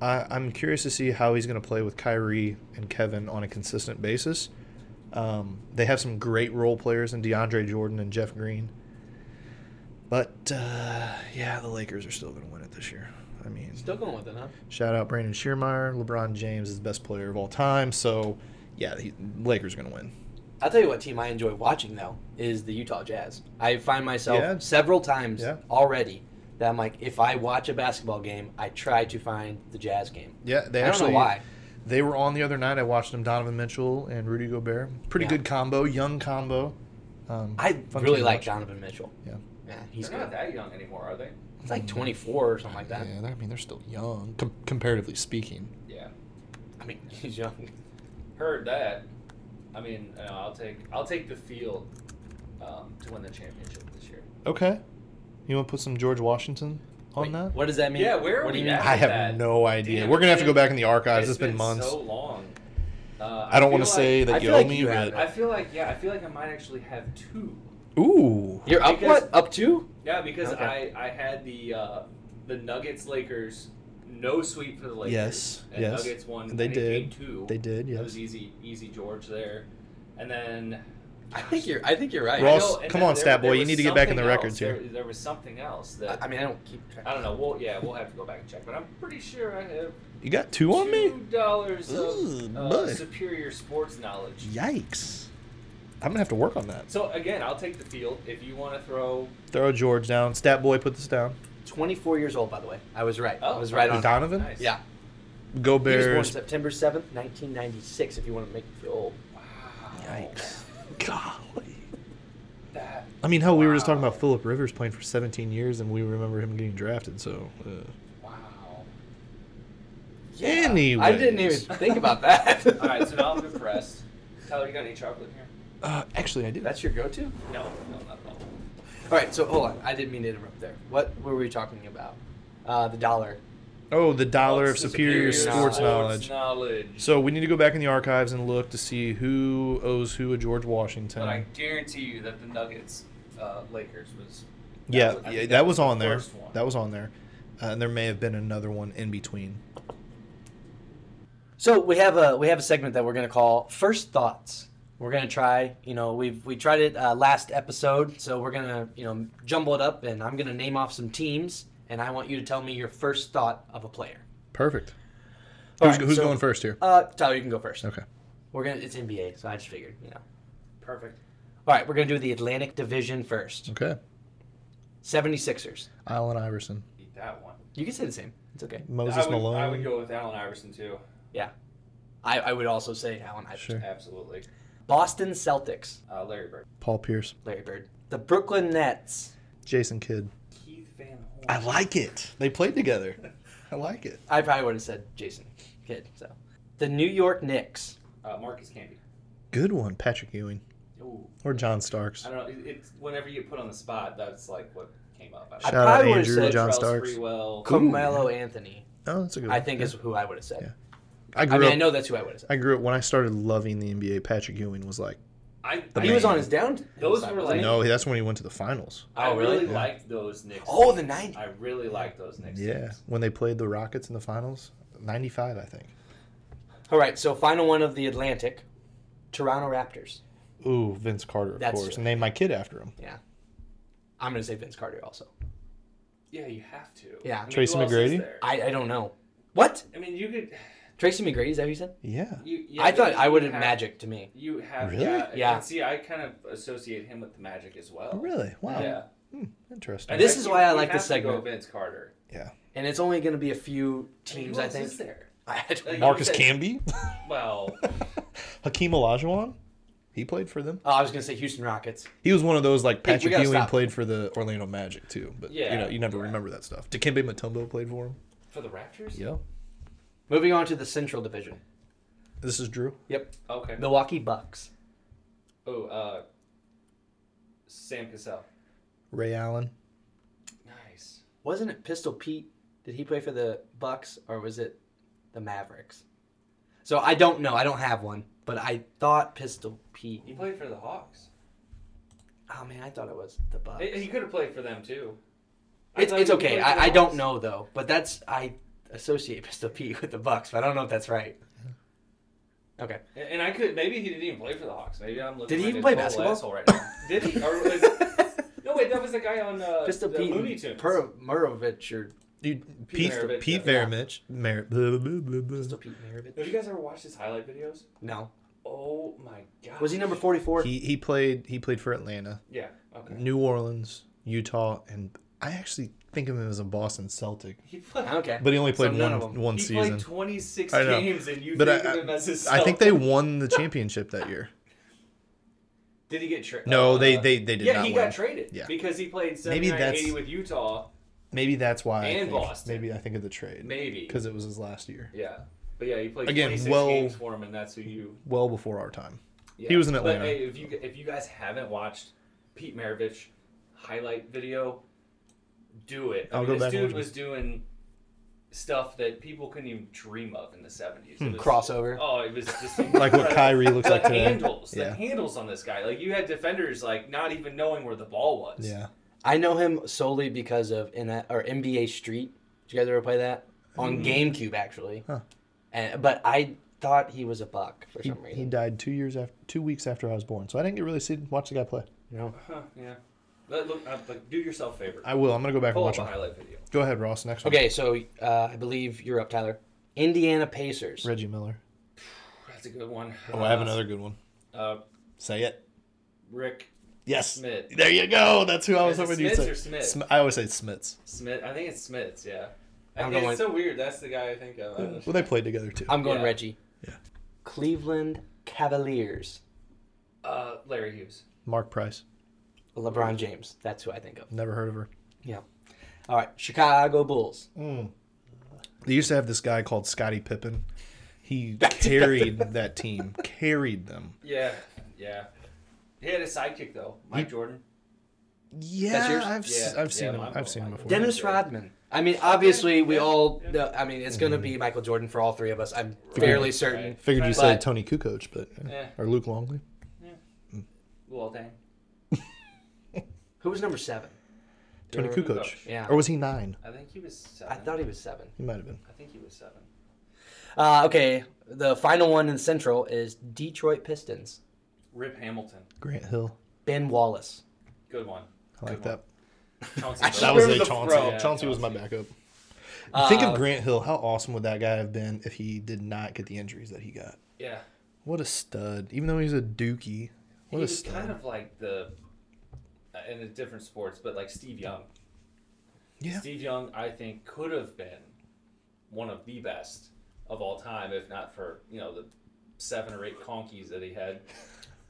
[SPEAKER 2] I, I'm curious to see how he's going to play with Kyrie and Kevin on a consistent basis. Um, they have some great role players in DeAndre Jordan and Jeff Green. But uh, yeah, the Lakers are still going to win it this year. I mean,
[SPEAKER 3] Still going with it, huh?
[SPEAKER 2] shout out Brandon Schiermeyer. LeBron James is the best player of all time. So yeah, he, Lakers are going to win.
[SPEAKER 3] I'll tell you what team I enjoy watching though is the Utah Jazz. I find myself
[SPEAKER 2] Yeah.
[SPEAKER 3] several times
[SPEAKER 2] Yeah.
[SPEAKER 3] already that I'm like, if I watch a basketball game, I try to find the Jazz game.
[SPEAKER 2] Yeah, they
[SPEAKER 3] I
[SPEAKER 2] actually
[SPEAKER 3] don't know why.
[SPEAKER 2] they were on the other night. I watched them, Donovan Mitchell and Rudy Gobert. Pretty
[SPEAKER 3] Yeah.
[SPEAKER 2] good combo, young combo. Um,
[SPEAKER 3] I
[SPEAKER 2] fun team
[SPEAKER 3] really
[SPEAKER 2] to
[SPEAKER 3] like
[SPEAKER 2] watch.
[SPEAKER 3] Donovan Mitchell.
[SPEAKER 2] Yeah. Mm.
[SPEAKER 3] yeah, he's
[SPEAKER 1] They're not
[SPEAKER 3] good.
[SPEAKER 1] that young anymore, are they?
[SPEAKER 3] It's like 24 or something like that.
[SPEAKER 2] Yeah, they're- I mean they're still young com- comparatively speaking.
[SPEAKER 1] Yeah.
[SPEAKER 3] I mean, (laughs) he's young.
[SPEAKER 1] Heard that. I mean, uh, I'll take I'll take the field um, to win the championship this year.
[SPEAKER 2] Okay, you want to put some George Washington on
[SPEAKER 3] Wait,
[SPEAKER 2] that?
[SPEAKER 3] What does that mean?
[SPEAKER 1] Yeah, where are
[SPEAKER 3] what do
[SPEAKER 1] we
[SPEAKER 3] you mean?
[SPEAKER 1] at?
[SPEAKER 2] I have
[SPEAKER 1] That-
[SPEAKER 2] no idea.
[SPEAKER 1] Damn,
[SPEAKER 2] We're gonna have to
[SPEAKER 1] dude.
[SPEAKER 2] go back in the archives. it's
[SPEAKER 1] it's
[SPEAKER 2] been, months.
[SPEAKER 1] so long. Uh,
[SPEAKER 2] I don't
[SPEAKER 1] feel
[SPEAKER 2] want to say
[SPEAKER 1] like-
[SPEAKER 2] that
[SPEAKER 3] I
[SPEAKER 2] you
[SPEAKER 3] feel
[SPEAKER 2] owe
[SPEAKER 3] like
[SPEAKER 2] me,
[SPEAKER 3] you have
[SPEAKER 2] but
[SPEAKER 1] I feel like yeah, I feel like I might actually have two.
[SPEAKER 2] ooh,
[SPEAKER 3] You're up
[SPEAKER 1] Because-
[SPEAKER 3] what? Up two?
[SPEAKER 1] Yeah, because
[SPEAKER 3] Okay.
[SPEAKER 1] I I had the uh, the Nuggets Lakers no sweep for the Lakers.
[SPEAKER 2] Yes,
[SPEAKER 1] and
[SPEAKER 2] yes.
[SPEAKER 1] Nuggets won.
[SPEAKER 2] They
[SPEAKER 1] and it
[SPEAKER 2] did.
[SPEAKER 1] Came two.
[SPEAKER 2] they did.
[SPEAKER 1] That
[SPEAKER 2] Yes,
[SPEAKER 1] was easy easy George there, and then
[SPEAKER 3] I think you're. I think you're right.
[SPEAKER 1] I know,
[SPEAKER 2] Ross,
[SPEAKER 1] and
[SPEAKER 2] come
[SPEAKER 1] then
[SPEAKER 2] on,
[SPEAKER 1] there-
[SPEAKER 2] stat boy,
[SPEAKER 1] there
[SPEAKER 2] you
[SPEAKER 1] was
[SPEAKER 2] need to get back in the
[SPEAKER 1] something else.
[SPEAKER 2] records here.
[SPEAKER 1] There, there was something else
[SPEAKER 3] I,
[SPEAKER 1] that
[SPEAKER 3] I mean, I don't keep track.
[SPEAKER 1] I don't know. Well, yeah, we'll have to go back and check, but I'm pretty sure I have
[SPEAKER 2] you got two on me.
[SPEAKER 1] two dollars
[SPEAKER 2] Ooh,
[SPEAKER 1] of uh,
[SPEAKER 2] bud.
[SPEAKER 1] superior sports knowledge.
[SPEAKER 2] Yikes! I'm gonna have to work on that.
[SPEAKER 1] So again, I'll take the field if you want to throw.
[SPEAKER 2] Throw George down. Stat boy, put this down.
[SPEAKER 3] 24 years old, by the way. I was right. I
[SPEAKER 1] Oh,
[SPEAKER 3] was right
[SPEAKER 1] okay.
[SPEAKER 3] on. it.
[SPEAKER 2] Donovan,
[SPEAKER 1] Nice.
[SPEAKER 3] Yeah.
[SPEAKER 2] go
[SPEAKER 3] He was born
[SPEAKER 2] Bears.
[SPEAKER 3] September 7th, 1996, if you want to make me feel old.
[SPEAKER 1] Wow.
[SPEAKER 3] (laughs)
[SPEAKER 2] Yikes! Golly.
[SPEAKER 1] That
[SPEAKER 2] I mean, hell, we were just talking
[SPEAKER 1] Wow.
[SPEAKER 2] about Philip Rivers playing for 17 years, and we remember him getting drafted. So, uh,
[SPEAKER 1] wow.
[SPEAKER 3] I didn't even
[SPEAKER 2] Anyways.
[SPEAKER 3] think about (laughs) that.
[SPEAKER 1] (laughs) All right, so now I'm depressed. Tyler, you got any chocolate here?
[SPEAKER 2] uh, actually, I do.
[SPEAKER 3] That's your go to? All
[SPEAKER 1] No, no, not at all.
[SPEAKER 3] right, so hold on. I didn't mean to interrupt there. What were we talking about? Uh, the dollar.
[SPEAKER 2] Oh, the dollar of
[SPEAKER 1] What's the
[SPEAKER 2] superior, sports knowledge.
[SPEAKER 1] knowledge.
[SPEAKER 2] So we need to go back in the archives and look to see who owes who a George Washington.
[SPEAKER 1] But I guarantee you that the Nuggets, uh, Lakers was
[SPEAKER 2] Yeah,
[SPEAKER 1] was- I
[SPEAKER 2] yeah,
[SPEAKER 1] think
[SPEAKER 2] that was on
[SPEAKER 1] the
[SPEAKER 2] there.
[SPEAKER 1] first one.
[SPEAKER 2] That was on there, uh, and there may have been another one in between.
[SPEAKER 3] So we have a we have a segment that we're gonna call first thoughts. We're gonna try, you know, we've we tried it uh, last episode, so we're gonna you know jumble it up, and I'm gonna name off some teams, and I want you to tell me your first thought of a player.
[SPEAKER 2] Perfect.
[SPEAKER 3] All
[SPEAKER 2] who's
[SPEAKER 3] right,
[SPEAKER 2] who's
[SPEAKER 3] so,
[SPEAKER 2] going first here?
[SPEAKER 3] Uh, Tyler, you can go first.
[SPEAKER 2] Okay.
[SPEAKER 3] We're gonna it's NBA, so I just figured, you know.
[SPEAKER 1] Perfect.
[SPEAKER 3] All right, we're gonna do the Atlantic Division first.
[SPEAKER 2] Okay.
[SPEAKER 3] 76ers.
[SPEAKER 2] Allen Iverson,
[SPEAKER 1] Eat that one.
[SPEAKER 3] You can say the same. It's okay.
[SPEAKER 2] Moses
[SPEAKER 1] I would,
[SPEAKER 2] Malone.
[SPEAKER 1] I would go with Allen Iverson too.
[SPEAKER 3] I, I would also say Allen Iverson.
[SPEAKER 2] Sure.
[SPEAKER 1] Absolutely.
[SPEAKER 3] Boston Celtics.
[SPEAKER 1] Uh, Larry Bird.
[SPEAKER 2] Paul Pierce,
[SPEAKER 3] Larry Bird. The Brooklyn Nets.
[SPEAKER 2] Jason Kidd.
[SPEAKER 1] Keith Van Horn.
[SPEAKER 2] I like it. They played together. (laughs) I like it.
[SPEAKER 3] I probably would have said Jason Kidd. So, the New York Knicks.
[SPEAKER 1] uh, Marcus Candy.
[SPEAKER 2] Good one, Patrick Ewing
[SPEAKER 1] Ooh,
[SPEAKER 2] or John Starks.
[SPEAKER 1] I don't know. It, it's whenever you get put on the spot, that's like what came up. I don't
[SPEAKER 2] Shout
[SPEAKER 3] Shout
[SPEAKER 1] know.
[SPEAKER 3] out
[SPEAKER 2] out
[SPEAKER 3] probably would've
[SPEAKER 2] Andrew
[SPEAKER 3] said
[SPEAKER 2] and John
[SPEAKER 1] Latrell
[SPEAKER 2] Starks.
[SPEAKER 1] Sprewell.
[SPEAKER 3] Carmelo Anthony.
[SPEAKER 2] Oh, that's a good.
[SPEAKER 3] I
[SPEAKER 2] one.
[SPEAKER 3] think is who I would have said.
[SPEAKER 2] Yeah. I
[SPEAKER 3] I
[SPEAKER 2] grew
[SPEAKER 3] mean,
[SPEAKER 2] up.
[SPEAKER 3] I know that's who I would have said.
[SPEAKER 2] I grew up when I started loving the NBA. Patrick Ewing was like,
[SPEAKER 1] I,
[SPEAKER 2] The
[SPEAKER 1] I,
[SPEAKER 3] he was
[SPEAKER 2] man.
[SPEAKER 3] on his down.
[SPEAKER 1] Those
[SPEAKER 3] side,
[SPEAKER 1] were
[SPEAKER 3] wasn't he?
[SPEAKER 2] no, that's when he went to the finals.
[SPEAKER 1] I
[SPEAKER 3] Oh, really?
[SPEAKER 1] really
[SPEAKER 2] Yeah.
[SPEAKER 1] liked those Knicks.
[SPEAKER 3] Oh, the '90s.
[SPEAKER 1] I really liked those Knicks.
[SPEAKER 2] Yeah,
[SPEAKER 1] teams.
[SPEAKER 2] when they played the Rockets in the finals, ninety-five, I think.
[SPEAKER 3] All right, so final one of the Atlantic, Toronto Raptors.
[SPEAKER 2] Ooh, Vince Carter, of
[SPEAKER 3] That's-
[SPEAKER 2] course. Named my kid after him.
[SPEAKER 3] Yeah, I'm gonna say Vince Carter also.
[SPEAKER 1] Yeah, you have to.
[SPEAKER 3] Yeah.
[SPEAKER 1] I mean,
[SPEAKER 2] Tracy
[SPEAKER 1] who else is
[SPEAKER 2] McGrady?
[SPEAKER 1] there?
[SPEAKER 3] I, I don't know. What?
[SPEAKER 1] I mean, you could.
[SPEAKER 3] Tracy McGrady? Is that who you said?
[SPEAKER 2] Yeah.
[SPEAKER 1] You, yeah,
[SPEAKER 3] I
[SPEAKER 1] but
[SPEAKER 3] thought
[SPEAKER 1] you
[SPEAKER 3] I would have
[SPEAKER 1] have
[SPEAKER 3] Magic to me.
[SPEAKER 1] You have
[SPEAKER 2] Really?
[SPEAKER 1] yeah,
[SPEAKER 3] Yeah.
[SPEAKER 1] And see, I kind of associate him with the Magic as well.
[SPEAKER 2] Oh, Really? Wow.
[SPEAKER 1] Yeah.
[SPEAKER 2] Hmm, interesting.
[SPEAKER 1] I
[SPEAKER 3] This
[SPEAKER 1] think
[SPEAKER 3] is
[SPEAKER 1] you-
[SPEAKER 3] why I
[SPEAKER 1] you
[SPEAKER 3] like
[SPEAKER 1] have
[SPEAKER 3] this
[SPEAKER 1] to go
[SPEAKER 3] segment.
[SPEAKER 1] Vince Carter.
[SPEAKER 2] yeah.
[SPEAKER 3] And it's only gonna be a few
[SPEAKER 1] I mean,
[SPEAKER 3] teams,
[SPEAKER 1] who
[SPEAKER 3] I
[SPEAKER 1] else
[SPEAKER 3] think.
[SPEAKER 1] is there?
[SPEAKER 3] (laughs) I don't know.
[SPEAKER 2] Marcus Camby,
[SPEAKER 1] Well,
[SPEAKER 2] (laughs) Hakeem Olajuwon. He played for them.
[SPEAKER 3] Oh, I was gonna say Houston Rockets.
[SPEAKER 2] He was one of those like
[SPEAKER 3] Hey, we
[SPEAKER 2] Patrick
[SPEAKER 3] gotta
[SPEAKER 2] Ewing
[SPEAKER 3] stop.
[SPEAKER 2] played for the Orlando Magic too, but you
[SPEAKER 1] Yeah,
[SPEAKER 2] know you never
[SPEAKER 1] yeah.
[SPEAKER 2] remember that stuff. Dikembe Mutombo played for him.
[SPEAKER 1] for the Raptors.
[SPEAKER 2] Yeah.
[SPEAKER 3] Moving on to the Central Division.
[SPEAKER 2] This is Drew.
[SPEAKER 3] Yep.
[SPEAKER 1] Okay.
[SPEAKER 3] Milwaukee Bucks.
[SPEAKER 1] Oh, uh, Sam Cassell.
[SPEAKER 2] Ray Allen.
[SPEAKER 1] Nice.
[SPEAKER 3] Wasn't it Pistol Pete? Did he play for the Bucks or was it the Mavericks? So I don't know. I don't have one, but I thought Pistol Pete.
[SPEAKER 1] He played for the Hawks.
[SPEAKER 3] Oh man, I thought it was the Bucks.
[SPEAKER 1] He, he could have played for them too. I
[SPEAKER 3] It's,
[SPEAKER 1] thought
[SPEAKER 3] it's
[SPEAKER 1] he played
[SPEAKER 3] okay.
[SPEAKER 1] for the
[SPEAKER 3] I, I don't
[SPEAKER 1] Hawks.
[SPEAKER 3] know though, but that's I associate Pistol Pete with the Bucks, but I don't know if that's right.
[SPEAKER 1] (laughs)
[SPEAKER 3] Okay.
[SPEAKER 1] And and I could maybe he didn't even play for the Hawks. Maybe I'm looking.
[SPEAKER 3] Did he
[SPEAKER 1] like
[SPEAKER 3] even
[SPEAKER 1] a
[SPEAKER 3] play
[SPEAKER 1] total
[SPEAKER 3] basketball?
[SPEAKER 1] asshole right
[SPEAKER 3] (laughs)
[SPEAKER 1] now? Did he? Or was, no wait, that was the guy on uh,
[SPEAKER 3] Pistol
[SPEAKER 1] the
[SPEAKER 3] Pete
[SPEAKER 1] Looney Tunes.
[SPEAKER 3] Per- Murovich or
[SPEAKER 2] Dude,
[SPEAKER 1] Pete
[SPEAKER 2] Pete
[SPEAKER 1] Maravich,
[SPEAKER 2] Pete
[SPEAKER 1] yeah.
[SPEAKER 2] Vermich. Mar- blah, blah, blah, blah.
[SPEAKER 3] Pistol Pete Maravich.
[SPEAKER 1] Have you guys ever watched his highlight videos?
[SPEAKER 3] No.
[SPEAKER 1] Oh my god.
[SPEAKER 3] Was he number 44?
[SPEAKER 2] He he played he played for Atlanta,
[SPEAKER 1] Yeah. Okay.
[SPEAKER 2] New Orleans, Utah, and I actually think of him as a Boston Celtic,
[SPEAKER 1] He played.
[SPEAKER 3] okay.
[SPEAKER 2] but he only played
[SPEAKER 3] So none
[SPEAKER 2] one
[SPEAKER 3] of them.
[SPEAKER 2] one
[SPEAKER 1] he
[SPEAKER 2] season.
[SPEAKER 1] played 26
[SPEAKER 2] I know.
[SPEAKER 1] games, and you
[SPEAKER 2] But
[SPEAKER 1] think
[SPEAKER 2] I-
[SPEAKER 1] of him as his.
[SPEAKER 2] I think
[SPEAKER 1] son.
[SPEAKER 2] they won the championship
[SPEAKER 1] (laughs)
[SPEAKER 2] that year.
[SPEAKER 1] Did he get traded?
[SPEAKER 2] No, they they they did
[SPEAKER 1] Uh, yeah,
[SPEAKER 2] not
[SPEAKER 1] he
[SPEAKER 2] win.
[SPEAKER 1] got traded.
[SPEAKER 2] Yeah.
[SPEAKER 1] Because he played
[SPEAKER 2] Maybe
[SPEAKER 1] 79,
[SPEAKER 2] that's-
[SPEAKER 1] 80 with Utah.
[SPEAKER 2] Maybe that's why. I
[SPEAKER 1] And
[SPEAKER 2] think-
[SPEAKER 1] Boston.
[SPEAKER 2] Maybe I think of the trade
[SPEAKER 1] Maybe.
[SPEAKER 2] because it was his last year,
[SPEAKER 1] Yeah. But yeah, he played
[SPEAKER 2] Again,
[SPEAKER 1] 26
[SPEAKER 2] well-
[SPEAKER 1] games for him, and that's who you.
[SPEAKER 2] well before our time.
[SPEAKER 1] Yeah.
[SPEAKER 2] He was in
[SPEAKER 1] But
[SPEAKER 2] Atlanta.
[SPEAKER 1] hey, if you if you guys haven't watched Pete Maravich highlight video, do it. I
[SPEAKER 2] I'll
[SPEAKER 1] mean,
[SPEAKER 2] go
[SPEAKER 1] this
[SPEAKER 2] back and
[SPEAKER 1] dude
[SPEAKER 2] watch
[SPEAKER 1] was doing stuff that people couldn't even dream of in the seventies.
[SPEAKER 3] Crossover.
[SPEAKER 1] Oh, it was (laughs) just
[SPEAKER 2] Like what Kyrie looks
[SPEAKER 1] (laughs) the
[SPEAKER 2] like today.
[SPEAKER 1] handles, the
[SPEAKER 2] Yeah.
[SPEAKER 1] handles on this guy. Like you had defenders like not even knowing where the ball was.
[SPEAKER 2] Yeah,
[SPEAKER 3] I know him solely because of in or NBA Street. Did you guys ever play that on GameCube actually?
[SPEAKER 2] Mm-hmm. Huh.
[SPEAKER 3] And but I thought he was a buck for
[SPEAKER 2] he,
[SPEAKER 3] some
[SPEAKER 2] he
[SPEAKER 3] reason.
[SPEAKER 2] died two years after two weeks after I was born, so I didn't get really see watch the guy play.
[SPEAKER 3] You know?
[SPEAKER 1] Huh, yeah. But look, uh, like, do yourself a favor.
[SPEAKER 2] I will. I'm gonna go back
[SPEAKER 1] Pull
[SPEAKER 2] and
[SPEAKER 1] up a
[SPEAKER 2] watch him.
[SPEAKER 1] highlight video.
[SPEAKER 2] Go ahead, Ross. Next one.
[SPEAKER 3] Okay, so uh, I believe you're up, Tyler. Indiana Pacers.
[SPEAKER 2] Reggie Miller.
[SPEAKER 1] That's a good one.
[SPEAKER 2] Oh, I have another good one.
[SPEAKER 1] Uh,
[SPEAKER 2] Say it.
[SPEAKER 1] Rick
[SPEAKER 2] Yes.
[SPEAKER 1] Smith.
[SPEAKER 2] There you go. That's who I was
[SPEAKER 1] Is it
[SPEAKER 2] hoping you'd
[SPEAKER 1] Smits
[SPEAKER 2] say.
[SPEAKER 1] or Smith?
[SPEAKER 2] Sm- I always say Smits.
[SPEAKER 1] Smith. I think it's Smith's. Yeah. I
[SPEAKER 3] I'm
[SPEAKER 1] think
[SPEAKER 3] going-
[SPEAKER 1] it's so weird. That's the guy I think of. I
[SPEAKER 2] (clears throat)
[SPEAKER 1] don't know.
[SPEAKER 2] Well, they played together too.
[SPEAKER 3] I'm going
[SPEAKER 1] Yeah.
[SPEAKER 3] Reggie.
[SPEAKER 2] Yeah.
[SPEAKER 3] Cleveland Cavaliers.
[SPEAKER 1] Uh, Larry Hughes.
[SPEAKER 2] Mark Price.
[SPEAKER 3] LeBron James. That's who I think of.
[SPEAKER 2] Never heard of her.
[SPEAKER 3] Yeah. All right, Chicago Bulls.
[SPEAKER 2] They used to have this guy called Scottie Pippen. He carried that team, carried them.
[SPEAKER 1] Yeah. Yeah. He had a sidekick though, Mike Jordan.
[SPEAKER 2] Yeah,
[SPEAKER 3] yours?
[SPEAKER 2] I've, s-
[SPEAKER 1] Yeah,
[SPEAKER 2] I've seen
[SPEAKER 1] yeah,
[SPEAKER 2] him.
[SPEAKER 1] mine
[SPEAKER 2] I've
[SPEAKER 1] was
[SPEAKER 2] seen him
[SPEAKER 1] mine.
[SPEAKER 2] before.
[SPEAKER 3] Dennis
[SPEAKER 1] Jordan.
[SPEAKER 3] Rodman. I mean, obviously, we
[SPEAKER 1] yeah,
[SPEAKER 3] all.
[SPEAKER 1] yeah.
[SPEAKER 3] know- I mean, it's going to
[SPEAKER 2] Mm-hmm.
[SPEAKER 3] be Michael Jordan for all three of us. I'm
[SPEAKER 1] Right,
[SPEAKER 3] fairly
[SPEAKER 1] right.
[SPEAKER 3] certain.
[SPEAKER 2] Figured you
[SPEAKER 3] But-
[SPEAKER 2] said Tony Kukoc, but
[SPEAKER 1] Yeah.
[SPEAKER 2] or Luke Longley.
[SPEAKER 1] Well, dang.
[SPEAKER 3] Who was number seven?
[SPEAKER 2] Tony
[SPEAKER 1] Tony
[SPEAKER 2] Kukoc.
[SPEAKER 1] Kukoc.
[SPEAKER 3] Yeah.
[SPEAKER 2] Or was he nine?
[SPEAKER 1] I think he was seven.
[SPEAKER 3] I thought he was seven.
[SPEAKER 2] He might have been.
[SPEAKER 1] I think he was seven.
[SPEAKER 3] Uh, okay, the final one in Central is Detroit Pistons.
[SPEAKER 1] Rip Hamilton.
[SPEAKER 2] Grant Hill.
[SPEAKER 3] Ben Wallace.
[SPEAKER 1] Good one.
[SPEAKER 2] I like
[SPEAKER 1] Good
[SPEAKER 2] that.
[SPEAKER 1] one. Chauncey
[SPEAKER 3] That
[SPEAKER 1] Billups.
[SPEAKER 2] (laughs) That was a
[SPEAKER 3] Remember
[SPEAKER 2] Chauncey.
[SPEAKER 3] the throw.
[SPEAKER 2] Chauncey, was my backup.
[SPEAKER 3] Uh,
[SPEAKER 2] Think of Grant Hill. How awesome would that guy have been if he did not get the injuries that he got?
[SPEAKER 1] Yeah.
[SPEAKER 2] What a stud. Even though he's a dookie. What a
[SPEAKER 1] He's
[SPEAKER 2] stud.
[SPEAKER 1] kind of like the uh, in the different sports, but like Steve Young.
[SPEAKER 2] yeah.
[SPEAKER 1] Steve Young, I think, could have been one of the best of all time, if not for you know the seven or eight conkies that he had.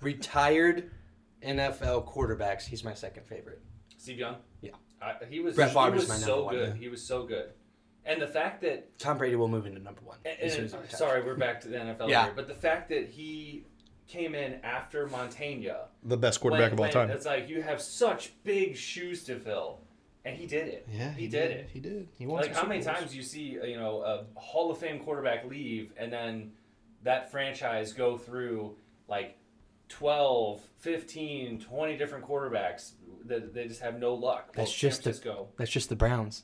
[SPEAKER 3] Retired NFL quarterbacks. He's my second favorite.
[SPEAKER 1] Steve Young.
[SPEAKER 3] Yeah.
[SPEAKER 1] I, he was.
[SPEAKER 3] Brett
[SPEAKER 1] he
[SPEAKER 3] Favre's
[SPEAKER 1] was
[SPEAKER 3] my number
[SPEAKER 1] so
[SPEAKER 3] one,
[SPEAKER 1] good.
[SPEAKER 2] yeah.
[SPEAKER 1] He was so good, and the fact that
[SPEAKER 3] Tom Brady will move into number one.
[SPEAKER 1] and,
[SPEAKER 3] as soon
[SPEAKER 1] and-
[SPEAKER 3] as he retires.
[SPEAKER 1] Eh, sorry, we're back to the NFL
[SPEAKER 3] Yeah.
[SPEAKER 1] here, but the fact that he came in after Montaigne.
[SPEAKER 2] The best quarterback
[SPEAKER 1] when-
[SPEAKER 2] of all
[SPEAKER 1] when
[SPEAKER 2] time.
[SPEAKER 1] It's like you have such big shoes to fill, and he did it.
[SPEAKER 2] Yeah.
[SPEAKER 1] he, did it.
[SPEAKER 2] He did. He won
[SPEAKER 1] Like
[SPEAKER 2] some
[SPEAKER 1] how
[SPEAKER 2] Super
[SPEAKER 1] many
[SPEAKER 2] Bowls.
[SPEAKER 1] times do you see uh, you know a Hall of Fame quarterback leave and then that franchise go through like 12, 15, 20 different quarterbacks that they just have no luck.
[SPEAKER 3] That's
[SPEAKER 1] San
[SPEAKER 3] just the-
[SPEAKER 1] Francisco.
[SPEAKER 3] That's just the Browns.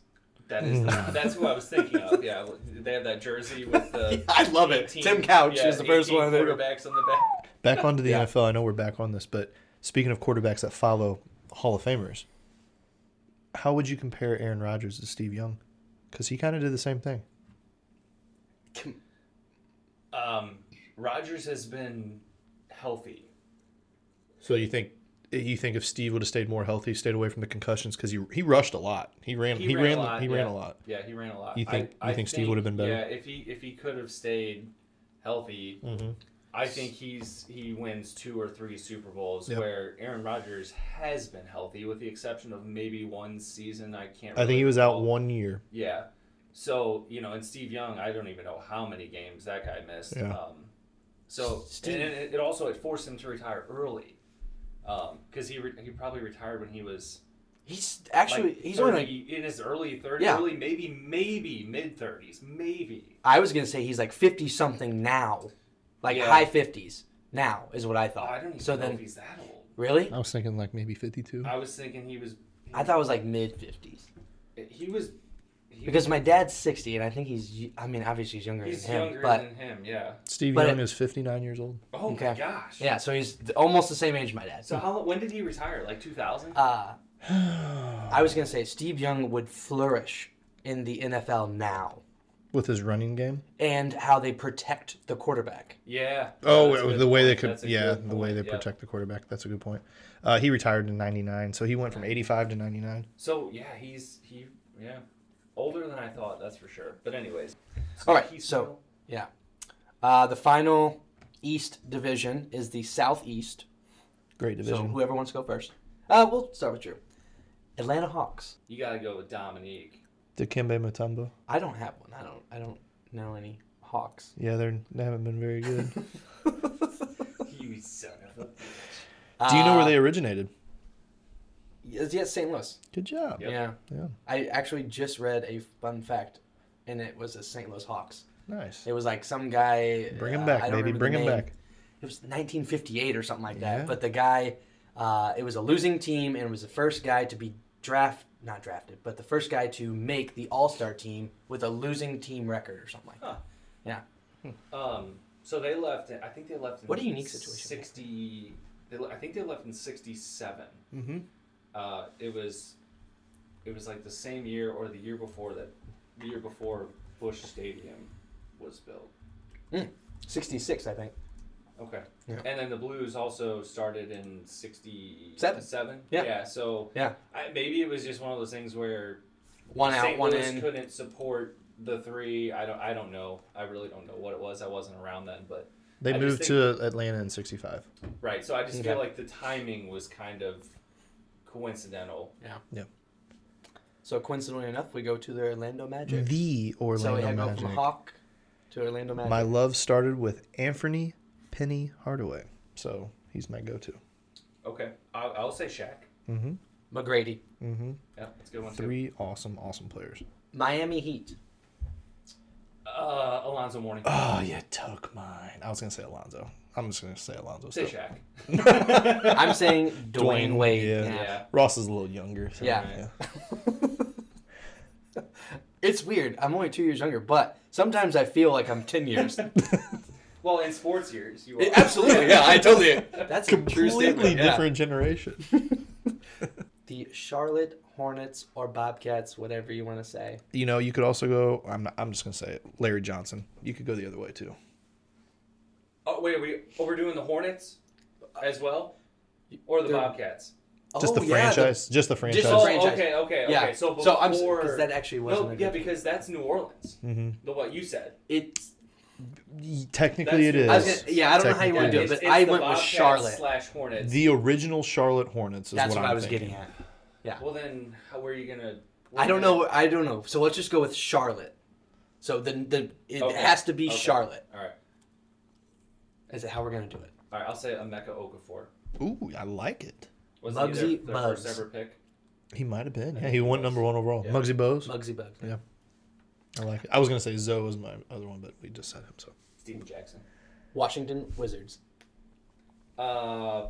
[SPEAKER 1] That is
[SPEAKER 3] Mm.
[SPEAKER 1] the, that's who I was thinking of. Yeah, they have that jersey with the
[SPEAKER 3] (laughs) I love it.
[SPEAKER 1] 18
[SPEAKER 3] Tim Couch
[SPEAKER 1] yeah,
[SPEAKER 3] is the first
[SPEAKER 1] 18
[SPEAKER 3] one. that-
[SPEAKER 1] Quarterbacks on the back.
[SPEAKER 2] Back onto the
[SPEAKER 3] Yeah.
[SPEAKER 2] NFL. I know we're back on this, but speaking of quarterbacks that follow Hall of Famers, how would you compare Aaron Rodgers to Steve Young? Because he kind of did the same thing.
[SPEAKER 1] Um, Rodgers has been healthy.
[SPEAKER 2] So you think you think if Steve would have stayed more healthy, stayed away from the concussions, because he he rushed a lot. He ran. He, ran.
[SPEAKER 1] a lot,
[SPEAKER 2] he
[SPEAKER 1] yeah.
[SPEAKER 2] ran a lot.
[SPEAKER 1] Yeah, he ran a lot.
[SPEAKER 2] You
[SPEAKER 1] I-
[SPEAKER 2] think- you
[SPEAKER 1] I
[SPEAKER 2] think Steve would've been better?
[SPEAKER 1] Yeah, if he if he could have stayed healthy,
[SPEAKER 2] Mhm.
[SPEAKER 1] I think he's he wins two or three Super Bowls
[SPEAKER 2] Yep.
[SPEAKER 1] where Aaron Rodgers has been healthy, with the exception of maybe one season. I can't.
[SPEAKER 2] I think
[SPEAKER 1] really
[SPEAKER 2] he was out
[SPEAKER 1] recall.
[SPEAKER 2] one year.
[SPEAKER 1] Yeah. So you know, and Steve Young, I don't even know how many games that guy missed.
[SPEAKER 2] Yeah.
[SPEAKER 1] Um, so
[SPEAKER 3] Steve-
[SPEAKER 1] and it, it also it forced him to retire early, because he re- he probably retired when he was
[SPEAKER 3] He's actually
[SPEAKER 1] like
[SPEAKER 3] he's
[SPEAKER 1] 30
[SPEAKER 3] only. Like,
[SPEAKER 1] in his early 30s,
[SPEAKER 3] Yeah.
[SPEAKER 1] early maybe maybe mid 30s, maybe.
[SPEAKER 3] I was gonna say he's like fifty something now, like
[SPEAKER 1] Yeah.
[SPEAKER 3] high fifties now is what I
[SPEAKER 1] Oh,
[SPEAKER 3] thought.
[SPEAKER 1] I don't even
[SPEAKER 3] Uh, so
[SPEAKER 1] know
[SPEAKER 3] then
[SPEAKER 1] if he's that old.
[SPEAKER 3] really,
[SPEAKER 2] I was thinking like maybe fifty-two.
[SPEAKER 1] I was thinking he was
[SPEAKER 3] I thought it was like mid fifties
[SPEAKER 1] he was he
[SPEAKER 3] because my dad's sixty and I think he's. y- I mean, obviously he's younger
[SPEAKER 1] was, he's
[SPEAKER 3] than him,
[SPEAKER 1] younger
[SPEAKER 3] but
[SPEAKER 1] than him, yeah.
[SPEAKER 2] Steve
[SPEAKER 3] But
[SPEAKER 2] Young
[SPEAKER 3] it-
[SPEAKER 2] is fifty-nine years old.
[SPEAKER 1] Oh my
[SPEAKER 3] Okay.
[SPEAKER 1] gosh.
[SPEAKER 3] yeah, so he's th- almost the same age as my dad.
[SPEAKER 1] So how when did he retire? Like 2000?
[SPEAKER 3] uh, I was gonna say Steve Young would flourish in the NFL now
[SPEAKER 2] With his running game.
[SPEAKER 3] and how they protect the quarterback.
[SPEAKER 1] yeah.
[SPEAKER 2] Oh,
[SPEAKER 1] that's a
[SPEAKER 2] it was
[SPEAKER 1] good
[SPEAKER 2] the way
[SPEAKER 1] point.
[SPEAKER 2] they could,
[SPEAKER 1] That's a
[SPEAKER 2] yeah,
[SPEAKER 1] good
[SPEAKER 2] the way
[SPEAKER 1] point,
[SPEAKER 2] they
[SPEAKER 1] yeah.
[SPEAKER 2] protect the quarterback. That's a good point. Uh, he retired in '99, so he went from '85 to '99.
[SPEAKER 1] So yeah, he's he yeah. Older than I thought, that's for sure. But anyways.
[SPEAKER 3] All right,
[SPEAKER 1] he's
[SPEAKER 3] so-
[SPEAKER 1] still-
[SPEAKER 3] Yeah. Uh, the final East division is the Southeast.
[SPEAKER 2] Great
[SPEAKER 3] So
[SPEAKER 2] division.
[SPEAKER 3] whoever wants to go first. Uh, we'll start with Drew. Atlanta Hawks.
[SPEAKER 1] you got to go with Dominique. (laughs)
[SPEAKER 2] Dikembe Mutombo.
[SPEAKER 3] I don't have one. I don't. I don't know any Hawks.
[SPEAKER 2] Yeah, they're, they haven't been very
[SPEAKER 3] (laughs)
[SPEAKER 2] good.
[SPEAKER 1] You son of a
[SPEAKER 2] Do you know
[SPEAKER 3] Ah. Uh,
[SPEAKER 2] where they originated?
[SPEAKER 3] Yes, yes, St. Louis.
[SPEAKER 2] Good job.
[SPEAKER 1] Yep.
[SPEAKER 3] Yeah.
[SPEAKER 2] Yeah.
[SPEAKER 3] I actually just read a fun fact, and it was the St. Louis Hawks.
[SPEAKER 2] Nice.
[SPEAKER 3] It was like some guy.
[SPEAKER 2] Bring him
[SPEAKER 3] uh, I
[SPEAKER 2] back,
[SPEAKER 3] don't
[SPEAKER 2] baby.
[SPEAKER 3] remember the
[SPEAKER 2] Bring him
[SPEAKER 3] name.
[SPEAKER 2] back.
[SPEAKER 3] It was 1958 or something like that.
[SPEAKER 2] Yeah.
[SPEAKER 3] But the guy, uh, it was a losing team, and was the first guy to be draft, not drafted, but the first guy to make the All Star team with a losing team record or something like that.
[SPEAKER 1] Um, so they left. I think they left. In
[SPEAKER 3] What a unique situation.
[SPEAKER 1] Sixty. They, le- I think they left in '67.
[SPEAKER 2] Mm-hmm.
[SPEAKER 1] Uh, it was, it was like the same year or the year before that, the year before Bush Stadium was built.
[SPEAKER 3] 66, I think.
[SPEAKER 1] Okay.
[SPEAKER 3] Yeah.
[SPEAKER 1] And then the Blues also started in '67.
[SPEAKER 3] Seven. Yeah.
[SPEAKER 1] Yeah. So
[SPEAKER 3] Yeah.
[SPEAKER 1] I, maybe it was just one of those things where
[SPEAKER 3] One out,
[SPEAKER 1] St.
[SPEAKER 3] one
[SPEAKER 1] Louis
[SPEAKER 3] in.
[SPEAKER 1] couldn't support the three. I don't. I don't know. I really don't know what it was. I wasn't around then, but.
[SPEAKER 2] They
[SPEAKER 1] I just
[SPEAKER 2] moved to Atlanta in '65.
[SPEAKER 1] Right. So I just feel
[SPEAKER 3] Okay.
[SPEAKER 1] like the timing was kind of coincidental.
[SPEAKER 3] So coincidentally enough, we go to the Orlando Magic.
[SPEAKER 2] The
[SPEAKER 3] so we
[SPEAKER 2] Orlando
[SPEAKER 3] had to go
[SPEAKER 2] Magic.
[SPEAKER 3] from Hawk to Orlando Magic.
[SPEAKER 2] My love started with Anthony Penny Hardaway, so he's my go-to.
[SPEAKER 1] Okay. I'll, I'll say Shaq.
[SPEAKER 2] Mm-hmm.
[SPEAKER 3] McGrady.
[SPEAKER 2] Mm-hmm.
[SPEAKER 1] Yeah, that's a good one too.
[SPEAKER 2] Three awesome, awesome players.
[SPEAKER 3] Miami Heat.
[SPEAKER 1] Uh, Alonzo Mourning.
[SPEAKER 2] Oh, you took mine. I was gonna say Alonzo. I'm just gonna say Alonzo.
[SPEAKER 1] Say
[SPEAKER 2] still.
[SPEAKER 1] Shaq.
[SPEAKER 3] I'm saying Dwayne,
[SPEAKER 2] (laughs) Dwayne,
[SPEAKER 3] Wade.
[SPEAKER 2] yeah.
[SPEAKER 1] Yeah.
[SPEAKER 2] Ross is a little younger. so,
[SPEAKER 3] Yeah. It's weird. I'm only two years younger, but sometimes I feel like I'm ten (laughs) years.
[SPEAKER 1] Well, in sports years, you are.
[SPEAKER 3] Absolutely. Yeah, I totally. (laughs) That's a (laughs) true
[SPEAKER 2] Completely
[SPEAKER 3] statement. yeah.
[SPEAKER 2] different generation. (laughs)
[SPEAKER 3] The Charlotte Hornets or Bobcats, whatever you want to say.
[SPEAKER 2] you know, you could also go. I'm not, I'm just gonna say it. Larry Johnson. You could go the other way too.
[SPEAKER 1] Oh wait, are we oh, we're doing the Hornets as well, or the
[SPEAKER 3] They're-
[SPEAKER 1] Bobcats?
[SPEAKER 2] Just
[SPEAKER 3] Oh,
[SPEAKER 2] the
[SPEAKER 3] yeah,
[SPEAKER 2] franchise. Just the franchise.
[SPEAKER 1] Oh,
[SPEAKER 3] franchise.
[SPEAKER 1] okay, okay,
[SPEAKER 3] Yeah.
[SPEAKER 1] okay. So before
[SPEAKER 3] So I'm s- 'cause that actually wasn't
[SPEAKER 1] no,
[SPEAKER 3] a
[SPEAKER 1] yeah,
[SPEAKER 3] good-
[SPEAKER 1] because that's New Orleans.
[SPEAKER 2] Mhm.
[SPEAKER 1] The what you said.
[SPEAKER 3] It's
[SPEAKER 2] Y- Technically, it
[SPEAKER 1] That's-
[SPEAKER 2] is.
[SPEAKER 1] I
[SPEAKER 3] was gonna- yeah, I don't know how you wanna
[SPEAKER 2] Technically
[SPEAKER 3] do
[SPEAKER 2] is.
[SPEAKER 3] it, but
[SPEAKER 1] it's
[SPEAKER 3] I
[SPEAKER 1] the
[SPEAKER 3] went with
[SPEAKER 1] Bobcats
[SPEAKER 3] Charlotte.
[SPEAKER 1] slash Hornets.
[SPEAKER 2] The original Charlotte Hornets is
[SPEAKER 3] that's
[SPEAKER 2] what,
[SPEAKER 3] what,
[SPEAKER 2] I'm
[SPEAKER 3] I was
[SPEAKER 2] thinking.
[SPEAKER 3] getting at.
[SPEAKER 1] well, then how were you gonna?
[SPEAKER 3] I don't know. I don't know. So let's just go with Charlotte. So the the it
[SPEAKER 1] Okay.
[SPEAKER 3] has to be
[SPEAKER 1] Okay.
[SPEAKER 3] Charlotte.
[SPEAKER 1] All right,
[SPEAKER 3] Is it how we're gonna do it?
[SPEAKER 1] all right. I'll say Emeka Okafor.
[SPEAKER 2] Ooh, I like it.
[SPEAKER 1] Was
[SPEAKER 3] Muggsy
[SPEAKER 1] he their, their first
[SPEAKER 3] Bugs.
[SPEAKER 1] ever pick?
[SPEAKER 2] He might have been.
[SPEAKER 1] I
[SPEAKER 2] Yeah,
[SPEAKER 1] think
[SPEAKER 2] he
[SPEAKER 1] he
[SPEAKER 2] won
[SPEAKER 1] was.
[SPEAKER 2] number one overall.
[SPEAKER 1] Yeah.
[SPEAKER 2] Mugsy Bogues.
[SPEAKER 3] Mugsy Bugs.
[SPEAKER 2] Yeah. I like it. I was gonna say Zoe was my other one, but we just said him. So
[SPEAKER 1] Steven Jackson.
[SPEAKER 3] Washington Wizards.
[SPEAKER 1] Uh,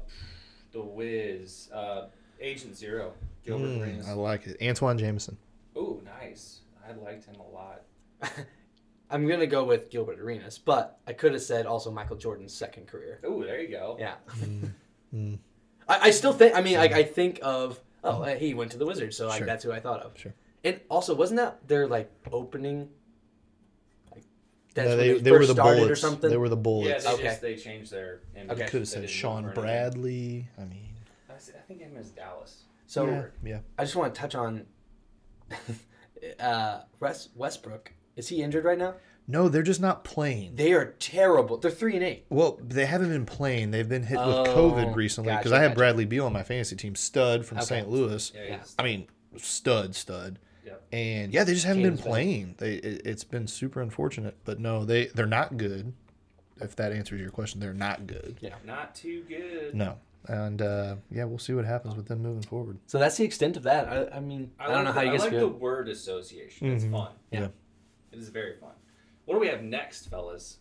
[SPEAKER 1] the Wiz. Uh, Agent Zero. Gilbert
[SPEAKER 2] Mm,
[SPEAKER 1] Arenas.
[SPEAKER 2] I like it. Antoine Jameson.
[SPEAKER 1] Ooh, nice. I liked him a lot.
[SPEAKER 3] I'm gonna go with Gilbert Arenas, but I could have said also Michael Jordan's second career.
[SPEAKER 1] Ooh, there you go.
[SPEAKER 3] Yeah.
[SPEAKER 2] Mm.
[SPEAKER 3] I, I still think. I mean, like I think of oh uh, he went to the Wizards, so like
[SPEAKER 2] Sure.
[SPEAKER 3] that's who I thought of.
[SPEAKER 2] Sure.
[SPEAKER 3] And also, wasn't that their like opening? Like that's
[SPEAKER 2] No,
[SPEAKER 3] when
[SPEAKER 2] they
[SPEAKER 3] they,
[SPEAKER 2] they
[SPEAKER 3] first
[SPEAKER 2] were the
[SPEAKER 3] started
[SPEAKER 2] bullets.
[SPEAKER 3] or something.
[SPEAKER 2] They were the
[SPEAKER 1] Yeah,
[SPEAKER 2] bullets.
[SPEAKER 1] they
[SPEAKER 3] Okay.
[SPEAKER 1] just they changed their. image.
[SPEAKER 3] Okay.
[SPEAKER 1] They
[SPEAKER 2] Could have said
[SPEAKER 1] didn't
[SPEAKER 2] Sean
[SPEAKER 1] move for anything.
[SPEAKER 2] Bradley. I mean,
[SPEAKER 1] I s- I think him as Dallas.
[SPEAKER 3] so
[SPEAKER 2] yeah, yeah.
[SPEAKER 3] I just want to touch on (laughs) uh, West, Westbrook. Is he injured right now?
[SPEAKER 2] No, they're just not playing.
[SPEAKER 3] They are terrible. They're three and eight.
[SPEAKER 2] Well, they haven't been playing. They've been hit with
[SPEAKER 3] Oh,
[SPEAKER 2] COVID recently because
[SPEAKER 3] gotcha,
[SPEAKER 2] I had
[SPEAKER 3] gotcha.
[SPEAKER 2] Bradley Beal on my fantasy team, stud from
[SPEAKER 3] Okay.
[SPEAKER 2] St. Louis.
[SPEAKER 1] Yeah,
[SPEAKER 3] Yeah.
[SPEAKER 1] he's-
[SPEAKER 2] I mean, stud, stud.
[SPEAKER 1] Yep.
[SPEAKER 2] And yeah, they just haven't been
[SPEAKER 3] Team's been-
[SPEAKER 2] playing. They it, it's been super unfortunate, but no, they they're not good. If that answers your question, they're not good.
[SPEAKER 1] not too good.
[SPEAKER 2] No, and uh, yeah, we'll see what happens with them moving forward.
[SPEAKER 3] So that's the extent of that. I, I mean, I,
[SPEAKER 1] like
[SPEAKER 3] don't know how
[SPEAKER 1] the,
[SPEAKER 3] you guys
[SPEAKER 1] I like the
[SPEAKER 3] feel.
[SPEAKER 1] word association. It's
[SPEAKER 2] Mhm.
[SPEAKER 1] fun.
[SPEAKER 2] Yeah.
[SPEAKER 1] It is very fun. What do we have next, fellas?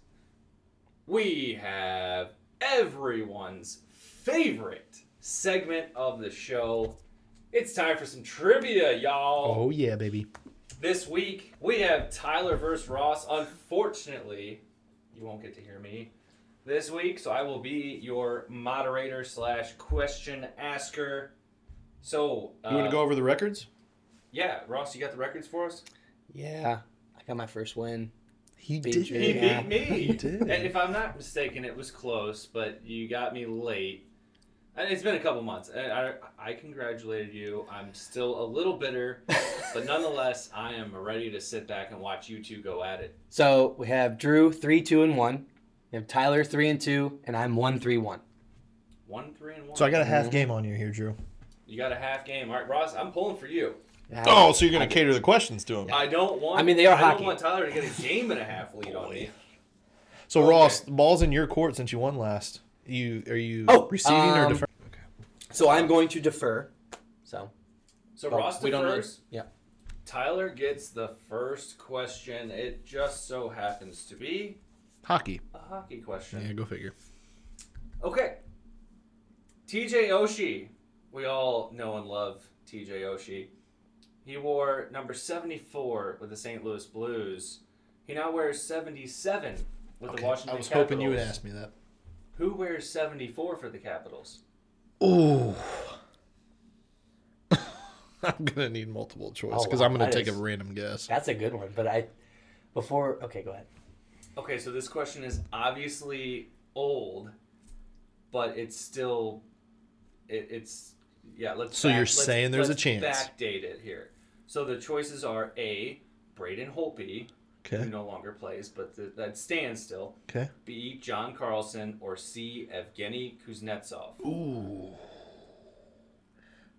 [SPEAKER 1] We have everyone's favorite segment of the show. It's time for some trivia, y'all.
[SPEAKER 2] Oh yeah, baby.
[SPEAKER 1] This week we have Tyler versus Ross. Unfortunately, you won't get to hear me this week, so I will be your moderator slash question asker. So uh,
[SPEAKER 2] You want to go over the records?
[SPEAKER 1] Yeah, Ross, you got the records for us.
[SPEAKER 3] Yeah, I got my first win.
[SPEAKER 2] He
[SPEAKER 3] Beat
[SPEAKER 2] did.
[SPEAKER 3] you.
[SPEAKER 1] He
[SPEAKER 3] Yeah.
[SPEAKER 1] beat
[SPEAKER 3] (laughs)
[SPEAKER 1] me.
[SPEAKER 2] He did.
[SPEAKER 1] And if I'm not mistaken, it was close, but you got me late. And it's been a couple months. And I, I congratulated you. I'm still a little
[SPEAKER 3] (laughs)
[SPEAKER 1] bitter, but nonetheless, I am ready to sit back and watch you two go at it.
[SPEAKER 3] So we have Drew three, two, and one. We have Tyler three and two, and I'm one, three, one.
[SPEAKER 1] One, three, and one.
[SPEAKER 2] So I got a
[SPEAKER 3] Mhm.
[SPEAKER 2] half game on you here, Drew.
[SPEAKER 1] You got a half game. All right, Ross, I'm pulling for you.
[SPEAKER 2] Oh, so you're gonna cater the questions to him?
[SPEAKER 1] I don't want.
[SPEAKER 3] I mean, they are
[SPEAKER 1] I don't
[SPEAKER 3] hockey.
[SPEAKER 1] want Tyler to get a game and a half lead on me.
[SPEAKER 2] So
[SPEAKER 1] Okay.
[SPEAKER 2] Ross, the ball's in your court since you won last. You are you
[SPEAKER 3] Oh,
[SPEAKER 2] receiving
[SPEAKER 3] um,
[SPEAKER 2] or deferring?
[SPEAKER 3] So I'm going to defer. So
[SPEAKER 1] So
[SPEAKER 3] but
[SPEAKER 1] Ross
[SPEAKER 3] we don't know-
[SPEAKER 1] defers.
[SPEAKER 3] Yeah.
[SPEAKER 1] Tyler gets the first question. It just so happens to be
[SPEAKER 2] Hockey.
[SPEAKER 1] a hockey question.
[SPEAKER 2] Yeah, go figure.
[SPEAKER 1] Okay. TJ Oshie. We all know and love TJ Oshie. He wore number 74 with the St. Louis Blues. He now wears 77 with the Washington
[SPEAKER 2] I was
[SPEAKER 1] Capitals.
[SPEAKER 2] hoping you would ask me that.
[SPEAKER 1] Who wears 74 for the Capitals?
[SPEAKER 2] Ooh. (laughs) I'm gonna need multiple choice because
[SPEAKER 3] Oh,
[SPEAKER 2] I'm gonna
[SPEAKER 3] that
[SPEAKER 2] take
[SPEAKER 3] is-
[SPEAKER 2] a random guess.
[SPEAKER 3] that's a good one. But I before okay, go ahead.
[SPEAKER 1] Okay, so this question is obviously old, but it's still. It, it's. Yeah, let's.
[SPEAKER 2] So you're
[SPEAKER 1] let's-
[SPEAKER 2] saying there's a
[SPEAKER 1] let's
[SPEAKER 2] chance.
[SPEAKER 1] Backdate it here. So the choices are A, Braden Holtby, who
[SPEAKER 2] Okay.
[SPEAKER 1] no longer plays, but th that stands still.
[SPEAKER 2] Okay.
[SPEAKER 1] B. John Carlson or C. Evgeny Kuznetsov.
[SPEAKER 2] Ooh.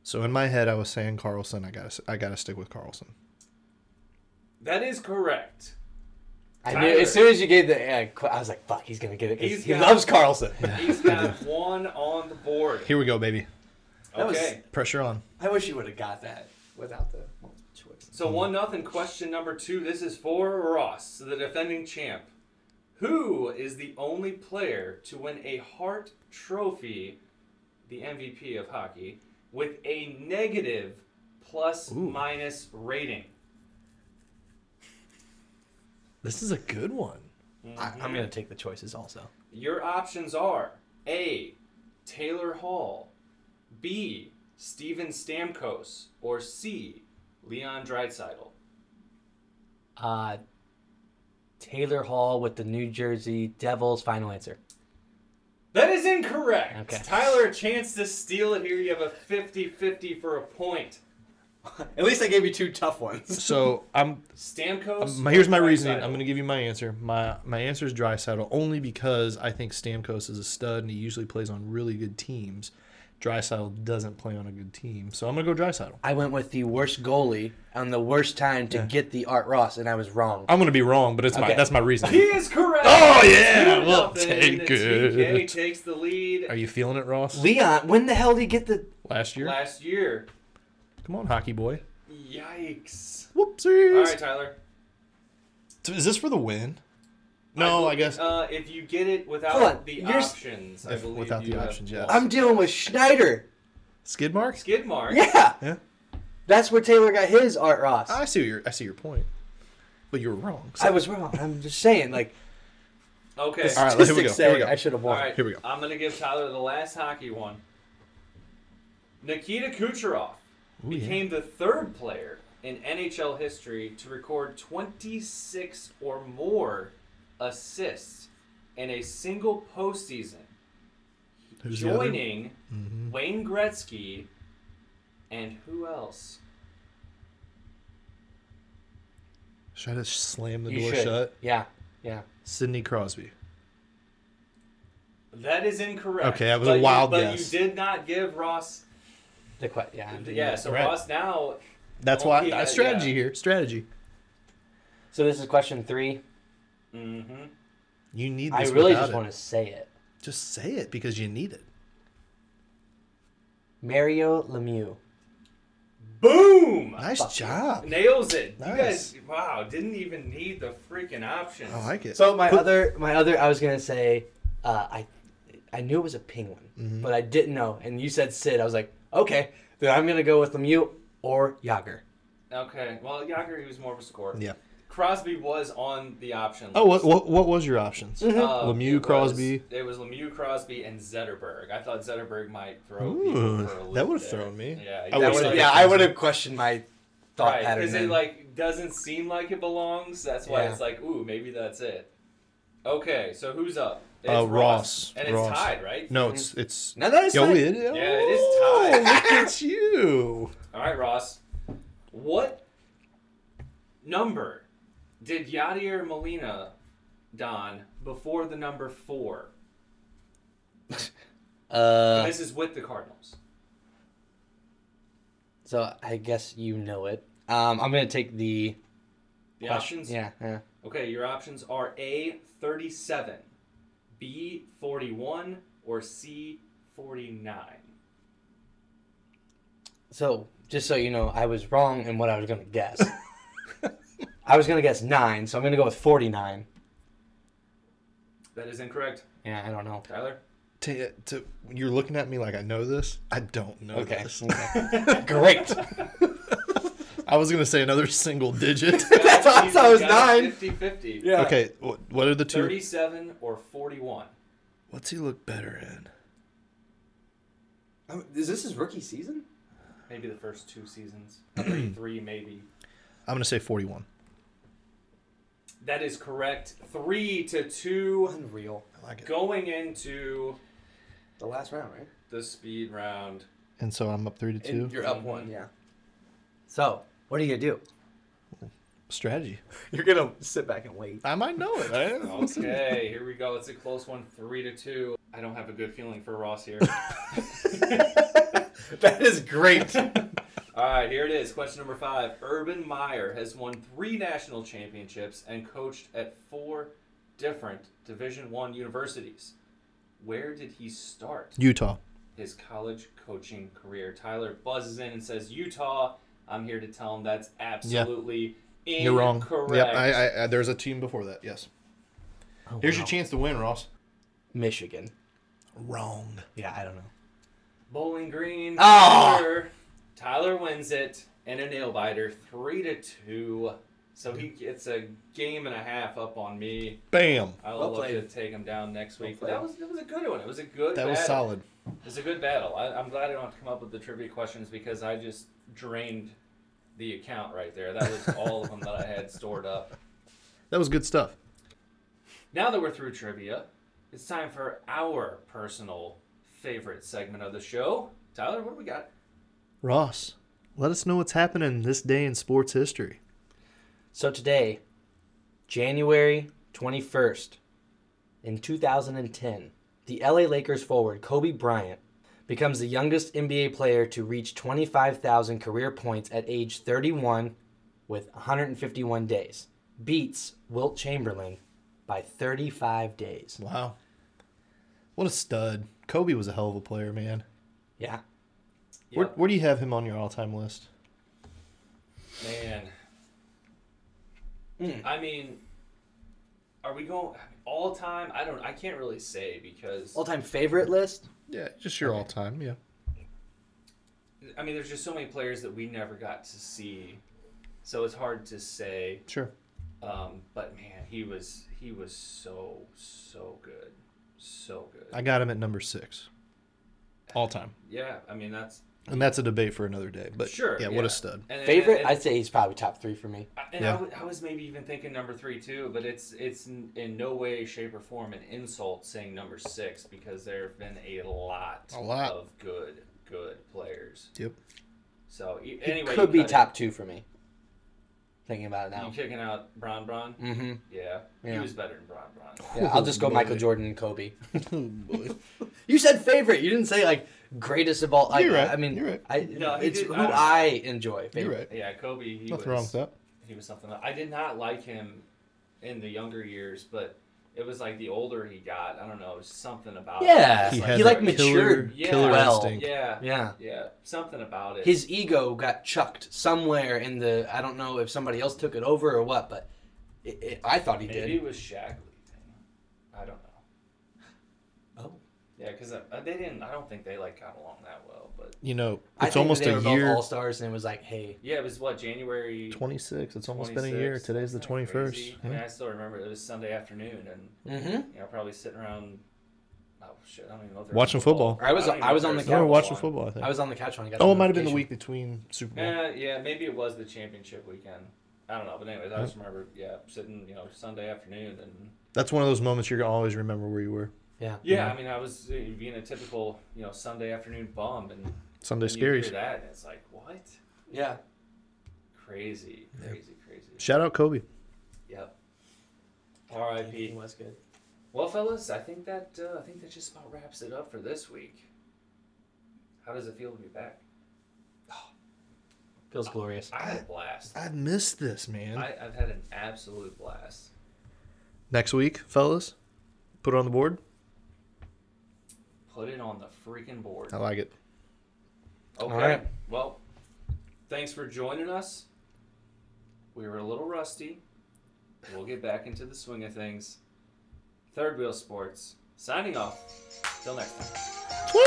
[SPEAKER 2] So in my head, I was saying Carlson. I gotta s- I gotta stick with Carlson.
[SPEAKER 1] That is
[SPEAKER 2] (laughs)
[SPEAKER 1] correct.
[SPEAKER 3] I
[SPEAKER 1] Tyler.
[SPEAKER 3] knew as soon as you gave the, uh, qu- I was like, "Fuck, he's gonna get it." 'cause
[SPEAKER 1] He's
[SPEAKER 3] he
[SPEAKER 1] got-
[SPEAKER 3] loves Carlson.
[SPEAKER 1] He's got one on the board.
[SPEAKER 2] Here we go, baby.
[SPEAKER 3] That was-
[SPEAKER 1] Okay,
[SPEAKER 2] Pressure (laughs) on.
[SPEAKER 3] (laughs) I wish you would have got that without the multiple choice.
[SPEAKER 1] so one nothing. Question number two. This is for Ross, the defending champ. Who is the only player to win a Hart Trophy, the MVP of hockey, with a negative plus
[SPEAKER 2] Ooh.
[SPEAKER 1] minus rating?
[SPEAKER 2] This is a good one.
[SPEAKER 3] I, I'm gonna take the choices also.
[SPEAKER 1] Your options are A. Taylor Hall, B. Steven Stamkos, or C. Leon Dreisaitl.
[SPEAKER 3] Uh, Taylor Hall with the New Jersey Devils. Final answer.
[SPEAKER 1] That is incorrect.
[SPEAKER 3] Okay.
[SPEAKER 1] Tyler, a chance to steal it here. You have a 50-50 for a point.
[SPEAKER 3] (laughs) At least I gave you two tough ones.
[SPEAKER 2] So I'm
[SPEAKER 1] Stamkos.
[SPEAKER 2] Um, my, here's my
[SPEAKER 1] or
[SPEAKER 2] reasoning.
[SPEAKER 1] Dreisaitl?
[SPEAKER 2] I'm going to give you my answer. My my answer is Drysaddle only because I think Stamkos is a stud and he usually plays on really good teams. Drysaddle doesn't play on a good team, so I'm going to go Drysaddle.
[SPEAKER 3] I went with the worst goalie on the worst time to get the Art Ross, and I was wrong.
[SPEAKER 2] I'm going to be wrong, but it's my
[SPEAKER 3] Okay.
[SPEAKER 2] that's my
[SPEAKER 1] He (laughs)
[SPEAKER 2] reasoning.
[SPEAKER 1] is correct.
[SPEAKER 2] Oh, yeah,
[SPEAKER 1] Two
[SPEAKER 2] we'll
[SPEAKER 1] nothing.
[SPEAKER 2] take
[SPEAKER 1] TK
[SPEAKER 2] it.
[SPEAKER 1] takes the lead
[SPEAKER 2] Are you feeling it, Ross?
[SPEAKER 3] Leon, when the hell did he get the?
[SPEAKER 2] Last year,
[SPEAKER 1] last year.
[SPEAKER 2] come on, hockey boy.
[SPEAKER 1] Yikes.
[SPEAKER 2] Whoopsies.
[SPEAKER 1] All right, Tyler.
[SPEAKER 2] So is this for the win? No, I, guess
[SPEAKER 1] Uh, if you get it
[SPEAKER 3] Hold on,
[SPEAKER 1] without the
[SPEAKER 3] you're s-
[SPEAKER 1] options, I
[SPEAKER 2] If-
[SPEAKER 1] believe
[SPEAKER 2] without
[SPEAKER 1] you
[SPEAKER 2] the
[SPEAKER 1] have
[SPEAKER 2] options,
[SPEAKER 1] plus.
[SPEAKER 2] yes.
[SPEAKER 3] I'm dealing with Schneider.
[SPEAKER 2] skid marks.
[SPEAKER 1] skid mark.
[SPEAKER 3] Yeah,
[SPEAKER 2] Yeah,
[SPEAKER 3] that's where Taylor got his Art Ross.
[SPEAKER 2] I see your I see your point, but you were wrong. So.
[SPEAKER 3] I was wrong. I'm just saying, like,
[SPEAKER 1] Okay.
[SPEAKER 2] (laughs)
[SPEAKER 3] the
[SPEAKER 2] All right, here we go,
[SPEAKER 3] statistics
[SPEAKER 2] here we
[SPEAKER 3] say
[SPEAKER 2] go.
[SPEAKER 3] I should have
[SPEAKER 1] All
[SPEAKER 3] won.
[SPEAKER 1] right,
[SPEAKER 2] Here we go.
[SPEAKER 1] I'm gonna give Tyler the last hockey one. Nikita Kucherov
[SPEAKER 2] Ooh, yeah.
[SPEAKER 1] became the third player in NHL history to record 26 or more assists in a single postseason,
[SPEAKER 2] Who's the other? Mm-hmm.
[SPEAKER 1] joining Wayne Gretzky and who else?
[SPEAKER 2] Should I just slam the
[SPEAKER 3] You
[SPEAKER 2] door
[SPEAKER 3] should.
[SPEAKER 2] shut?
[SPEAKER 3] Yeah, yeah.
[SPEAKER 2] Sidney Crosby.
[SPEAKER 1] That is incorrect.
[SPEAKER 2] Okay, that was a
[SPEAKER 1] But you-
[SPEAKER 2] wild
[SPEAKER 1] but
[SPEAKER 2] guess.
[SPEAKER 1] you did not give Ross.
[SPEAKER 3] The que- yeah. I'm-
[SPEAKER 1] Yeah, so
[SPEAKER 2] Right.
[SPEAKER 1] Ross now.
[SPEAKER 2] That's
[SPEAKER 1] Well,
[SPEAKER 3] Oh,
[SPEAKER 2] why
[SPEAKER 1] yeah,
[SPEAKER 2] uh, strategy
[SPEAKER 1] yeah.
[SPEAKER 2] here. Strategy.
[SPEAKER 3] So this is question three.
[SPEAKER 1] hmm
[SPEAKER 2] You need
[SPEAKER 3] I
[SPEAKER 2] this.
[SPEAKER 3] really
[SPEAKER 2] without
[SPEAKER 3] just
[SPEAKER 2] it.
[SPEAKER 3] want to say it.
[SPEAKER 2] Just say it because you need it.
[SPEAKER 3] Mario Lemieux.
[SPEAKER 1] Boom!
[SPEAKER 2] Nice
[SPEAKER 3] Fuck.
[SPEAKER 2] job.
[SPEAKER 1] Nails it. You
[SPEAKER 2] Nice.
[SPEAKER 1] guys, wow, didn't even need the freaking options.
[SPEAKER 2] I like it.
[SPEAKER 3] So my
[SPEAKER 2] Put-
[SPEAKER 3] other, my other, I was gonna say, uh, I, I knew it was a penguin,
[SPEAKER 2] Mm-hmm.
[SPEAKER 3] but I didn't know. And you said Sid. I was like, okay, then I'm gonna go with Lemieux or Yager.
[SPEAKER 1] Okay, well, Yager, he was more of a scorer.
[SPEAKER 2] Yeah.
[SPEAKER 1] Crosby was on the option.
[SPEAKER 2] Oh, what
[SPEAKER 1] list.
[SPEAKER 2] what, what was your options?
[SPEAKER 3] Mm-hmm.
[SPEAKER 1] Uh,
[SPEAKER 2] Lemieux,
[SPEAKER 1] it was-
[SPEAKER 2] Crosby.
[SPEAKER 1] It was Lemieux, Crosby, and Zetterberg. I thought Zetterberg might throw.
[SPEAKER 2] Ooh,
[SPEAKER 1] people for a
[SPEAKER 2] that
[SPEAKER 1] loop
[SPEAKER 2] would have
[SPEAKER 1] there.
[SPEAKER 2] thrown me.
[SPEAKER 1] Yeah,
[SPEAKER 2] I
[SPEAKER 1] that
[SPEAKER 2] wish
[SPEAKER 1] would've-
[SPEAKER 2] that-
[SPEAKER 1] yeah,
[SPEAKER 2] I would've
[SPEAKER 3] have questioned my
[SPEAKER 1] right, because it like doesn't seem like it belongs. That's why
[SPEAKER 3] Yeah.
[SPEAKER 1] it's like, ooh, maybe that's it. Okay, so who's up? It's
[SPEAKER 2] Uh, Ross.
[SPEAKER 1] and it's
[SPEAKER 2] Ross.
[SPEAKER 1] tied, right?
[SPEAKER 2] No, it's it's.
[SPEAKER 3] no, that is
[SPEAKER 2] Yo,
[SPEAKER 3] not-
[SPEAKER 2] it,
[SPEAKER 1] Yeah, it is
[SPEAKER 2] oh,
[SPEAKER 1] tied.
[SPEAKER 2] Look at you.
[SPEAKER 1] All right, Ross. What number did Yadier Molina don before the number four?
[SPEAKER 3] Uh,
[SPEAKER 1] this is with the Cardinals.
[SPEAKER 3] so I guess you know it. Um, I'm gonna take the
[SPEAKER 1] The
[SPEAKER 3] question-
[SPEAKER 1] options?
[SPEAKER 3] Yeah, yeah.
[SPEAKER 1] Okay, your options are A, 37, B, 41, or C, 49.
[SPEAKER 3] So just so you know, I was wrong in what I was gonna (laughs) guess. I was gonna guess nine, so I'm gonna go with forty-nine.
[SPEAKER 1] That is incorrect.
[SPEAKER 3] Yeah, I don't know.
[SPEAKER 1] Tyler?
[SPEAKER 2] To, to, you're looking at me like I know this. I don't know
[SPEAKER 3] Okay.
[SPEAKER 2] this.
[SPEAKER 3] okay. (laughs) Great.
[SPEAKER 2] (laughs) I was gonna say another single
[SPEAKER 3] (laughs)
[SPEAKER 2] digit.
[SPEAKER 3] That's what (laughs) I thought it was nine.
[SPEAKER 1] 50 50.
[SPEAKER 3] Yeah.
[SPEAKER 2] okay, wh- what are the two?
[SPEAKER 1] 37 or 41.
[SPEAKER 2] What's he look better in?
[SPEAKER 3] Is this his rookie season?
[SPEAKER 1] Maybe the first two
[SPEAKER 3] (clears throat)
[SPEAKER 1] seasons. Three, maybe.
[SPEAKER 2] I'm gonna say 41.
[SPEAKER 1] That is correct. Three to two
[SPEAKER 3] Unreal.
[SPEAKER 2] I like it.
[SPEAKER 1] going into
[SPEAKER 3] The last round, right?
[SPEAKER 1] the speed round.
[SPEAKER 2] And so I'm up three to two.
[SPEAKER 1] you're up one.
[SPEAKER 3] Yeah. So, what are you gonna do?
[SPEAKER 2] Strategy.
[SPEAKER 3] (laughs) You're gonna sit back and wait. (laughs)
[SPEAKER 2] I might know it. I don't
[SPEAKER 3] Oh,
[SPEAKER 2] know. (laughs)
[SPEAKER 1] Okay, here we go. It's a close one, three to two. I don't have a good feeling for Ross
[SPEAKER 2] (laughs)
[SPEAKER 1] here.
[SPEAKER 3] That is (laughs) great.
[SPEAKER 1] All right, here it is. Question number five. Urban Meyer has won three national championships and coached at four different Division One universities. Where did he start
[SPEAKER 2] Utah.
[SPEAKER 1] his college coaching career? Tyler buzzes in and says Utah. I'm here to tell him that's absolutely
[SPEAKER 2] You're wrong.
[SPEAKER 1] incorrect.
[SPEAKER 2] Yeah, I, I, I, there's a team before that. Yes. Here's your chance to win, Ross.
[SPEAKER 3] Michigan.
[SPEAKER 2] Wrong.
[SPEAKER 3] Yeah, I don't know.
[SPEAKER 1] Bowling Green.
[SPEAKER 3] Ah!
[SPEAKER 1] Tyler, Tyler wins it and a nail biter, three to two. So he gets a game and a half up on me.
[SPEAKER 2] Bam.
[SPEAKER 1] I'll
[SPEAKER 3] Well
[SPEAKER 1] look to
[SPEAKER 3] played.
[SPEAKER 1] take him down next week.
[SPEAKER 3] Well
[SPEAKER 1] that was that was a good one. It was a good.
[SPEAKER 2] That was
[SPEAKER 1] battle.
[SPEAKER 2] solid.
[SPEAKER 1] It was a good battle. I, I'm glad I don't have to come up with the trivia questions because I just drained the account right there. That
[SPEAKER 2] (laughs)
[SPEAKER 1] was all of them that I had stored up.
[SPEAKER 2] That was good stuff.
[SPEAKER 1] Now that we're through trivia, it's time for our personal favorite segment of the show. Tyler, what do we got?
[SPEAKER 2] Ross, let us know what's happening this day in sports history.
[SPEAKER 3] So today, January 21st, in 2010, the LA Lakers forward Kobe Bryant becomes the youngest NBA player to reach 25,000 career points at age 31 with 151 days. Beats Wilt Chamberlain by 35 days.
[SPEAKER 2] Wow. What a stud. Kobe was a hell of a player, man.
[SPEAKER 3] Yeah.
[SPEAKER 2] Where,
[SPEAKER 1] Yeah,
[SPEAKER 2] where do you have him on your all time list?
[SPEAKER 1] man.
[SPEAKER 3] Hmm.
[SPEAKER 1] I mean, are we going all time? I don't. I can't really say because
[SPEAKER 3] All time favorite list?
[SPEAKER 2] Yeah, just your all time, yeah.
[SPEAKER 1] I mean, there's just so many players that we never got to see, so it's hard to say.
[SPEAKER 2] Sure.
[SPEAKER 1] Um, but man, he was he was so so good, so good.
[SPEAKER 2] I got him at number six. All time.
[SPEAKER 1] yeah, I mean that's
[SPEAKER 2] And that's a debate for another day. But
[SPEAKER 1] sure.
[SPEAKER 2] yeah, what a stud.
[SPEAKER 1] And- and-
[SPEAKER 3] Favorite?
[SPEAKER 1] and-
[SPEAKER 3] I'd say he's probably top three for me.
[SPEAKER 1] I- And I
[SPEAKER 2] Yeah.
[SPEAKER 1] w- I was maybe even thinking number three too, but it's it's n- in no way, shape, or form an insult saying number six because there have been a lot,
[SPEAKER 2] A lot.
[SPEAKER 1] of good good players.
[SPEAKER 2] Yep. (laughs)
[SPEAKER 1] So e-
[SPEAKER 3] He
[SPEAKER 1] anyway,
[SPEAKER 3] could
[SPEAKER 1] you
[SPEAKER 3] be
[SPEAKER 1] cut it.
[SPEAKER 3] top two for me. Thinking about it
[SPEAKER 1] You
[SPEAKER 2] (laughs)
[SPEAKER 3] now.
[SPEAKER 1] kicking out Bron Bron?
[SPEAKER 3] Mm-hmm.
[SPEAKER 1] Yeah. he
[SPEAKER 3] Yeah.
[SPEAKER 1] was better than Bron Bron.
[SPEAKER 3] Yeah, I'll just go
[SPEAKER 2] Boy.
[SPEAKER 3] Michael Jordan and Kobe.
[SPEAKER 2] Oh, boy.
[SPEAKER 3] You said favorite. You didn't say like greatest of all. Like,
[SPEAKER 2] You're right.
[SPEAKER 3] I mean,
[SPEAKER 2] You're right.
[SPEAKER 3] I,
[SPEAKER 1] No, he
[SPEAKER 3] it's
[SPEAKER 1] did-
[SPEAKER 3] who
[SPEAKER 1] I don't know.
[SPEAKER 3] I, enjoy.
[SPEAKER 2] You're
[SPEAKER 3] favorite.
[SPEAKER 2] right.
[SPEAKER 1] Yeah, Kobe. He
[SPEAKER 2] Nothing
[SPEAKER 1] was,
[SPEAKER 2] wrong with that.
[SPEAKER 1] He was something. Else. I did not like him in the younger years, but it was like the older he got. I don't know, it was something about.
[SPEAKER 3] Yeah.
[SPEAKER 1] It.
[SPEAKER 2] He
[SPEAKER 1] It's
[SPEAKER 3] He,
[SPEAKER 2] had
[SPEAKER 1] like-
[SPEAKER 3] like
[SPEAKER 2] that
[SPEAKER 3] matured
[SPEAKER 1] killer-
[SPEAKER 3] killer
[SPEAKER 1] killer
[SPEAKER 3] well.
[SPEAKER 2] instinct.
[SPEAKER 1] yeah, yeah,
[SPEAKER 3] Yeah.
[SPEAKER 1] yeah, something about it.
[SPEAKER 3] His ego got chucked somewhere in the. I don't know if somebody else took it over or what, but it, it, I thought he
[SPEAKER 1] Maybe it
[SPEAKER 3] did.
[SPEAKER 1] was Shaq leaving. I don't know.
[SPEAKER 2] (laughs)
[SPEAKER 3] Oh.
[SPEAKER 1] Yeah, because they didn't. I don't think they like got along that well. But
[SPEAKER 2] You know,
[SPEAKER 3] I
[SPEAKER 2] it's almost a year.
[SPEAKER 3] All stars, and it was like, hey,
[SPEAKER 1] yeah, it was what January.
[SPEAKER 2] 26. It's almost been a year.
[SPEAKER 1] 26th?
[SPEAKER 2] Today's the
[SPEAKER 1] Isn't that
[SPEAKER 2] 21st.
[SPEAKER 1] crazy? I
[SPEAKER 2] Yeah.
[SPEAKER 1] mean, I still remember it was Sunday afternoon, and
[SPEAKER 3] mm-hmm.
[SPEAKER 1] you know, probably sitting around. Oh shit! I don't even know. If there was
[SPEAKER 2] Watching football.
[SPEAKER 3] I was-
[SPEAKER 1] don't even
[SPEAKER 3] I
[SPEAKER 1] know
[SPEAKER 3] was
[SPEAKER 1] if
[SPEAKER 3] on
[SPEAKER 1] there
[SPEAKER 3] the
[SPEAKER 2] They were
[SPEAKER 3] couch.
[SPEAKER 2] watching football, I think.
[SPEAKER 3] I was on the couch when I got.
[SPEAKER 2] oh, it might have been the
[SPEAKER 3] notification.
[SPEAKER 2] week between Super Bowl.
[SPEAKER 1] Eh, yeah, maybe it was the championship weekend. I don't know, but anyways, I just remember, yeah, sitting, you know, Sunday afternoon, and
[SPEAKER 2] That's one of those moments you're gonna always remember where you were.
[SPEAKER 3] Yeah.
[SPEAKER 1] yeah, I mean, I was uh, being a typical, you know, Sunday afternoon bum, and
[SPEAKER 2] Sunday
[SPEAKER 1] and you hear
[SPEAKER 2] scaries.
[SPEAKER 1] that, and it's like, what?
[SPEAKER 3] Yeah.
[SPEAKER 1] Crazy, crazy, crazy.
[SPEAKER 2] Shout out Kobe.
[SPEAKER 1] Yep.
[SPEAKER 3] He
[SPEAKER 1] R.I.P.
[SPEAKER 3] was good.
[SPEAKER 1] Well, fellas, I think that uh, I think that just about wraps it up for this week. How does it feel to be back?
[SPEAKER 3] Feels glorious.
[SPEAKER 1] I had a blast.
[SPEAKER 2] I've missed this, man.
[SPEAKER 1] I, I've had an absolute blast.
[SPEAKER 2] Next week, fellas, put it on the board.
[SPEAKER 1] Put it on the freaking board.
[SPEAKER 2] I like it.
[SPEAKER 1] Okay.
[SPEAKER 3] right.
[SPEAKER 1] Well, thanks for joining us. We were a little rusty. We'll get back into the swing of things. Third Wheel Sports, signing off. Till next time.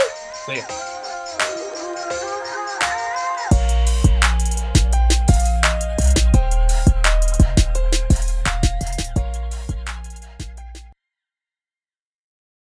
[SPEAKER 3] See ya.